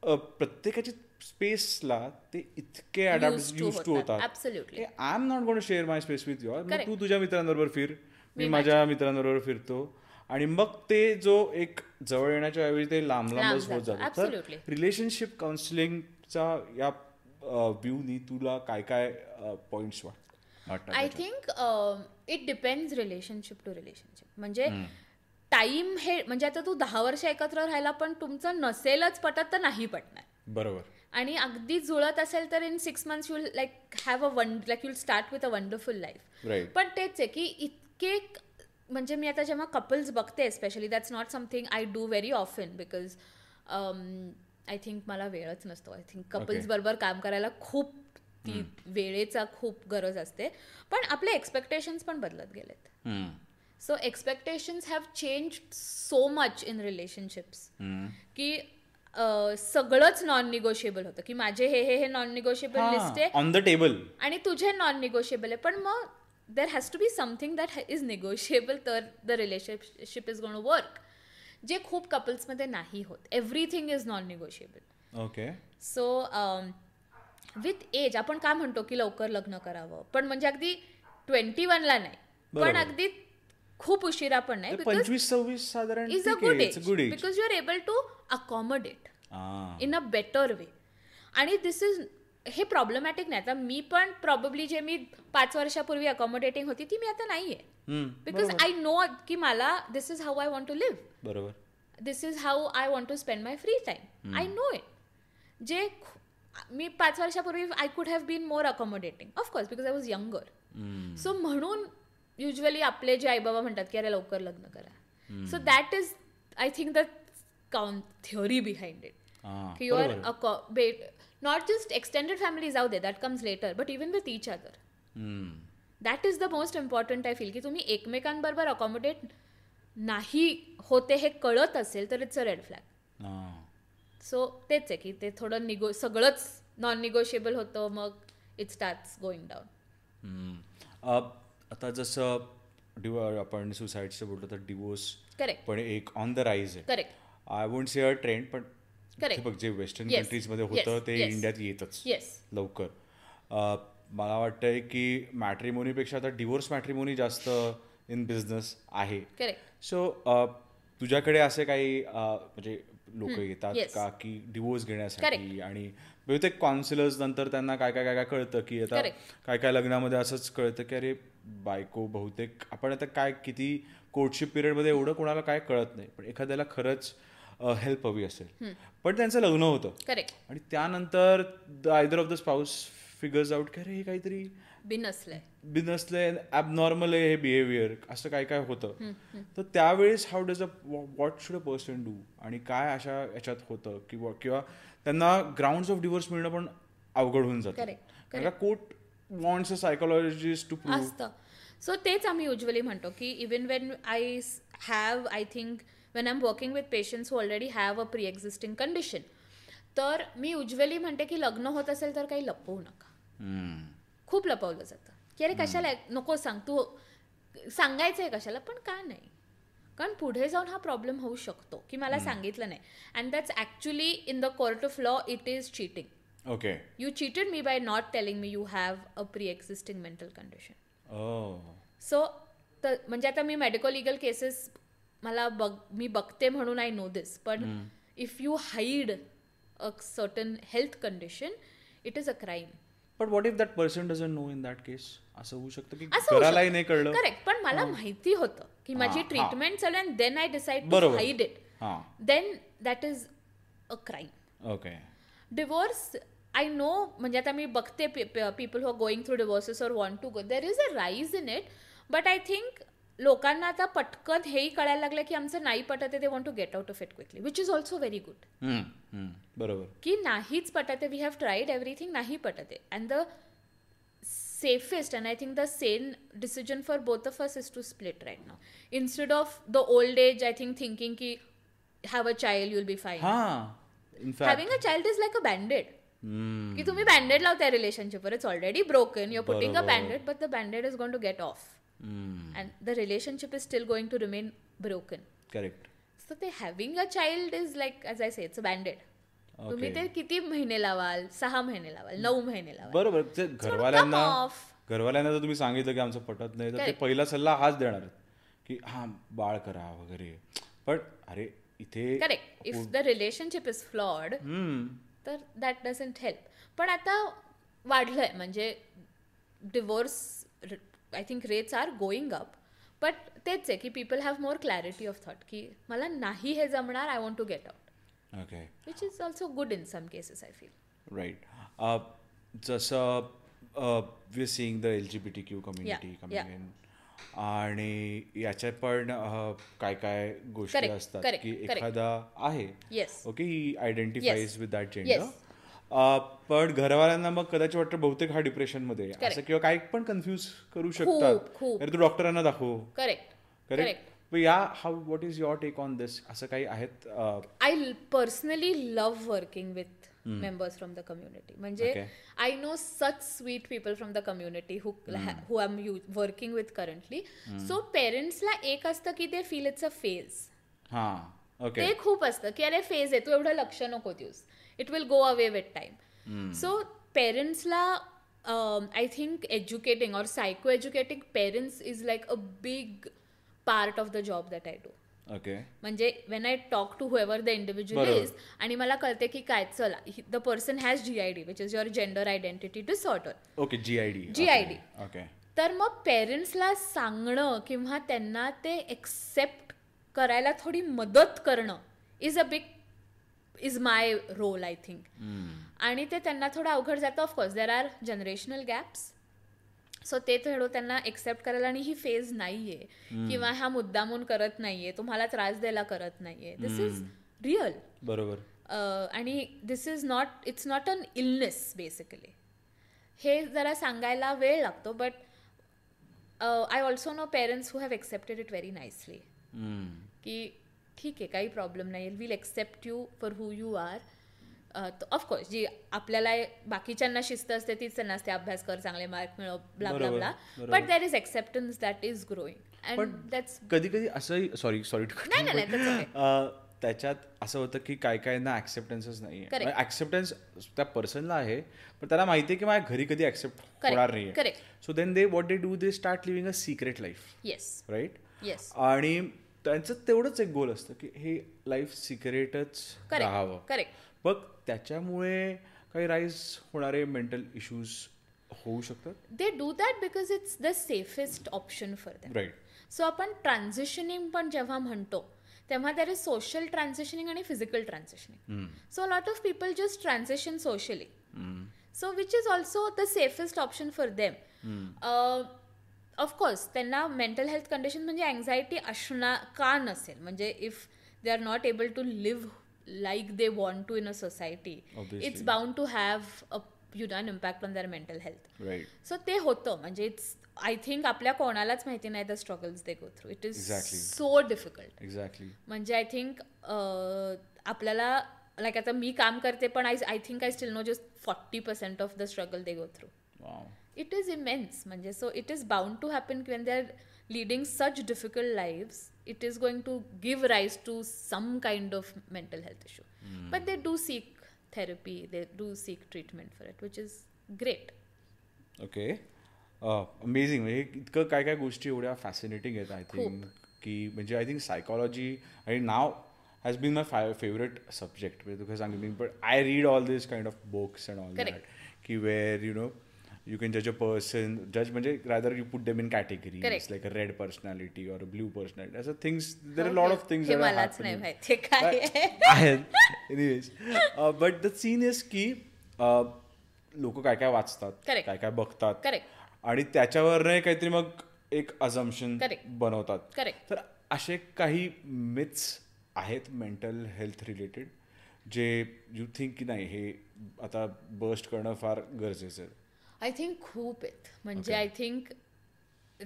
[SPEAKER 2] अ, प्रत्येकाची स्पेसला ते इतके अडॅप्ट
[SPEAKER 3] to
[SPEAKER 2] यूज टू
[SPEAKER 3] होतात.
[SPEAKER 2] होतात
[SPEAKER 3] Absolutely.
[SPEAKER 2] I am not gonna share my space with your मग
[SPEAKER 3] Correct.
[SPEAKER 2] तू तुझ्या मित्रांबरोबर फिर मी माझ्या मित्रांबरोबर फिरतो आणि मग ते जो एक जवळ येण्याच्या ऐवजी ते लांब
[SPEAKER 3] लांब
[SPEAKER 2] लांबच होत
[SPEAKER 3] जातं.
[SPEAKER 2] जातो तर
[SPEAKER 3] Absolutely.
[SPEAKER 2] रिलेशनशिप काउन्सिलिंगचा या व्ह्यूनी तुला काय काय पॉइंट्स वाटतात
[SPEAKER 3] I think it depends relationship to relationship म्हणजे टाइम हे म्हणजे आता तू दहा वर्ष एकत्र राहिला पण तुमचं नसेलच पटत तर नाही पटणार
[SPEAKER 2] बरोबर
[SPEAKER 3] आणि अगदी जुळत असेल तर in six months you'll like have a one like you'll start with a wonderful life
[SPEAKER 2] Right.
[SPEAKER 3] पण तेच आहे की इतके क- म्हणजे मी आता जेव्हा कपल्स बघते especially that's not something I do very often because I think um, मला वेळच नसतो आय थिंक कपल्स
[SPEAKER 2] Okay.
[SPEAKER 3] बरोबर काम करायला खूप ती वेळेचा खूप गरज असते पण आपले एक्सपेक्टेशन्स पण बदलत गेलेत so expectations have change so much in relationships की अ, सगळंच नॉन निगोशिएबल होतं की माझे हे हे हे नॉन निगोशिएबल लिस्ट आहे
[SPEAKER 2] ऑन द टेबल
[SPEAKER 3] आणि तुझे नॉन निगोशिएबल आहे पण मग there has to be something that is negotiable तर the relationship is gonna work जे खूप कपल्समध्ये नाही होत everything is non negotiable
[SPEAKER 2] okay
[SPEAKER 3] so with age um, आपण काय म्हणतो की लवकर लग्न करावं पण म्हणजे अगदी ट्वेंटी वनला नाही पण
[SPEAKER 2] बरोबर.
[SPEAKER 3] अगदी खूप उशिरा पण नाही बिकॉज
[SPEAKER 2] पंचवीस सव्वीस साधारण
[SPEAKER 3] इज अ
[SPEAKER 2] ठीक
[SPEAKER 3] गुड
[SPEAKER 2] आहे, it's
[SPEAKER 3] age
[SPEAKER 2] a good age.
[SPEAKER 3] Because you are able to accommodate
[SPEAKER 2] हा.
[SPEAKER 3] इन अ बेटर वे आणि दिस इज हे प्रॉब्लेमॅटिक नाही आता मी पण प्रॉब्ली जे मी पाच वर्षापूर्वी अकॉमोडेटिंग होती ती मी आता नाही आहे
[SPEAKER 2] हम्म,
[SPEAKER 3] बिकॉज आय नो की मला this is how I want to live
[SPEAKER 2] बरोबर
[SPEAKER 3] this is how I want to spend my free time I know it जे खू- मी पाच वर्षापूर्वी I could have been more accommodating of course because I was
[SPEAKER 2] Hmm.
[SPEAKER 3] Younger so म्हणून usually आपले जे आईबाबा म्हणतात की अरे लवकर लग्न करा so that is I think the count theory behind it
[SPEAKER 2] हा,
[SPEAKER 3] की your bet not just extended family जाऊ दे that comes later but even with each other
[SPEAKER 2] hmm.
[SPEAKER 3] That is the most important I feel की तुम्ही एकमेकांबरोबर accommodate नाही होते हे कळत असेल तर इट्स अ रेड फ्लॅग
[SPEAKER 2] हा.
[SPEAKER 3] सो तेच आहे की ते थोडं निगो सगळंच नॉन निगोशिएबल होतं मग it start going down
[SPEAKER 2] hmm. अ, आता जसं डिव आपण सुसाईडचं बोलतो तर डिवोर्स
[SPEAKER 3] करेक्ट
[SPEAKER 2] पण एक ऑन द राईज आहे
[SPEAKER 3] correct
[SPEAKER 2] I won't say a trend पण
[SPEAKER 3] Correct.
[SPEAKER 2] ते बघ जे वेस्टर्न
[SPEAKER 3] Yes.
[SPEAKER 2] कंट्रीजमध्ये
[SPEAKER 3] Yes.
[SPEAKER 2] होतं ते
[SPEAKER 3] Yes.
[SPEAKER 2] इंडियात येतच
[SPEAKER 3] येस
[SPEAKER 2] लवकर अ, मला वाटतंय की मॅट्रिमोनीपेक्षा आता डिवोर्स मॅट्रिमोनी जास्त इन बिझनेस आहे
[SPEAKER 3] करेक्ट
[SPEAKER 2] सो uh, तुझ्याकडे असे काही अ, म्हणजे लोक येतात
[SPEAKER 3] yes.
[SPEAKER 2] का की डिवोर्स घेण्यासाठी
[SPEAKER 3] Correct.
[SPEAKER 2] आणि बहुतेक काउन्सिलर्स नंतर त्यांना काय काय काय काय कळतं की आता
[SPEAKER 3] Correct.
[SPEAKER 2] काय काय लग्नामध्ये असंच कळतं की अरे बायको बहुतेक आपण आता काय किती कोर्टशिप पिरियडमध्ये एवढं कोणाला काय कळत नाही पण एखाद्याला खरंच हेल्प हवी असेल पण त्यांचं लग्न होतं
[SPEAKER 3] करेक्ट
[SPEAKER 2] आणि त्यानंतर the either of the spouse figures out की अरे हे काहीतरी
[SPEAKER 3] बिन असलंय
[SPEAKER 2] बिनसले ॲबनॉर्मल आहे हे बिहेवियर असं काय काय होतं तर त्यावेळेस how does a what should a person do आणि काय अशा याच्यात होतं किंवा किंवा त्यांना ग्राउंड्स ऑफ डिव्होर्स मिळणं पण अवघड होऊन जातं
[SPEAKER 3] Correct,
[SPEAKER 2] कारण का court wants a psychologist to prove
[SPEAKER 3] असतं सो तेच आम्ही युजली म्हणतो की even when I have I think when I am working with patients who already have a pre existing condition तर मी युजली म्हणते की लग्न होत असेल तर काही लपवू नका खूप लपवलं जातं की अरे कशाला आहे? नको सांग तू सांगायचं आहे कशाला पण का नाही कारण पुढे जाऊन हा प्रॉब्लेम होऊ शकतो की मला सांगितलं नाही and that's actually in the court of law it is cheating
[SPEAKER 2] okay
[SPEAKER 3] you cheated me by not telling me you have a pre existing mental condition
[SPEAKER 2] Oh.
[SPEAKER 3] So तर म्हणजे आता मी मेडिकल लिगल केसेस मला बघ मी बघते म्हणून I know this पण if you hide a certain health condition it is a crime
[SPEAKER 2] but what if that person doesn't know in that case असं होऊ शकतं की
[SPEAKER 3] असं होऊ
[SPEAKER 2] घरालाही
[SPEAKER 3] शकतं.
[SPEAKER 2] नाही कळलं
[SPEAKER 3] करेक्ट पण मला माहिती होतं की माझी
[SPEAKER 2] हा, हा.
[SPEAKER 3] ट्रीटमेंट चालू and then I decide to
[SPEAKER 2] बरोबर.
[SPEAKER 3] हाईड इट
[SPEAKER 2] हां
[SPEAKER 3] then that is a crime
[SPEAKER 2] okay
[SPEAKER 3] divorce I know म्हणजे आता मी बघते people who going through divorces or want to go there is a rise in it but I think लोकांना आता पटकन हेही कळायला लागलं की आमचं नाही पटत आहे they want to get out of it quickly which is also very good
[SPEAKER 2] बरोबर
[SPEAKER 3] की नाहीच पटत आहे वी हॅव ट्राईड एव्हरीथिंग नाही पटत आहे and the safest and I think the same decision for both of us is to split right now instead of the old age I think thinking की have a child you'll be fine
[SPEAKER 2] हां
[SPEAKER 3] having
[SPEAKER 2] in fact
[SPEAKER 3] a child is like a banded की तुम्ही bandaid लावताय रिलेशनशिपवर it's already broken you're putting a bandaid but the bandaid is going to get off and the relationship is still going to remain broken
[SPEAKER 2] correct
[SPEAKER 3] so ते having a child is like as I say it's a bandaid तुम्ही ते किती महिने लावाल सहा महिने लावाल नऊ महिने लावाल
[SPEAKER 2] बरोबर ते
[SPEAKER 3] come
[SPEAKER 2] घरवाल्यांना
[SPEAKER 3] off.
[SPEAKER 2] घरवाल्यांना जर तुम्ही सांगितलं की आमचं पटत नाही तर ते
[SPEAKER 3] Correct.
[SPEAKER 2] पहिला सल्ला हाच देणार आहेत. की हा बाळ करा वगैरे पण अरे इथे
[SPEAKER 3] correct if the relationship is flawed
[SPEAKER 2] hmm,
[SPEAKER 3] तर दॅट डझंट हेल्प पण आता वाढलंय म्हणजे divorce I think rates are going up but तेच आहे की people have more clarity of thought की मला नाही हे जमणार I want to get out
[SPEAKER 2] okay
[SPEAKER 3] which is also good in some cases I feel
[SPEAKER 2] right uh, जसं we seeing the L G B T Q community
[SPEAKER 3] Yeah,
[SPEAKER 2] coming
[SPEAKER 3] yeah.
[SPEAKER 2] In आणि याच्या पण अ, काय काय गोष्टी
[SPEAKER 3] Correct,
[SPEAKER 2] असतात
[SPEAKER 3] correct,
[SPEAKER 2] की
[SPEAKER 3] correct.
[SPEAKER 2] एखादा आहे
[SPEAKER 3] Yes.
[SPEAKER 2] Okay he identifies
[SPEAKER 3] Yes.
[SPEAKER 2] With that
[SPEAKER 3] Yes.
[SPEAKER 2] Gender Uh, पण घरवाल्यांना मग कदाचित वाटतं बहुतेक हा डिप्रेशनमध्ये आहे. असं
[SPEAKER 3] Correct.
[SPEAKER 2] किंवा काय पण कन्फ्यूज करू शकतात
[SPEAKER 3] खूप.
[SPEAKER 2] अरे तू डॉक्टरांना दाखव
[SPEAKER 3] करेक्ट
[SPEAKER 2] करेक्ट
[SPEAKER 3] करेक्ट
[SPEAKER 2] पण या how what is your take on this असं काही आहेत uh, uh,
[SPEAKER 3] I personally love working with members from the community म्हणजे
[SPEAKER 2] Okay.
[SPEAKER 3] I know such sweet people from the community who who I am you working with currently so पेरेंट्सला एक असतं की they feel it's a phase
[SPEAKER 2] हां okay
[SPEAKER 3] ते खूप असतं की अरे फेज आहे तू एवढं लक्ष नको देऊस it will go away with time so पेरेंट्सला I think educating or psycho educating parents is like a big part of the job that I do
[SPEAKER 2] okay
[SPEAKER 3] म्हणजे when I talk to whoever the individual
[SPEAKER 2] बरोबर.
[SPEAKER 3] Is आणि मला कळते की काय चल the person has G I D which is your gender identity disorder
[SPEAKER 2] okay G I D
[SPEAKER 3] GID.
[SPEAKER 2] Okay
[SPEAKER 3] तर मग पेरेंट्सला सांगणं किंवा त्यांना ते एक्सेप्ट करायला थोडी मदत करणं is a big is my role I think आणि ते त्यांना थोडं अवघड जातं of course there are generational gaps so ते थोडं त्यांना एक्सेप्ट करायला आणि ही फेज नाहीये किंवा हा मुद्दामून करत नाहीये तुम्हाला त्रास द्यायला करत नाहीये दिस इज रिअल
[SPEAKER 2] बरोबर
[SPEAKER 3] आणि this is not it's not an illness basically हे जरा सांगायला वेळ लागतो but I also know parents who have accepted it very nicely की ठीक आहे काही प्रॉब्लेम नाही will accept you for who you are of course जी आपल्याला बाकीच्यांना शिस्त असते तीच त्यांना असते अभ्यास कर चांगले मार्क मिळव ब्ला ब्ला
[SPEAKER 2] बरोबर,
[SPEAKER 3] ब्ला
[SPEAKER 2] बरोबर.
[SPEAKER 3] But there is acceptance that is growing and
[SPEAKER 2] But-
[SPEAKER 3] that's
[SPEAKER 2] कधी कधी असंही सॉरी सॉरी
[SPEAKER 3] नाही, नाही, नाही, that's
[SPEAKER 2] त्याच्यात असं होतं की काय काय ना ऍक्सेप्टन्सच नाही
[SPEAKER 3] Correct.
[SPEAKER 2] ऍक्सेप्टन्स त्या पर्सनला आहे पण त्याला माहिती आहे की माझ्या घरी कधी ऍक्सेप्ट
[SPEAKER 3] Correct,
[SPEAKER 2] होणार नाही
[SPEAKER 3] correct.
[SPEAKER 2] So then they what they do they start living a secret life
[SPEAKER 3] yes
[SPEAKER 2] right
[SPEAKER 3] yes
[SPEAKER 2] आणि त्यांचं तेवढंच एक गोल असतं की हे लाईफ सिक्रेटच राहावं
[SPEAKER 3] करेक्ट करेक्ट
[SPEAKER 2] मग त्याच्यामुळे काही राईज होणारे मेंटल इश्यूज होऊ शकतात
[SPEAKER 3] they do that because it's the safest option for them
[SPEAKER 2] right
[SPEAKER 3] so आपण ट्रान्झिशनिंग पण जेव्हा म्हणतो तेव्हा दॅर इज सोशल ट्रान्झिशनिंग आणि physical transitioning so lot of people just transition socially so which is also the safest option for them of course Uh, त्यांना mental health condition म्हणजे anxiety असणार का नसेल म्हणजे if they are not able to live like they want to in a society
[SPEAKER 2] Obviously.
[SPEAKER 3] It's bound to have a you know impact on their mental health
[SPEAKER 2] right
[SPEAKER 3] so ते होतं म्हणजे it's I think आपल्या कोणालाच माहिती नाही the struggles they go through it is
[SPEAKER 2] Exactly.
[SPEAKER 3] So difficult
[SPEAKER 2] exactly
[SPEAKER 3] म्हणजे I think आपल्याला like आता मी काम करते पण I I think I still know just forty percent of the struggle they go through it is immense म्हणजे so it is bound to happen when they are leading such difficult life it is going to give rise to some kind of mental health issue but they do seek therapy they do seek treatment for it which is great
[SPEAKER 2] okay amazing म्हणजे इतकं काय काय गोष्टी एवढ्या fascinating आहेत I think की म्हणजे I think psychology आणि नाव has been my fav favourite subject म्हणजे तुका सांगितलं but I read all this kind of books and all that
[SPEAKER 3] Correct.
[SPEAKER 2] की where you know you can जज अ पर्सन जज म्हणजे rather you put them in category
[SPEAKER 3] Correct.
[SPEAKER 2] Like a red personality or a blue personality असं things there are lot of things
[SPEAKER 3] हे मलाच नाही माहिती काय आहे.
[SPEAKER 2] Anyways but the scene is की लोक काय काय वाचतात
[SPEAKER 3] Correct.
[SPEAKER 2] काय काय बघतात
[SPEAKER 3] Correct.
[SPEAKER 2] आणि त्याच्यावर काहीतरी मग एक अझम्पशन
[SPEAKER 3] Correct.
[SPEAKER 2] बनवतात
[SPEAKER 3] Correct.
[SPEAKER 2] तर असे काही मिथ्स आहेत मेंटल हेल्थ रिलेटेड जे यू थिंक की नाही हे आता बस्ट करणं फार गरजेचं आहे
[SPEAKER 3] आय थिंक खूप आहेत म्हणजे I think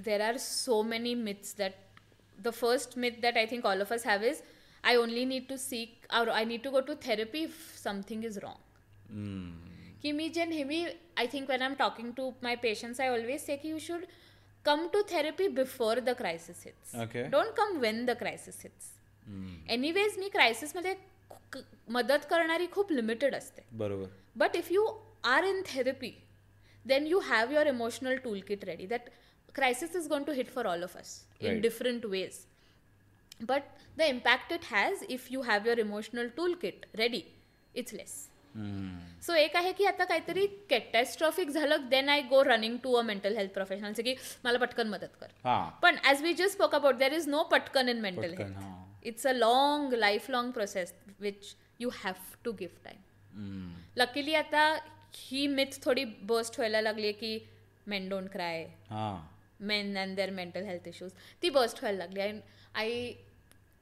[SPEAKER 3] there are so many myths that the first myth that I think all of us have is I only need to seek or I need to go to therapy if something is wrong की मी जे नेहमी I think when I am talking to my patients I always say की you should come to therapy before the crisis hits
[SPEAKER 2] Okay.
[SPEAKER 3] Don't come when the crisis hits anyways मी क्रायसिसमध्ये मदत करणारी खूप लिमिटेड असते
[SPEAKER 2] बरोबर
[SPEAKER 3] But if you are in therapy, then you have your emotional toolkit ready. That crisis is going to hit for all of us in
[SPEAKER 2] Right.
[SPEAKER 3] different ways. But the impact it has if you have your emotional toolkit ready, it's less. So एक आहे की आता काहीतरी catastrophic झालं then I go running to a mental health professional की मला पटकन मदत कर
[SPEAKER 2] हां
[SPEAKER 3] पण as we just spoke about there is no पटकन इन मेंटल
[SPEAKER 2] पटकन, हां.
[SPEAKER 3] Health it's a long life long process which you have to give time luckily आता ही मिथ थोडी बस्ट व्हायला लागली आहे की मेन डोंट क्राय
[SPEAKER 2] हां
[SPEAKER 3] men and their mental health issues ती बस्ट व्हायला लागली and I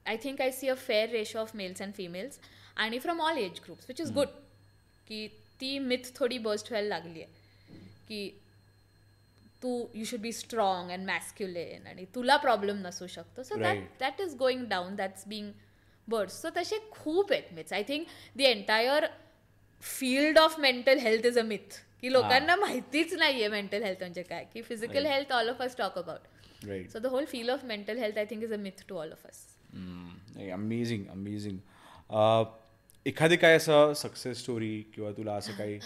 [SPEAKER 3] I think I see a fair ratio of males and females आणि from all age groups which is good की ती मिथ थोडी bast व्हायला लागली आहे की तू you should be strong and masculine आणि तुला प्रॉब्लेम नसू शकतो so that
[SPEAKER 2] Right.
[SPEAKER 3] That is going down that's being birds so तसे खूप आहेत myths I think the entire field of mental health is a myth की लोकांना माहितीच नाहीये मेंटल हेल्थ म्हणजे काय की physical health all of us talk about
[SPEAKER 2] right
[SPEAKER 3] so the whole feel of mental health I think is a myth to all of us
[SPEAKER 2] Mm. Amazing amazing Uh, एखादी काय असं सक्सेस स्टोरी किंवा तुला असं काही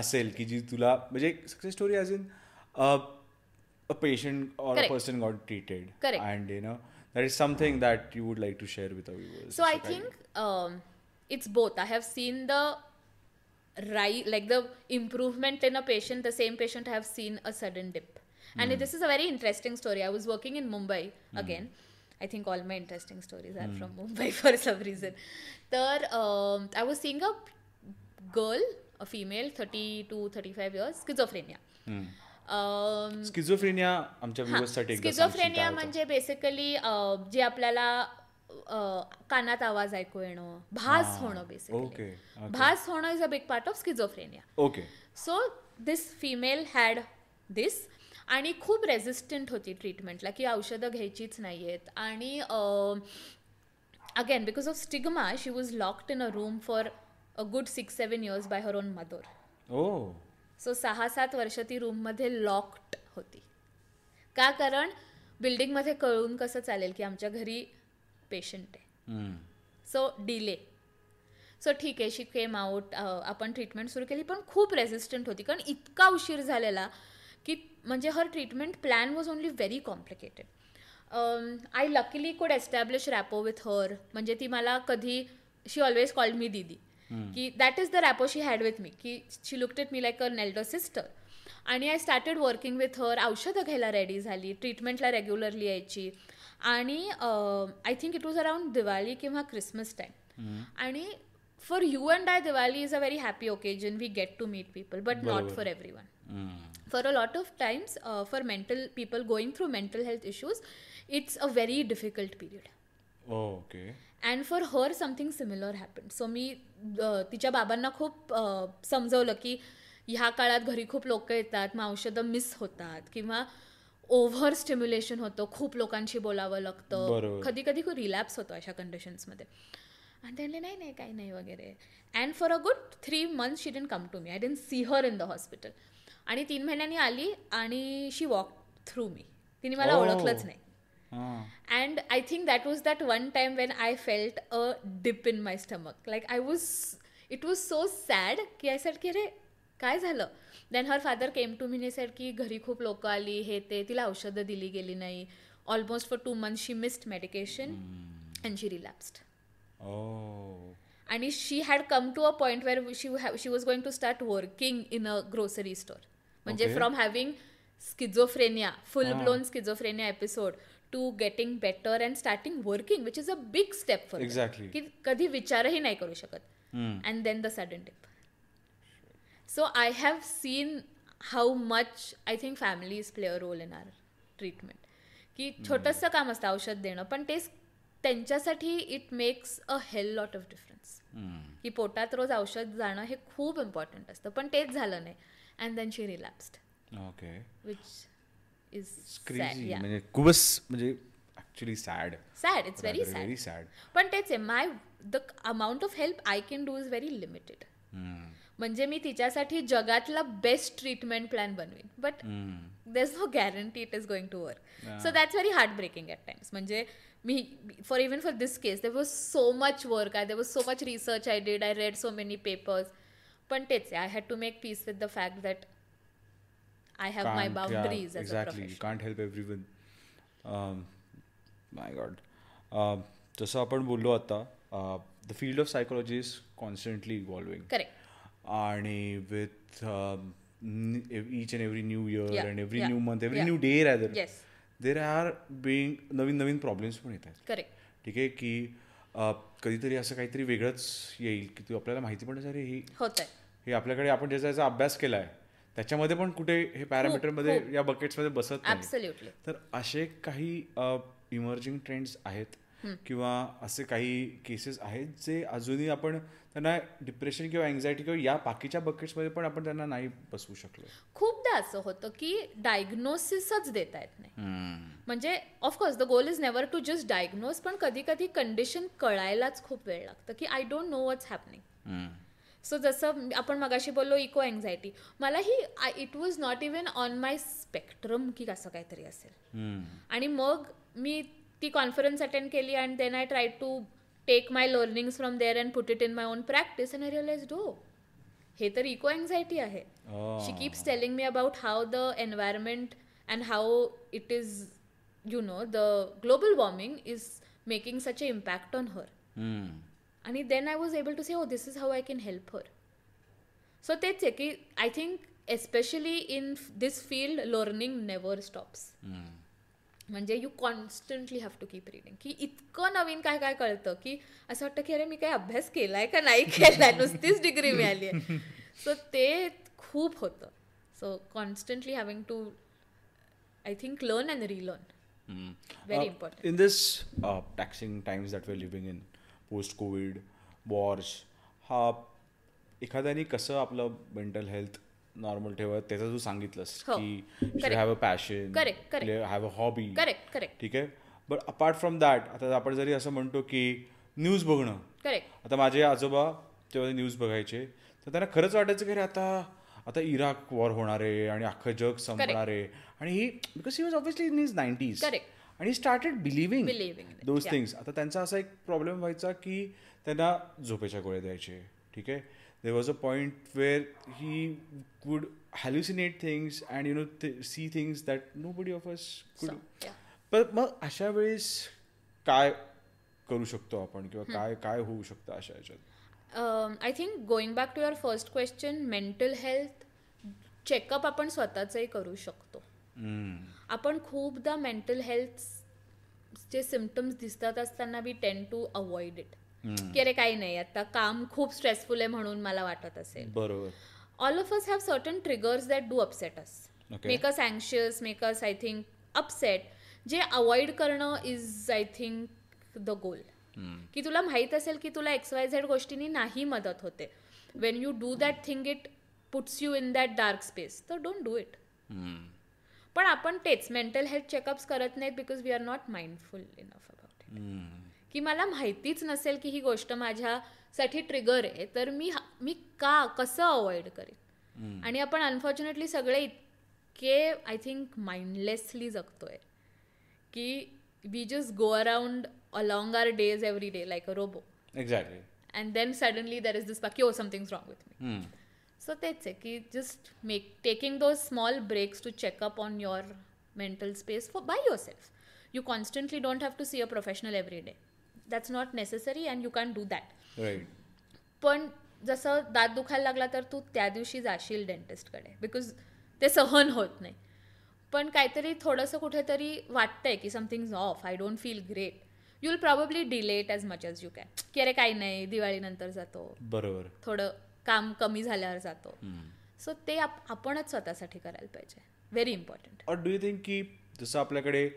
[SPEAKER 2] असेल की जी तुला म्हणजे success story as in uh, a patient or a
[SPEAKER 3] Correct.
[SPEAKER 2] Person got treated
[SPEAKER 3] Correct.
[SPEAKER 2] And you know that is something that you would like to share with our
[SPEAKER 3] So I think um, it's both. I have seen the right, like the improvement in a patient. The same patient I have seen a sudden dip, and this is a very interesting story. I was working in Mumbai again. I think all my interesting stories are from Mumbai for some reason. There, um, I was seeing a girl, a female, 32, 35 years, schizophrenia. Um,
[SPEAKER 2] schizophrenia Mm. आमच्या
[SPEAKER 3] हा,
[SPEAKER 2] व्ह्युअर्ससाठी एकदा सांगशील
[SPEAKER 3] schizophrenia
[SPEAKER 2] काय होतं?
[SPEAKER 3] म्हणजे basically जे आपल्याला अ, कानात आवाज ऐकू येणं भास होणं
[SPEAKER 2] okay,
[SPEAKER 3] बेसिकली
[SPEAKER 2] okay.
[SPEAKER 3] भास होणं is a big part of schizophrenia
[SPEAKER 2] okay
[SPEAKER 3] so this female had this आणि खूप रेझिस्टंट होती ट्रीटमेंटला की औषधं घ्यायचीच नाही आहेत आणि again because of stigma she was locked in a room for a good six seven years by her own mother
[SPEAKER 2] oh
[SPEAKER 3] so सहा सात वर्ष ती रूममध्ये लॉक्ड होती का कारण बिल्डिंगमध्ये कळून कसं चालेल की आमच्या घरी पेशंट आहे
[SPEAKER 2] Mm.
[SPEAKER 3] सो डिले सो ठीक आहे शी केम आउट आपण ट्रीटमेंट सुरू केली पण खूप रेझिस्टंट होती कारण इतका उशीर झालेला की म्हणजे her treatment plan was only very complicated I luckily could establish rapport with her म्हणजे ती मला कधी शी ऑलवेज कॉल्ड मी दिदी की that is the rapport she had with me की she looked it me like a elder sister आणि I started working with her औषधं घ्यायला रेडी झाली ट्रीटमेंटला रेग्युलरली यायची आणि I think it was around Diwali किंवा क्रिसमस
[SPEAKER 2] Mm.
[SPEAKER 3] टाईम आणि for you and I Diwali is a very happy occasion we get to meet people but not for every one
[SPEAKER 2] Mm.
[SPEAKER 3] for a lot of times uh, for mental people going through mental health issues it's a very difficult period
[SPEAKER 2] okay
[SPEAKER 3] and for her something similar happen so मी अ, तिच्या बाबांना खूप अ, समजवलं की ह्या काळात घरी खूप लोक येतात मग औषधं मिस होतात किंवा ओव्हर स्टिम्युलेशन होतं खूप लोकांशी बोलावं लागतं
[SPEAKER 2] बरोबर.
[SPEAKER 3] कधी कधी खूप रिलॅप्स होतो अशा कंडिशन्समध्ये आणि त्यांनी नाही नाही काही नाही वगैरे and for a good three month she didn't come to me I didn't see her in the hospital आणि तीन महिन्यांनी आली आणि शी वॉक थ्रू मी तिने मला
[SPEAKER 2] Oh.
[SPEAKER 3] ओळखलंच नाही
[SPEAKER 2] Ah.
[SPEAKER 3] And I think that was that one time when I felt a dip in my stomach. Like I was, it was so sad की I said की अरे काय झालं then her father came to me said की घरी खूप लोक आली हे ते तिला औषधं दिली गेली नाही almost for two month she missed medication and she relapsed
[SPEAKER 2] oh Oh.
[SPEAKER 3] आणि she had come to a point where she she was going to start working in a grocery store म्हणजे
[SPEAKER 2] Okay.
[SPEAKER 3] From having schizophrenia full
[SPEAKER 2] Ah.
[SPEAKER 3] Blown schizophrenia episode to getting better and starting working which is a big step for
[SPEAKER 2] Exactly. Hmm.
[SPEAKER 3] की कधी विचारही नाही करू शकत
[SPEAKER 2] Mm.
[SPEAKER 3] And then the sudden deep so I have seen how much I think families play a role in our treatment की
[SPEAKER 2] Hmm.
[SPEAKER 3] छोटंसं काम असतं औषध देणं पण ते त्यांच्यासाठी it makes a hell lot of difference
[SPEAKER 2] Mm.
[SPEAKER 3] की पोटात रोज औषध जाणं हे खूप इम्पॉर्टंट असतं पण तेच झालं नाही and then she relapsed
[SPEAKER 2] okay
[SPEAKER 3] which is
[SPEAKER 2] crazy म्हणजे खूपच म्हणजे actually sad
[SPEAKER 3] sad it's very sad
[SPEAKER 2] very sad
[SPEAKER 3] पण तेच आहे my the amount of help I can do is very limited म्हणजे मी तिच्यासाठी जगातला बेस्ट ट्रीटमेंट प्लॅन बनवेन but there is no guarantee it is going to work so that's very heart breaking at times म्हणजे मी for even for this case there was so much work I there was so much research I did I read so many papers पण तेच I had to make peace with the fact that I have my boundaries as a
[SPEAKER 2] exactly
[SPEAKER 3] profession
[SPEAKER 2] can't help everyone Um, my God Um, जसं आपण बोललो आता uh, the field of psychology is constantly evolving
[SPEAKER 3] correct
[SPEAKER 2] आणि um, with each and every new year
[SPEAKER 3] Yeah,
[SPEAKER 2] and every
[SPEAKER 3] yeah,
[SPEAKER 2] new month every
[SPEAKER 3] yeah.
[SPEAKER 2] New day rather
[SPEAKER 3] Yes.
[SPEAKER 2] There are being नवीन नवीन problems पण येत आहेत
[SPEAKER 3] correct
[SPEAKER 2] ठीक आहे की अ, कधीतरी असं काहीतरी वेगळंच येईल की तू आपल्याला माहिती पण अरे ही
[SPEAKER 3] होतंय
[SPEAKER 2] हे आपल्याकडे आपण ज्याचा याचा अभ्यास केला आहे त्याच्यामध्ये पण कुठे हे पॅरामीटरमध्ये
[SPEAKER 3] खूप.
[SPEAKER 2] या बकेट्समध्ये बसत नाही
[SPEAKER 3] ॲब्सल्युटली
[SPEAKER 2] तर असे काही इमर्जिंग ट्रेंड्स आहेत किंवा असे काही केसेस आहेत जे अजूनही आपण त्यांना डिप्रेशन किंवा अँझायटी किंवा या बाकीच्या बकेट्समध्ये पण आपण त्यांना नाही बसवू शकलो
[SPEAKER 3] खूपदा असं होतं की डायग्नोसिसच देता येत नाही म्हणजे of course the goal is never to just diagnose पण कधी कधी कंडिशन कळायलाच खूप वेळ लागतं की I don't know what's happening so जसं मी- आपण मगाशी बोललो इको अँझायटी मला ही it was not even on my spectrum की असं काहीतरी असेल आणि मग मी ती कॉन्फरन्स अटेंड केली and then I try to take my learnings from there and put it in my on practice and I realise डो "Oh, हे तर इको अँझायटी आहे she keeps telling me about how the environment and how it is you know the global warming is making such a impact on her
[SPEAKER 2] hmm.
[SPEAKER 3] आणि then I was able to say oh this is how I can help her so तेच आहे की I think especially in this field learning never stops
[SPEAKER 2] hmm.
[SPEAKER 3] म्हणजे you constantly have to keep reading की इतकं नवीन काय काय कळतं की असं वाटतं की अरे मी काय अभ्यास केलाय का नाही केलाय नुसतीच डिग्री मिळाली आहे सो ते खूप होतं so constantly having to I think learn and relearn
[SPEAKER 2] Mm.
[SPEAKER 3] Very
[SPEAKER 2] Uh,
[SPEAKER 3] important.
[SPEAKER 2] In this uh, taxing times that we're living in, post-COVID, wars, हा एखाद्याने कसं आपलं मेंटल हेल्थ नॉर्मल ठेवत त्याचं तू सांगितलंस
[SPEAKER 3] हो.
[SPEAKER 2] की
[SPEAKER 3] Correct.
[SPEAKER 2] Have a passion
[SPEAKER 3] Correct, correct.
[SPEAKER 2] Have a hobby
[SPEAKER 3] correct correct
[SPEAKER 2] ठीक आहे बट अपार्ट फ्रॉम दॅट आता आपण जरी असं म्हणतो की न्यूज बघणं
[SPEAKER 3] करेक्ट
[SPEAKER 2] आता माझे आजोबा तेव्हा ते न्यूज बघायचे तर त्यांना खरंच वाटायचं की अरे आता आता इराक वॉर होणार आहे आणि अख्खं जग संपणार आहे आणि he because he was obviously in his nineties
[SPEAKER 3] Correct.
[SPEAKER 2] आणि started believing
[SPEAKER 3] Believing in it,
[SPEAKER 2] those
[SPEAKER 3] yeah.
[SPEAKER 2] Things आता त्यांचा असा एक प्रॉब्लेम व्हायचा की त्यांना झोपेच्या गोळ्या द्यायचे ठीक आहे they was a point where he would hallucinate things and you know see things that nobody of us could पण मग अशा वेळेस काय करू शकतो आपण किंवा काय काय होऊ शकतं अशा ह्याच्यात
[SPEAKER 3] um, I think going back to your first question mental health checkup आपण स्वतःचंही करू शकतो आपण खूपदा मेंटल हेल्थ चे सिमटम्स दिसतात असताना we tend to avoid it की अरे काही नाही आता काम खूप स्ट्रेसफुल आहे म्हणून मला वाटत असेल
[SPEAKER 2] बरोबर
[SPEAKER 3] all of us have certain triggers that do upset us
[SPEAKER 2] Okay.
[SPEAKER 3] Make us अँशियस make us I think upset जे अवॉइड करणं is I think the goal की तुला माहीत असेल की तुला एक्स वाय झेड गोष्टींनी नाही मदत होते when you do that thing it puts you in that dark space तर डोंट डू इट पण आपण तेच मेंटल हेल्थ चेकअप्स करत नाहीत because we are not mindful enough about it की मला माहितीच नसेल की ही गोष्ट माझ्यासाठी ट्रिगर आहे तर मी हा- मी का कसं अवॉइड करेन आणि आपण अनफॉर्च्युनेटली सगळे इतके आय थिंक माइंडलेसली जगतोय की we just go around along our days every day like a robo
[SPEAKER 2] exactly
[SPEAKER 3] and then suddenly there is this बाकी oh, oh something wrong with me so तेच आहे की just make taking those small breaks to check up on your mental space for by yourself you constantly don't have to see a professional every day that's not necessary and you can do that
[SPEAKER 2] right
[SPEAKER 3] पण जसं दात दुखायला लागला तर तू त्या दिवशी जाशील डेंटिस्टकडे because ते सहन होत नाही पण काहीतरी थोडंसं कुठेतरी वाटतंय की something is off I don't feel great you will probably delay it as much as you can की अरे काही नाही दिवाळीनंतर जातो
[SPEAKER 2] बरोबर
[SPEAKER 3] थोडं काम कमी झाल्यावर जातो सो ते आप- आपणच स्वतःसाठी करायला पाहिजे very important
[SPEAKER 2] or do you think की जसं आपल्याकडे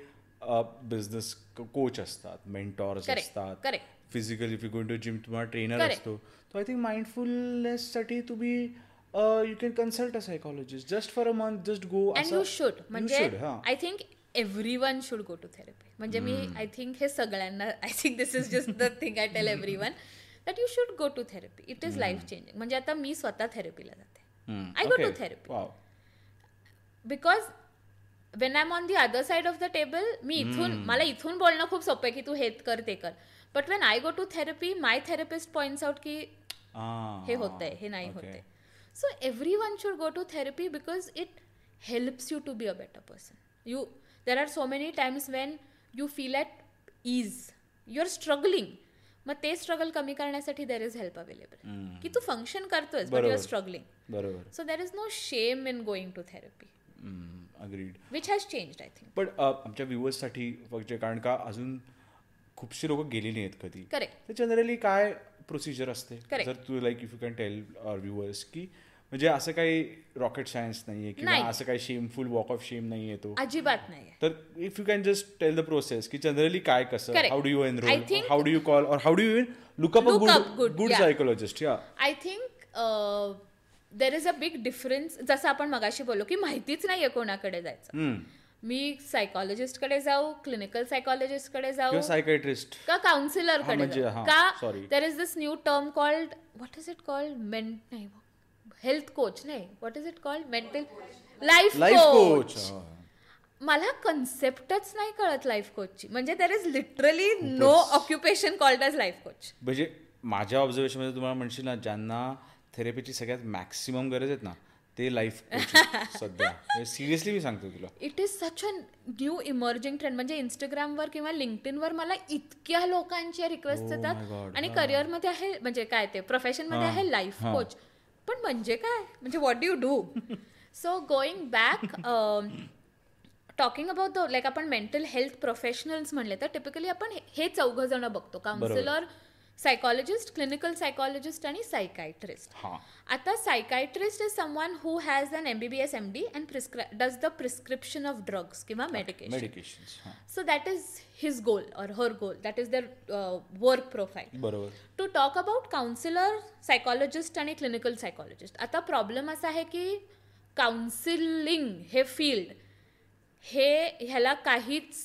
[SPEAKER 2] बिझनेस कोच असतात मेंटॉर्स
[SPEAKER 3] Correct,
[SPEAKER 2] असतात
[SPEAKER 3] correct.
[SPEAKER 2] Physical if you going to gym तुम्हाला ट्रेनर
[SPEAKER 3] Correct.
[SPEAKER 2] असतो तो आय थिंक माइंडफुलनेससाठी तुम्ही you can consult a psychologist just for a month just go
[SPEAKER 3] and you should म्हणजे
[SPEAKER 2] हां
[SPEAKER 3] I think every one should go to therapy म्हणजे मी I think हे सगळ्यांना I think this is just the thing I tell every one that you should go to therapy it is life changing म्हणजे आता मी स्वतः थेरपीला जाते I go to therapy because when I am on the other side of the table मी इथून मला इथून बोलणं खूप सोपं आहे की तू हे कर ते कर but when I go to therapy my therapist points out की
[SPEAKER 2] Ah.
[SPEAKER 3] हे होतंय हे नाही होतंय so every one should go to therapy because it helps you to be a better person you there are so many times when you feel at is you are struggling मग ते struggle कमी करण्यासाठी there is help available की तू function करतोयस but you are
[SPEAKER 2] बरोबर.
[SPEAKER 3] Struggling
[SPEAKER 2] बरोबर
[SPEAKER 3] so there is no shame in going to therapy
[SPEAKER 2] agreed
[SPEAKER 3] which has change I think
[SPEAKER 2] पण अ, uh, आमच्या व्ह्युअर्ससाठी म्हणजे कारण का अजून खूपशी लोक गेलेली आहेत कधी
[SPEAKER 3] करेक्ट
[SPEAKER 2] तर जनरली काय प्रोसिजर असते
[SPEAKER 3] Correct.
[SPEAKER 2] जर तू like if you can tell our viewers की म्हणजे असं काही रॉकेट सायन्स नाही आहे किंवा
[SPEAKER 3] नाही.
[SPEAKER 2] असं काही शेमफुल वॉक ऑफ शेम नाही आहे तो
[SPEAKER 3] अजिबात नाही
[SPEAKER 2] तर if you can just tell the process की जनरली काय कसं
[SPEAKER 3] Correct.
[SPEAKER 2] How do you
[SPEAKER 3] I
[SPEAKER 2] enrol
[SPEAKER 3] think-
[SPEAKER 2] how do you call or how do you look up
[SPEAKER 3] Look up
[SPEAKER 2] good
[SPEAKER 3] good,
[SPEAKER 2] good
[SPEAKER 3] yeah.
[SPEAKER 2] Psychologist या
[SPEAKER 3] I think uh, there is a big difference जसं आपण मगाशी बोललो की माहितीच नाही आहे कोणाकडे जायचं
[SPEAKER 2] Hmm.
[SPEAKER 3] मी सायकोलॉजिस्टकडे जाऊ क्लिनिकल सायकोलॉजिस्टकडे जाऊ
[SPEAKER 2] किंवा सायकायट्रिस्ट
[SPEAKER 3] का counselor
[SPEAKER 2] हा,
[SPEAKER 3] कडे
[SPEAKER 2] म्हणजे,
[SPEAKER 3] जाऊ?
[SPEAKER 2] हा,
[SPEAKER 3] का
[SPEAKER 2] sorry.
[SPEAKER 3] There is this new term called what is it called men नाही हेल्थ कोच नाही what is it called mental life
[SPEAKER 2] life coach
[SPEAKER 3] coach मला कन्सेप्टच नाही कळत लाईफ कोचची म्हणजे there is literally no occupation called as life coach
[SPEAKER 2] म्हणजे माझ्या ऑब्झर्वेशनमध्ये तुम्हाला म्हणशील ना ज्यांना थेरपीची सगळ्यात मॅक्सिमम गरज आहेत ना ते लाईफ सध्या सिरियसली मी सांगतो तुला
[SPEAKER 3] it is such a new emerging trend म्हणजे इंस्टाग्रामवर किंवा लिंक्डइनवर मला इतक्या लोकांच्या रिक्वेस्ट येतात आणि करिअरमध्ये आहे म्हणजे काय ते प्रोफेशनमध्ये आहे लाईफ कोच पण म्हणजे काय म्हणजे what do you do so going back um, talking about the like आपण मेंटल हेल्थ प्रोफेशनल्स म्हणले तर टिपिकली आपण हे- हे चौघ जण बघतो काउन्सिलर सायकॉलॉजिस्ट क्लिनिकल सायकॉलॉजिस्ट आणि सायकायट्रिस्ट
[SPEAKER 2] हां
[SPEAKER 3] आता psychiatrist is someone who has an M B B S M D and does the prescription of drugs किंवा मेडिकेशन
[SPEAKER 2] मेडिकेशन्स हां
[SPEAKER 3] so that is his goal or her goal that is their work profile
[SPEAKER 2] बरोबर
[SPEAKER 3] to talk about counsellor psychologist आणि clinical psychologist आता problem असा आहे की काउन्सिलिंग हे फील्ड हे ह्याला काहीच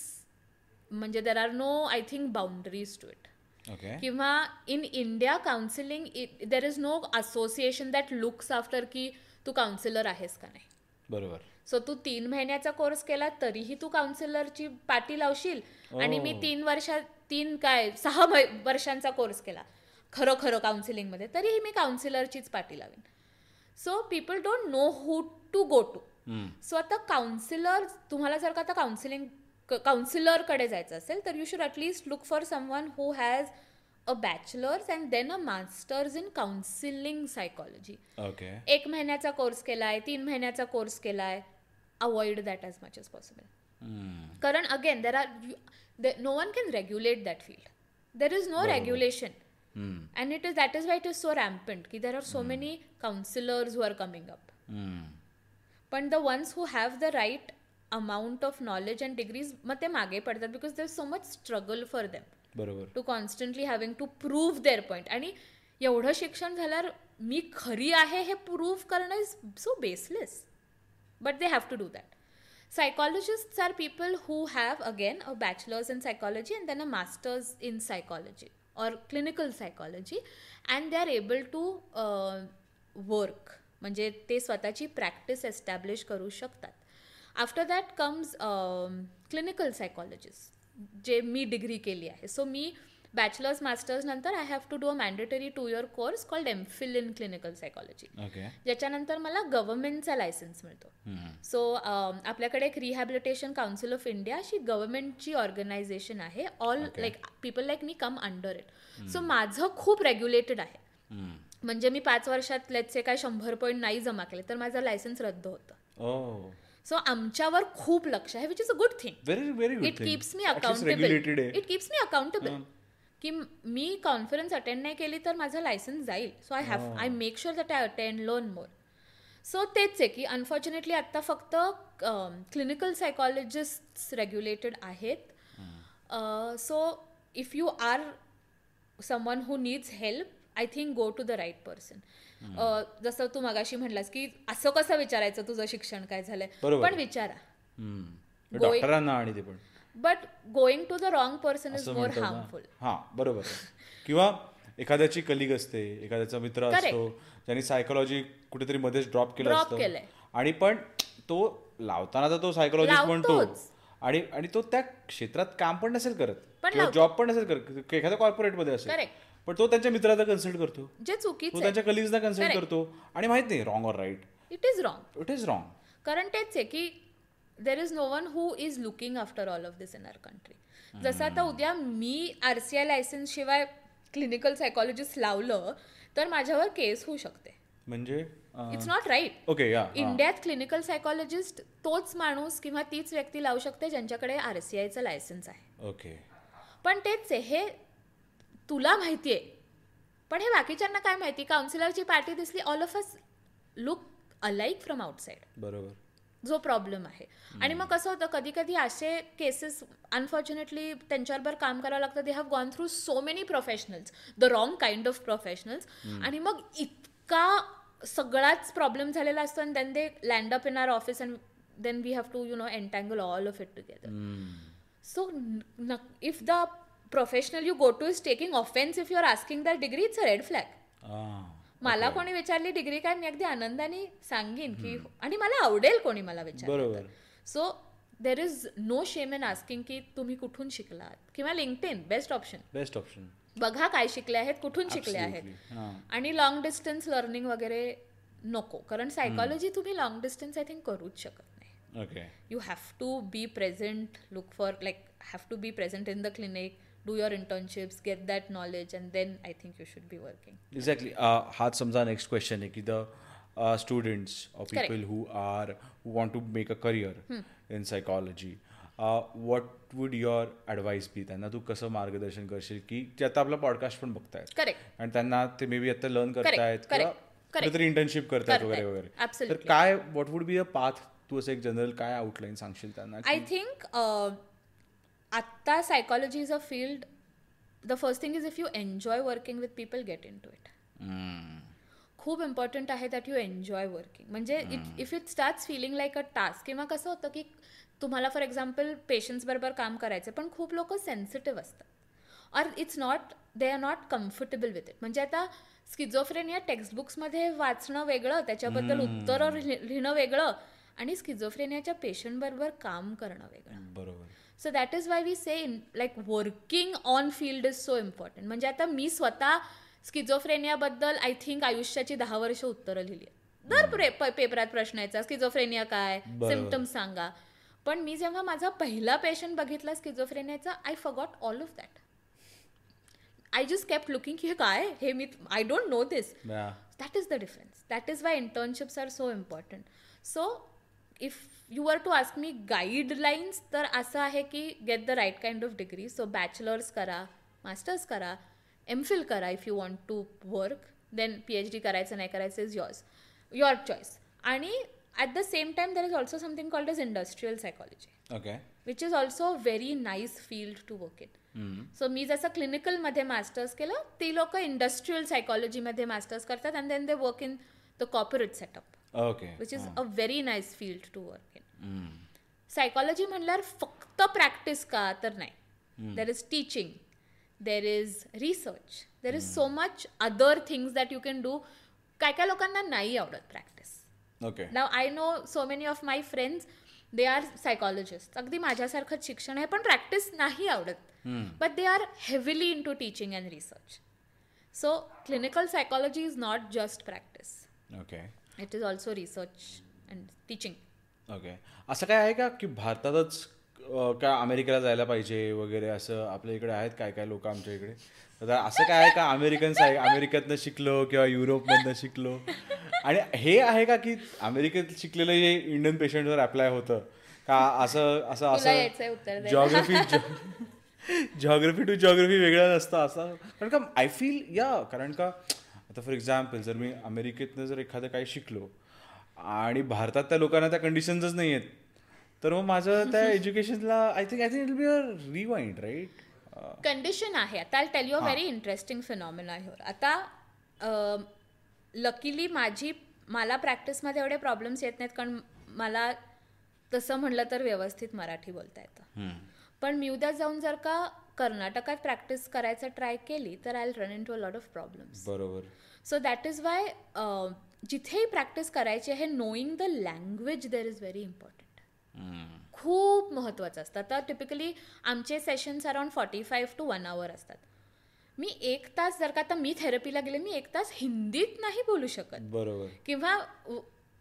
[SPEAKER 3] म्हणजे there are no I think boundaries to it
[SPEAKER 2] okay
[SPEAKER 3] किंवा in India counselling there is no association that looks after की तू काउन्सिलर आहेस का नाही
[SPEAKER 2] बरोबर
[SPEAKER 3] सो तू तीन महिन्याचा कोर्स केला तरीही तू काउन्सिलरची पाटी लावशील आणि मी तीन वर्षा तीन काय सहा मह- वर्षांचा कोर्स केला खरं खरं काउन्सिलिंगमध्ये तरीही मी काउन्सिलरचीच पाटी लावेन so people don't know who to go to so आता काउन्सिलर तुम्हाला जर का आता काउन्सिलिंग काउन्सिलरकडे जायचं असेल तर you should at least look for someone who has a bachelor's and then a master's in counselling psychology
[SPEAKER 2] okay
[SPEAKER 3] एक महिन्याचा कोर्स केलाय तीन महिन्याचा कोर्स केलाय avoid that as much as possible कारण again there are no one can regulate that field there is no regulation and it is that is why it is so rampant की there are so many counsellors who are coming up पण the ones who have the right amount of knowledge and degrees मग ते मागे पडतात because there so much struggle for them
[SPEAKER 2] बरोबर
[SPEAKER 3] to constantly having to prove their point आणि एवढं शिक्षण झाल्यावर मी खरी आहे हे प्रूव्ह करणं is so baseless but they have to do that psychologists are people who have again a bachelor's in psychology and then a master's in psychology or clinical psychology and they are able to work uh, म्हणजे ते स्वतःची practice establish करू शकतात after that comes clinical psychologist um, जे मी degree केली आहे so मी बॅचलर्स मास्टर्स नंतर I have to do a mandatory two year course called MPhil in clinical psychology
[SPEAKER 2] okay
[SPEAKER 3] ज्याच्यानंतर मला गव्हर्नमेंटचा लायसन्स मिळतो सो um, आपल्याकडे एक रिहॅबिलिटेशन काउन्सिल ऑफ इंडिया अशी गव्हर्नमेंटची ऑर्गनायझेशन आहे ऑल लाईक पीपल लाईक मी कम अंडर इट सो माझं खूप रेग्युलेटेड आहे म्हणजे मी पाच वर्षात लेटचे काय शंभर पॉईंट नाही जमा केले तर माझं लायसन्स रद्द होतं
[SPEAKER 2] ओ
[SPEAKER 3] सो आमच्यावर खूप लक्ष आहे which is a good thing
[SPEAKER 2] very very good
[SPEAKER 3] it keeps me
[SPEAKER 2] regulated
[SPEAKER 3] accountable
[SPEAKER 2] आहे
[SPEAKER 3] इट कीप्स मी अकाउंटेबल की मी कॉन्फरन्स अटेंड नाही केली तर माझं लायसन्स जाईल so I have I make sure that I attend loan more so तेच आहे की अनफॉर्च्युनेटली आत्ता फक्त क्लिनिकल सायकॉलॉजिस्ट रेग्युलेटेड आहेत so if you are someone who needs help I think go to the right person जसं तू मगाशी म्हणलास की असं कसं विचारायचं तुझं शिक्षण काय झालंय
[SPEAKER 2] बरोबर.
[SPEAKER 3] पण विचारा
[SPEAKER 2] हम्म. डॉक्टरांना आणि ते पण
[SPEAKER 3] but going to the wrong person is
[SPEAKER 2] असं
[SPEAKER 3] मोर
[SPEAKER 2] म्हणतात ना.
[SPEAKER 3] हार्मफुल
[SPEAKER 2] हा बरोबर आहे. किंवा एखाद्याची कलिग असते एखाद्याचा मित्र असतो ज्यांनी सायकोलॉजी कुठेतरी मध्येच ड्रॉप केलं
[SPEAKER 3] Drop
[SPEAKER 2] असतं
[SPEAKER 3] केलंय.
[SPEAKER 2] आणि पण तो लावताना तर तो सायकोलॉजिस्ट म्हणतो
[SPEAKER 3] लावतोच.
[SPEAKER 2] आणि आणि तो त्या क्षेत्रात काम पण नसेल करत
[SPEAKER 3] पण
[SPEAKER 2] किंवा जॉब पण नसेल करत कि- एखाद्या corporate मध्ये असेल
[SPEAKER 3] Correct.
[SPEAKER 2] पण तो त्यांच्या मित्राला कन्सल्ट करतो
[SPEAKER 3] जे
[SPEAKER 2] तो
[SPEAKER 3] चुकीचं आहे
[SPEAKER 2] त्यांच्या कलिग्सना कन्सल्ट करतो आणि माहित नाही wrong or right
[SPEAKER 3] it is wrong
[SPEAKER 2] it is wrong
[SPEAKER 3] कारण तेच आहे की there is no one who is looking after all of this in our country जसं आता उद्या मी आर सी आय लायसन्स शिवाय क्लिनिकल सायकोलॉजिस्ट लावलं तर माझ्यावर केस होऊ शकते
[SPEAKER 2] म्हणजे
[SPEAKER 3] इट्स नॉट राईट
[SPEAKER 2] ओके या
[SPEAKER 3] इंडियात क्लिनिकल सायकोलॉजिस्ट तोच माणूस किंवा तीच व्यक्ती लावू शकते ज्यांच्याकडे आर सी आयचं लायसन्स आहे
[SPEAKER 2] ओके
[SPEAKER 3] पण तेच आहे हे तुला माहिती आहे पण हे बाकीच्यांना काय माहिती काउन्सिलरची पार्टी दिसली all of us look alike from outside
[SPEAKER 2] बरोबर
[SPEAKER 3] जो प्रॉब्लेम आहे आणि मग कसं होतं कधी कधी असे केसेस अनफॉर्च्युनेटली त्यांच्याबरोबर काम करावं लागतं they have gone through so many professionals the wrong kind of professionals आणि मग इतका सगळाच प्रॉब्लेम झालेला असतो आणि then they land up in our office and then we have to you know entangle all of it together So n- n- if the professional you go to is taking offense if you're asking that degree, it's a red flag.
[SPEAKER 2] Ah.
[SPEAKER 3] मला कोणी विचारली degree काय मी अगदी आनंदाने सांगेन की आणि मला आवडेल कोणी मला विचार
[SPEAKER 2] बरोबर
[SPEAKER 3] so there is no shame in asking की तुम्ही कुठून शिकलात किंवा LinkedIn best option
[SPEAKER 2] best option
[SPEAKER 3] बघा काय शिकले आहेत कुठून शिकले आहेत
[SPEAKER 2] Absolutely. हां.
[SPEAKER 3] आणि लॉंग डिस्टन्स लर्निंग वगैरे नको कारण सायकॉलॉजी तुम्ही लॉंग डिस्टन्स आय थिंक करूच शकत नाही
[SPEAKER 2] okay
[SPEAKER 3] you have to be present look for like have to be present in the clinic do your internships get that knowledge and then I think you should be working
[SPEAKER 2] exactly Uh, हाच समजा next question आहे की uh, the students or people who are who want to make a
[SPEAKER 3] Hmm.
[SPEAKER 2] Career in psychology uh, what would your advice be त्यांना तू कसं मार्गदर्शन करशील की ते आता आपला पॉडकास्ट पण बघतायत
[SPEAKER 3] करेक्ट
[SPEAKER 2] आणि त्यांना ते मे बी आता लर्न करतायत
[SPEAKER 3] Correct,
[SPEAKER 2] किंवा
[SPEAKER 3] correct, correct.
[SPEAKER 2] कुठेतरी इंटर्नशिप करतायत वगैरे
[SPEAKER 3] करतायत,
[SPEAKER 2] वगैरे तर
[SPEAKER 3] absolutely.
[SPEAKER 2] काय what would be a path तू असं एक जनरल काय आउटलाईन सांगशील त्यांना
[SPEAKER 3] आय थिंक आत्ता psychology is a field the first thing is if you enjoy working with people get into it
[SPEAKER 2] Hmm.
[SPEAKER 3] खूप इम्पॉर्टंट आहे दॅट यू एन्जॉय वर्किंग म्हणजे it if it starts feeling like a task किंवा कसं होतं की तुम्हाला for example बरोबर काम करायचं पण खूप लोक सेन्सिटिव्ह असतात or it's not they are not comfortable with it म्हणजे आता स्किझोफ्रेन या टेक्स्टबुक्समध्ये वाचणं वेगळं त्याच्याबद्दल उत्तरं लिह- लिहिणं वेगळं आणि स्किझोफ्रेनियाच्या पेशंटबरोबर काम करणं वेगळं
[SPEAKER 2] बरोबर
[SPEAKER 3] so that is why we say like working on field is so important म्हणजे आता मी स्वतः स्किझोफ्रेनियाबद्दल आय थिंक आयुष्याची दहा वर्ष उत्तरं लिहिली आहेत. दर प्रे प- पेपरात प्रश्न यायचा स्किझोफ्रेनिया काय
[SPEAKER 2] बरोबर.
[SPEAKER 3] सिमटम्स सांगा पण मी जेव्हा माझा पहिला पेशंट बघितला स्किझोफ्रेनियाचा I forgot all of that I just kept looking की हे काय आहे? हे मी I don't know this that is the difference that is why internships are so important so if you were to ask me guidelines तर असं आहे की get the right kind of degree so bachelor's करा masters करा MPhil करा if you want to work then P H D करायचं नाही करायचं इज yours your choice आणि at the same time there is also something called as industrial psychology
[SPEAKER 2] okay
[SPEAKER 3] which is also very nice field to work in so मी जसं क्लिनिकलमध्ये master's केलं ती लोक इंडस्ट्रियल सायकॉलॉजीमध्ये मास्टर्स करतात and then they work in the corporate setup
[SPEAKER 2] okay
[SPEAKER 3] which is a very nice field to work in
[SPEAKER 2] Hmm.
[SPEAKER 3] Psychology म्हणल्यावर फक्त प्रॅक्टिस का तर नाही there is teaching there is research there is so much other things that you can do काय काय लोकांना नाही आवडत practice
[SPEAKER 2] okay
[SPEAKER 3] now I know so many of my friends they are psychologist अगदी माझ्यासारखंच शिक्षण आहे पण प्रॅक्टिस नाही आवडत but they are heavily into teaching and research so clinical psychology is not just practice
[SPEAKER 2] okay
[SPEAKER 3] it is also research and teaching
[SPEAKER 2] okay असं काय आहे का की भारतातच अ, का अमेरिकेला जायला पाहिजे वगैरे असं आपल्या इकडे आहेत काय काय लोक आमच्या इकडे तर असं काय आहे का अमेरिकन साय अमेरिकेतनं शिकलो किंवा युरोपमधनं शिकलो आणि हे आहे का की अमेरिकेत शिकलेलं हे इंडियन पेशंटवर अप्लाय होतं का असं असं
[SPEAKER 3] तुला यायचंय उत्तर
[SPEAKER 2] असं
[SPEAKER 3] द्यायला.
[SPEAKER 2] जॉग्रफी जॉग्रफी टू जॉग्रफी वेगळं नसतं असं कारण का आय फील या कारण का आता फॉर एक्झाम्पल जर मी अमेरिकेतनं जर एखादं काही शिकलो आणि भारतात त्या लोकांना त्या कंडिशन्सच नाही आहेत तर मग माझं त्या एज्युकेशनला I think I think it be a rewind right
[SPEAKER 3] condition आहे आता I tell you a very interesting phenomena here आता लकीली माझी मला प्रॅक्टिसमध्ये एवढे प्रॉब्लेम्स येत नाहीत कारण मला तसं म्हणलं तर व्यवस्थित मराठी बोलता येतं पण मी उद्या जाऊन जर का कर्नाटकात प्रॅक्टिस करायचं ट्राय केली तर I run into a lot of problems
[SPEAKER 2] बरोबर
[SPEAKER 3] सो दॅट इज वाय जिथेही प्रॅक्टिस करायची आहे knowing the language there is very important खूप महत्त्वाचं असतं तर टिपिकली आमचे sessions around forty five to one hour असतात मी एक तास जर का आता मी थेरपीला गेले मी एक तास हिंदीत नाही बोलू शकत
[SPEAKER 2] बरोबर
[SPEAKER 3] किंवा उ-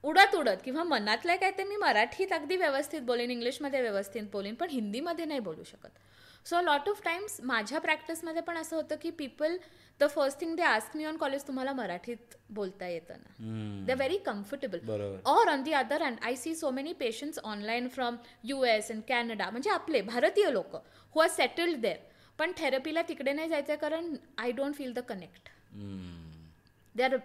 [SPEAKER 3] उडत उडत किंवा मनातलं काय ते मी मराठीत अगदी व्यवस्थित बोलेन इंग्लिशमध्ये व्यवस्थित बोलेन पण हिंदीमध्ये नाही बोलू शकत सो लॉट ऑफ टाइम्स माझ्या प्रॅक्टिसमध्ये पण असं होतं की people the first thing they ask me on college तुम्हाला मराठीत बोलता येतं ना दे व्हेरी कम्फर्टेबल
[SPEAKER 2] बरोबर
[SPEAKER 3] or on the other hand I see so many patients online from U S and Canada म्हणजे आपले भारतीय लोक हु आर सेटल्ड देर पण थेरपीला तिकडे नाही जायचं कारण I don't feel the connect they are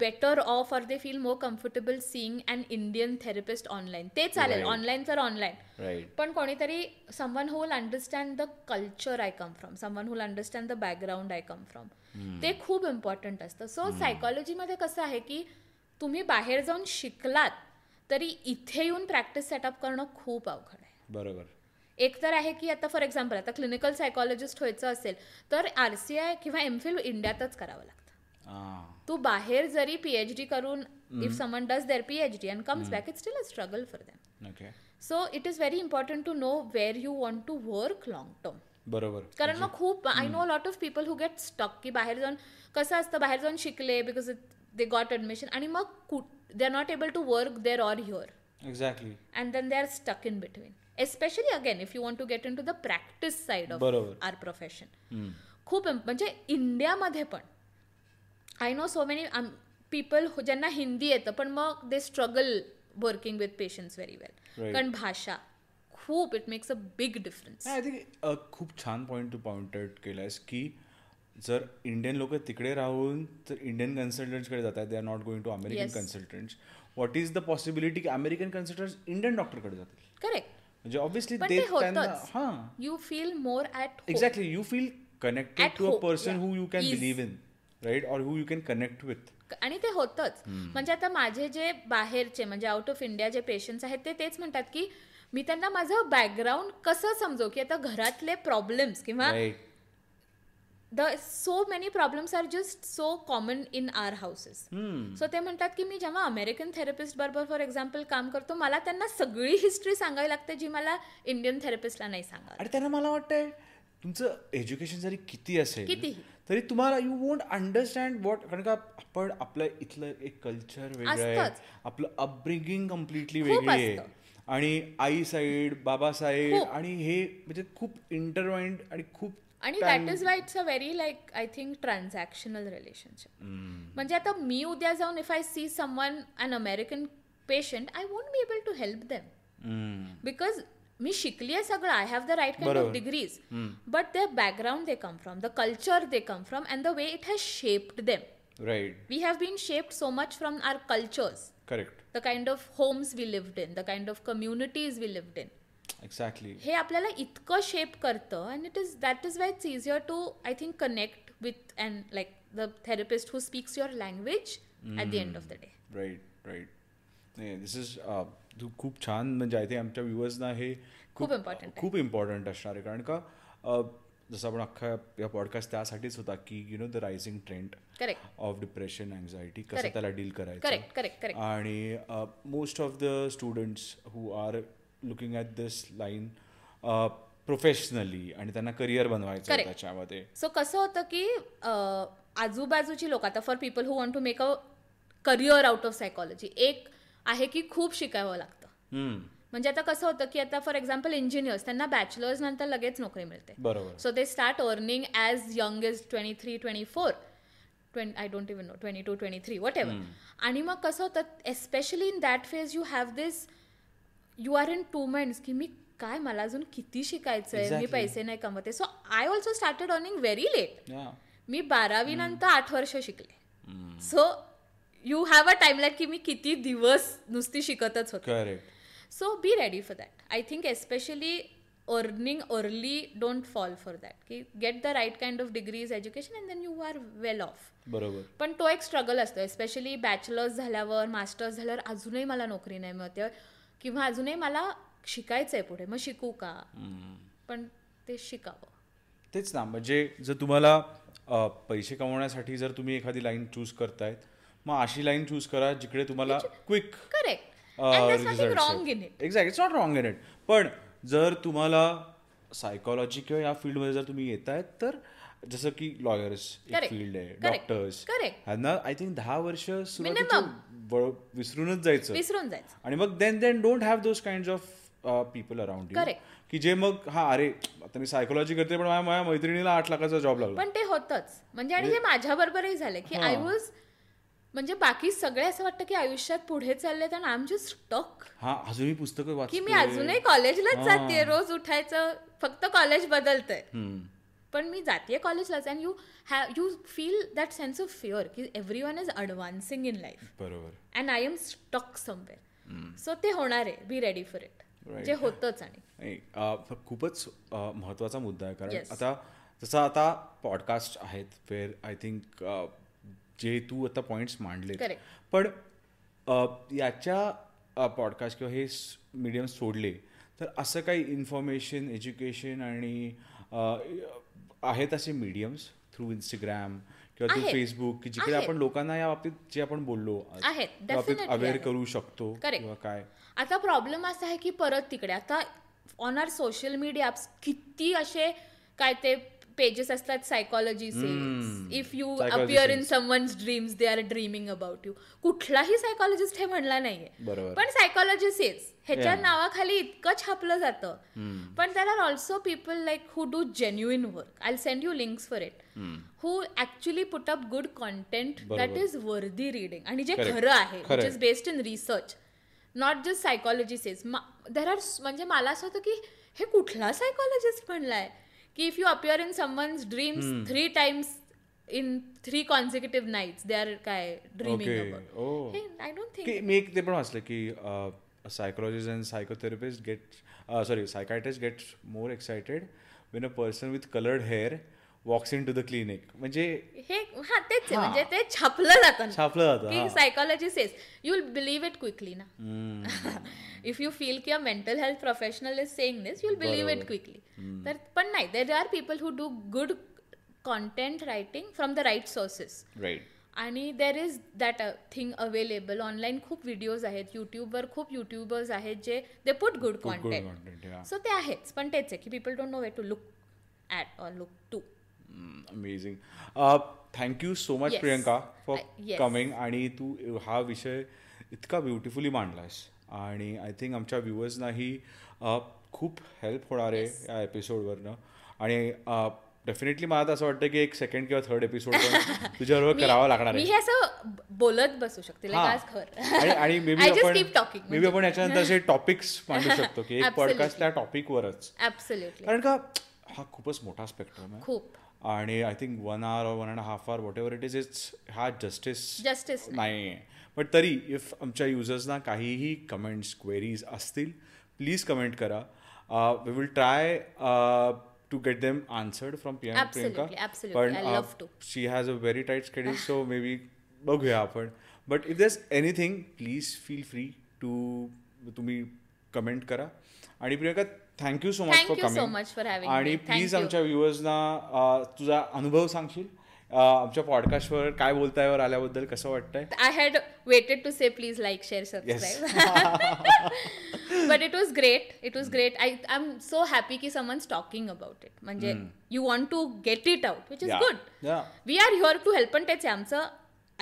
[SPEAKER 3] better off or they feel more comfortable seeing an Indian therapist online. ते चालेल
[SPEAKER 2] Right.
[SPEAKER 3] ऑनलाईन तर ऑनलाईन
[SPEAKER 2] राईट
[SPEAKER 3] पण कोणीतरी someone who will understand the culture I come from someone who will understand the background I come from ते खूप important असतं so सायकॉलॉजीमध्ये कसं आहे की तुम्ही बाहेर जाऊन शिकलात तरी इथे येऊन प्रॅक्टिस सेटअप करणं खूप अवघड आहे
[SPEAKER 2] बरोबर
[SPEAKER 3] एक तर आहे की आता फॉर एक्झाम्पल आता क्लिनिकल सायकॉलॉजिस्ट व्हायचं असेल तर आर सी आय किंवा एम फिल इंडियातच करावं लागतं
[SPEAKER 2] हां
[SPEAKER 3] तू बाहेर जरी पीएचडी करून if someone does their PhD and comes back it still a struggle for them
[SPEAKER 2] okay
[SPEAKER 3] so it is very important to know where you want to work long term
[SPEAKER 2] बरोबर
[SPEAKER 3] कारण मग खूप I know lot of people who get stuck की बाहेर जाऊन कसं असतं बाहेर जाऊन शिकले बिकॉज दे गॉट ॲडमिशन आणि मग they are not able to work there or here
[SPEAKER 2] exactly
[SPEAKER 3] and then they are stuck in between especially again if you want to get into the practice side of
[SPEAKER 2] बरोबर.
[SPEAKER 3] Our profession खूप इम- म्हणजे इंडियामध्ये पण I know so many people um, ज्यांना हिंदी येतं पण मग they struggle working with patients very well
[SPEAKER 2] Right.
[SPEAKER 3] कारण भाषा खूप it makes a big difference
[SPEAKER 2] I think खूप छान पॉईंट तू पॉइंट आउट केलास की जर इंडियन लोक तिकडे राहून तर इंडियन कन्सल्टंट्सकडे जातात they are not going to American
[SPEAKER 3] Yes.
[SPEAKER 2] Consultants what is the possibility की अमेरिकन कन्सल्टंट्स इंडियन डॉक्टरकडे जातील
[SPEAKER 3] करेक्ट
[SPEAKER 2] म्हणजे ऑब्व्हियसली
[SPEAKER 3] पण
[SPEAKER 2] ते
[SPEAKER 3] ते
[SPEAKER 2] त्यांना
[SPEAKER 3] होतंच.
[SPEAKER 2] हां
[SPEAKER 3] you feel more at home.
[SPEAKER 2] Exactly you feel connected
[SPEAKER 3] At
[SPEAKER 2] to a
[SPEAKER 3] home,
[SPEAKER 2] person
[SPEAKER 3] yeah.
[SPEAKER 2] Who you can
[SPEAKER 3] Is.
[SPEAKER 2] Believe in right और who you can connect with
[SPEAKER 3] आणि ते होतंच म्हणजे आता माझे जे बाहेरचे म्हणजे आउट ऑफ इंडिया जे पेशंट्स आहेत ते तेच म्हणतात की मी त्यांना माझं बॅकग्राऊंड कसं समजव की आता घरातले प्रॉब्लेम्स किंवा
[SPEAKER 2] right
[SPEAKER 3] the so many problems are just so common in our houses so ते म्हणतात की मी जेव्हा अमेरिकन थेरपिस्ट बरोबर फॉर एक्झाम्पल काम करतो मला त्यांना सगळी हिस्ट्री सांगावी लागते जी मला इंडियन थेरपिस्टला नाही सांगावी
[SPEAKER 2] आणि त्यांना मला वाटतंय तुमचं एज्युकेशन जरी किती असेल
[SPEAKER 3] कितीही.
[SPEAKER 2] तरी तुम्हाला यू वोंट अंडरस्टँड वॉट कारण का आपण आपलं इथलं एक कल्चर वेगळं आहे
[SPEAKER 3] असतंच.
[SPEAKER 2] आपलं अपब्रिंगिंग कम्प्लिटली
[SPEAKER 3] खूप
[SPEAKER 2] वेगळी आहे
[SPEAKER 3] असतं.
[SPEAKER 2] आणि आई साईड बाबा साईड
[SPEAKER 3] खूप.
[SPEAKER 2] आणि हे म्हणजे खूप इंटरवाइंड आणि खूप
[SPEAKER 3] आणि
[SPEAKER 2] time-
[SPEAKER 3] that is why it's a very like I think transactional relationship म्हणजे आता मी उद्या जाऊन if I see someone an American patient I won't be able to help them
[SPEAKER 2] hmm.
[SPEAKER 3] Because मी शिकली आहे सगळं I have the right kind of
[SPEAKER 2] बरोबर.
[SPEAKER 3] Degrees but the background they come from the culture they come from and the way it has shaped them
[SPEAKER 2] right
[SPEAKER 3] we have bean shaped so much from our cultures
[SPEAKER 2] correct
[SPEAKER 3] the kind of homes we lived in the kind of communities we lived in
[SPEAKER 2] exactly
[SPEAKER 3] हे आपल्याला इतकं shape करतं and it is that is why it's easier to I think connect with and like the therapist who speaks your language at the end of the day
[SPEAKER 2] right right नाही this is तू खूप छान म्हणजे I think आमच्या व्ह्युअर्सना हे
[SPEAKER 3] खूप important आहे.
[SPEAKER 2] खूप इम्पॉर्टंट असणार आहे कारण का अ, जसं आपण अख्खा या पॉडकास्ट त्यासाठीच होता की you know the rising trend
[SPEAKER 3] correct
[SPEAKER 2] of depression anxiety कसं
[SPEAKER 3] Correct.
[SPEAKER 2] त्याला डील करायचं
[SPEAKER 3] करेक्ट करेक्ट करेक्ट
[SPEAKER 2] आणि most of the students who are looking at this line professionally आणि त्यांना करिअर बनवायचं आहे
[SPEAKER 3] Correct.
[SPEAKER 2] त्याच्यामध्ये
[SPEAKER 3] सो कसं होतं की अं, आजूबाजूची लोक आता for people who want to make a career out of psychology एक आहे की खूप शिकावं लागतं
[SPEAKER 2] हम्म,
[SPEAKER 3] म्हणजे आता कसं होतं की आता फॉर एक्झाम्पल इंजिनियर्स त्यांना बॅचलर्स नंतर लगेच नोकरी मिळते
[SPEAKER 2] बरोबर
[SPEAKER 3] So they start earning as young as 23, 24. 20, I don't even know, 22, 23, whatever. आणि मग कसं होतं especially in that phase you have this you are in two minds की मी काय मला अजून किती शिकायचं आहे मी
[SPEAKER 2] Exactly.
[SPEAKER 3] पैसे नाही कमवते so I also started earning very late
[SPEAKER 2] या
[SPEAKER 3] मी बारावी नंतर आठ वर्ष शिकले so you have a timeline की मी किती दिवस नुसती शिकतच होते
[SPEAKER 2] correct
[SPEAKER 3] so be ready for that I think especially earning early don't fall for that की get the right kind of degrees education and then you are well off
[SPEAKER 2] बरोबर
[SPEAKER 3] पण तो एक स्ट्रगल असतो एस्पेशली बॅचलर्स झाल्यावर masters झाल्यावर अजूनही मला नोकरी नाही मिळते किंवा अजूनही मला शिकायचं आहे पुढे मग शिकू का पण ते शिकावं
[SPEAKER 2] तेच ना म्हणजे जर तुम्हाला अ, पैसे कमवण्यासाठी जर तुम्ही एखादी लाईन चूज करतायत मग अशी लाईन चूज करा जिकडे तुम्हाला
[SPEAKER 3] म्हणजे
[SPEAKER 2] quick
[SPEAKER 3] correct
[SPEAKER 2] Uh,
[SPEAKER 3] nothing wrong in it
[SPEAKER 2] exact it's not wrong in it पण जर तुम्हाला सायकोलॉजी किंवा या फील्डमध्ये जर तुम्ही येत आहेत तर जसं की लॉयर्स एक
[SPEAKER 3] Correct.
[SPEAKER 2] फील्ड आहे
[SPEAKER 3] Correct.
[SPEAKER 2] Doctors
[SPEAKER 3] Correct.
[SPEAKER 2] ह्यांना आय थिंक दहा वर्ष सुरुवातीच्या वळ- विसरूनच जायचं
[SPEAKER 3] विसरून जायचं
[SPEAKER 2] आणि मग then then don't have those kind of people around you
[SPEAKER 3] Correct.
[SPEAKER 2] की जे मग हा अरे आता मी सायकोलॉजी करते पण माझ्या माझ्या मैत्रिणीला आठ लाखाचा जॉब लागला
[SPEAKER 3] पण ते होतच म्हणजे आणि हे माझ्या बरोबरही झालं की आय वॉज म्हणजे बाकी सगळे असं वाटतं की आयुष्यात पुढे चालले तर आम जस्ट स्टॉक
[SPEAKER 2] हा अजूनही पुस्तकं
[SPEAKER 3] की मी
[SPEAKER 2] वाचते
[SPEAKER 3] अजूनही कॉलेजलाच जाते रोज उठायचं फक्त कॉलेज बदलतंय
[SPEAKER 2] हम्म.
[SPEAKER 3] पण मी जाते कॉलेजलाच and you have you feel that sense of fear की every one is advancing in life
[SPEAKER 2] बरोबर
[SPEAKER 3] and I am stuck somewhere so ते होणार आहे be ready for it
[SPEAKER 2] Right.
[SPEAKER 3] जे होतच आणि
[SPEAKER 2] नाही, अ, फ- खूपच अ, महत्त्वाचा मुद्दा आहे कारण
[SPEAKER 3] Yes.
[SPEAKER 2] आता जसं आता पॉडकास्ट आहेत वेर आय थिंक जे तू आता पॉइंट्स मांडले
[SPEAKER 3] Correct.
[SPEAKER 2] पण अ, याच्या पॉडकास्ट किंवा हे मीडियम सोडले तर असं काही इन्फॉर्मेशन एज्युकेशन आणि अ, आहेत असे मीडियम्स थ्रू इंस्टाग्राम किंवा ते
[SPEAKER 3] आहेत.
[SPEAKER 2] फेसबुक की जिकडे
[SPEAKER 3] आहेत.
[SPEAKER 2] आपण लोकांना या बाबतीत जे आपण बोललो
[SPEAKER 3] आहेत.
[SPEAKER 2] त्या बाबतीत
[SPEAKER 3] Definitely
[SPEAKER 2] अवेअर
[SPEAKER 3] आहेत.
[SPEAKER 2] करू शकतो
[SPEAKER 3] Correct.
[SPEAKER 2] किंवा काय
[SPEAKER 3] आता प्रॉब्लेम असा आहे की परत तिकडे आता ऑन आर सोशल मीडिया किती असे काय ते पेजेस असतात सायकोलॉजीचे if you
[SPEAKER 2] Psychology
[SPEAKER 3] appear in
[SPEAKER 2] scenes.
[SPEAKER 3] Someone's dreams they are dreaming about you कुठलाही सायकोलॉजिस्ट हे म्हणला नाहीये
[SPEAKER 2] बरोबर
[SPEAKER 3] पण सायकोलॉजिस्ट ह्याच्या
[SPEAKER 2] Yeah.
[SPEAKER 3] नावाखाली इतकं छापलं जातं
[SPEAKER 2] हम्म.
[SPEAKER 3] पण there are also people like who do genuine work I send you links for it
[SPEAKER 2] हम्म.
[SPEAKER 3] Who actually put up good content that
[SPEAKER 2] बरोबर.
[SPEAKER 3] इज वर्दी रिडिंग आणि जे
[SPEAKER 2] Correct.
[SPEAKER 3] खरं आहे
[SPEAKER 2] खरं
[SPEAKER 3] विच
[SPEAKER 2] आहे.
[SPEAKER 3] Is based in research not just psychology says there are म्हणजे मला असं होतं की हे कुठला सायकोलॉजिस्ट म्हणलाय की if you appear in someone's dreams three times in three consecutive nights they are काय
[SPEAKER 2] okay
[SPEAKER 3] dreaming
[SPEAKER 2] oh
[SPEAKER 3] I don't think
[SPEAKER 2] की मी एक ते पण वाचलं की uh, psychologist and psychotherapist get sorry psychiatrist gets more excited when a person with coloured hair walks into the clinic म्हणजे
[SPEAKER 3] हे हा तेच आहे
[SPEAKER 2] हा.
[SPEAKER 3] म्हणजे ते छापलं जातं ना.
[SPEAKER 2] छापलं जातं,
[SPEAKER 3] की
[SPEAKER 2] हा.
[SPEAKER 3] Psychology says you will believe it quickly ना
[SPEAKER 2] Hmm,
[SPEAKER 3] इफ यू फील की mental health professional is saying this you'll believe it quickly तर पण नाही there are people who do good content writing from the right sources
[SPEAKER 2] right
[SPEAKER 3] आणि there is that thing available online खूप videos आहेत यूट्यूबवर खूप YouTubers आहेत जे they put good content
[SPEAKER 2] content
[SPEAKER 3] so ते आहेच पण तेच आहे की people don't know way to look at or look to
[SPEAKER 2] amazing Uh, thank you so much
[SPEAKER 3] Yes.
[SPEAKER 2] Priyanka for
[SPEAKER 3] I- yes.
[SPEAKER 2] Coming आणि तू हा विषय इतका ब्युटिफुली मांडलास आणि आय थिंक आमच्या व्ह्युअर्सनाही खूप हेल्प होणार आहे या एपिसोडवरनं आणि डेफिनेटली मला तर असं वाटतं की एक सेकंड किंवा थर्ड एपिसोड तुझ्याबरोबर करावा लागणार
[SPEAKER 3] मी
[SPEAKER 2] आहे
[SPEAKER 3] हे असं ब- बोलत बसू शकते like
[SPEAKER 2] हा.
[SPEAKER 3] आज खर
[SPEAKER 2] आणि आणि मेबी
[SPEAKER 3] I just
[SPEAKER 2] आपण
[SPEAKER 3] keep talking,
[SPEAKER 2] मेबी आपण याच्यानंतर असे टॉपिक्स मांडू शकतो की एक
[SPEAKER 3] Absolutely.
[SPEAKER 2] पॉडकास्ट त्या टॉपिकवरच
[SPEAKER 3] ऍब्सोल्युटली
[SPEAKER 2] कारण का हा खूपच मोठा स्पेक्ट्रम आहे
[SPEAKER 3] खूप
[SPEAKER 2] आणि I think one hour one and half hour whatever it is it's हा जस्टिस
[SPEAKER 3] Justice
[SPEAKER 2] नाही आहे पण तरी इफ आमच्या युजर्सना काहीही कमेंट्स क्वेरीज असतील प्लीज कमेंट करा Uh, we will try to get them answered from P M
[SPEAKER 3] Absolutely,
[SPEAKER 2] Priyanka
[SPEAKER 3] absolutely.
[SPEAKER 2] पण
[SPEAKER 3] I love to.
[SPEAKER 2] She has a very tight schedule so maybe बघूया आपण but if there's anything please feel free to तुम्ही comment करा आणि Priyanka thank you so much
[SPEAKER 3] Thank
[SPEAKER 2] for
[SPEAKER 3] you so
[SPEAKER 2] coming
[SPEAKER 3] much for having me.
[SPEAKER 2] आणि
[SPEAKER 3] Thank
[SPEAKER 2] please
[SPEAKER 3] you.
[SPEAKER 2] आमच्या व्ह्युअर्सना तुझा अनुभव सांगशील अ, आमच्या पॉडकास्टवर काय बोलतायवर आल्याबद्दल कसं वाटतंय
[SPEAKER 3] I had waited to say please like, share, subscribe. but it was great. It was great. I I'm so happy ki someone's talking about it. म्हणजे you want to get it out, which is
[SPEAKER 2] Hmm. Yeah.
[SPEAKER 3] good.
[SPEAKER 2] Yeah.
[SPEAKER 3] We are here to help पण तेच आहे, आमचं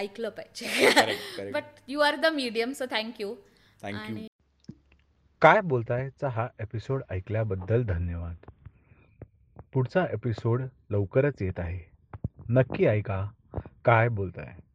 [SPEAKER 3] ऐकलं
[SPEAKER 2] Correct,
[SPEAKER 3] पाहिजे
[SPEAKER 2] correct.
[SPEAKER 3] But you are the medium so thank you
[SPEAKER 2] thank you
[SPEAKER 4] काय बोलतायचा हा एपिसोड ऐकल्याबद्दल धन्यवाद पुढचा एपिसोड लवकरच येत आहे नक्की ऐका काय बोलताय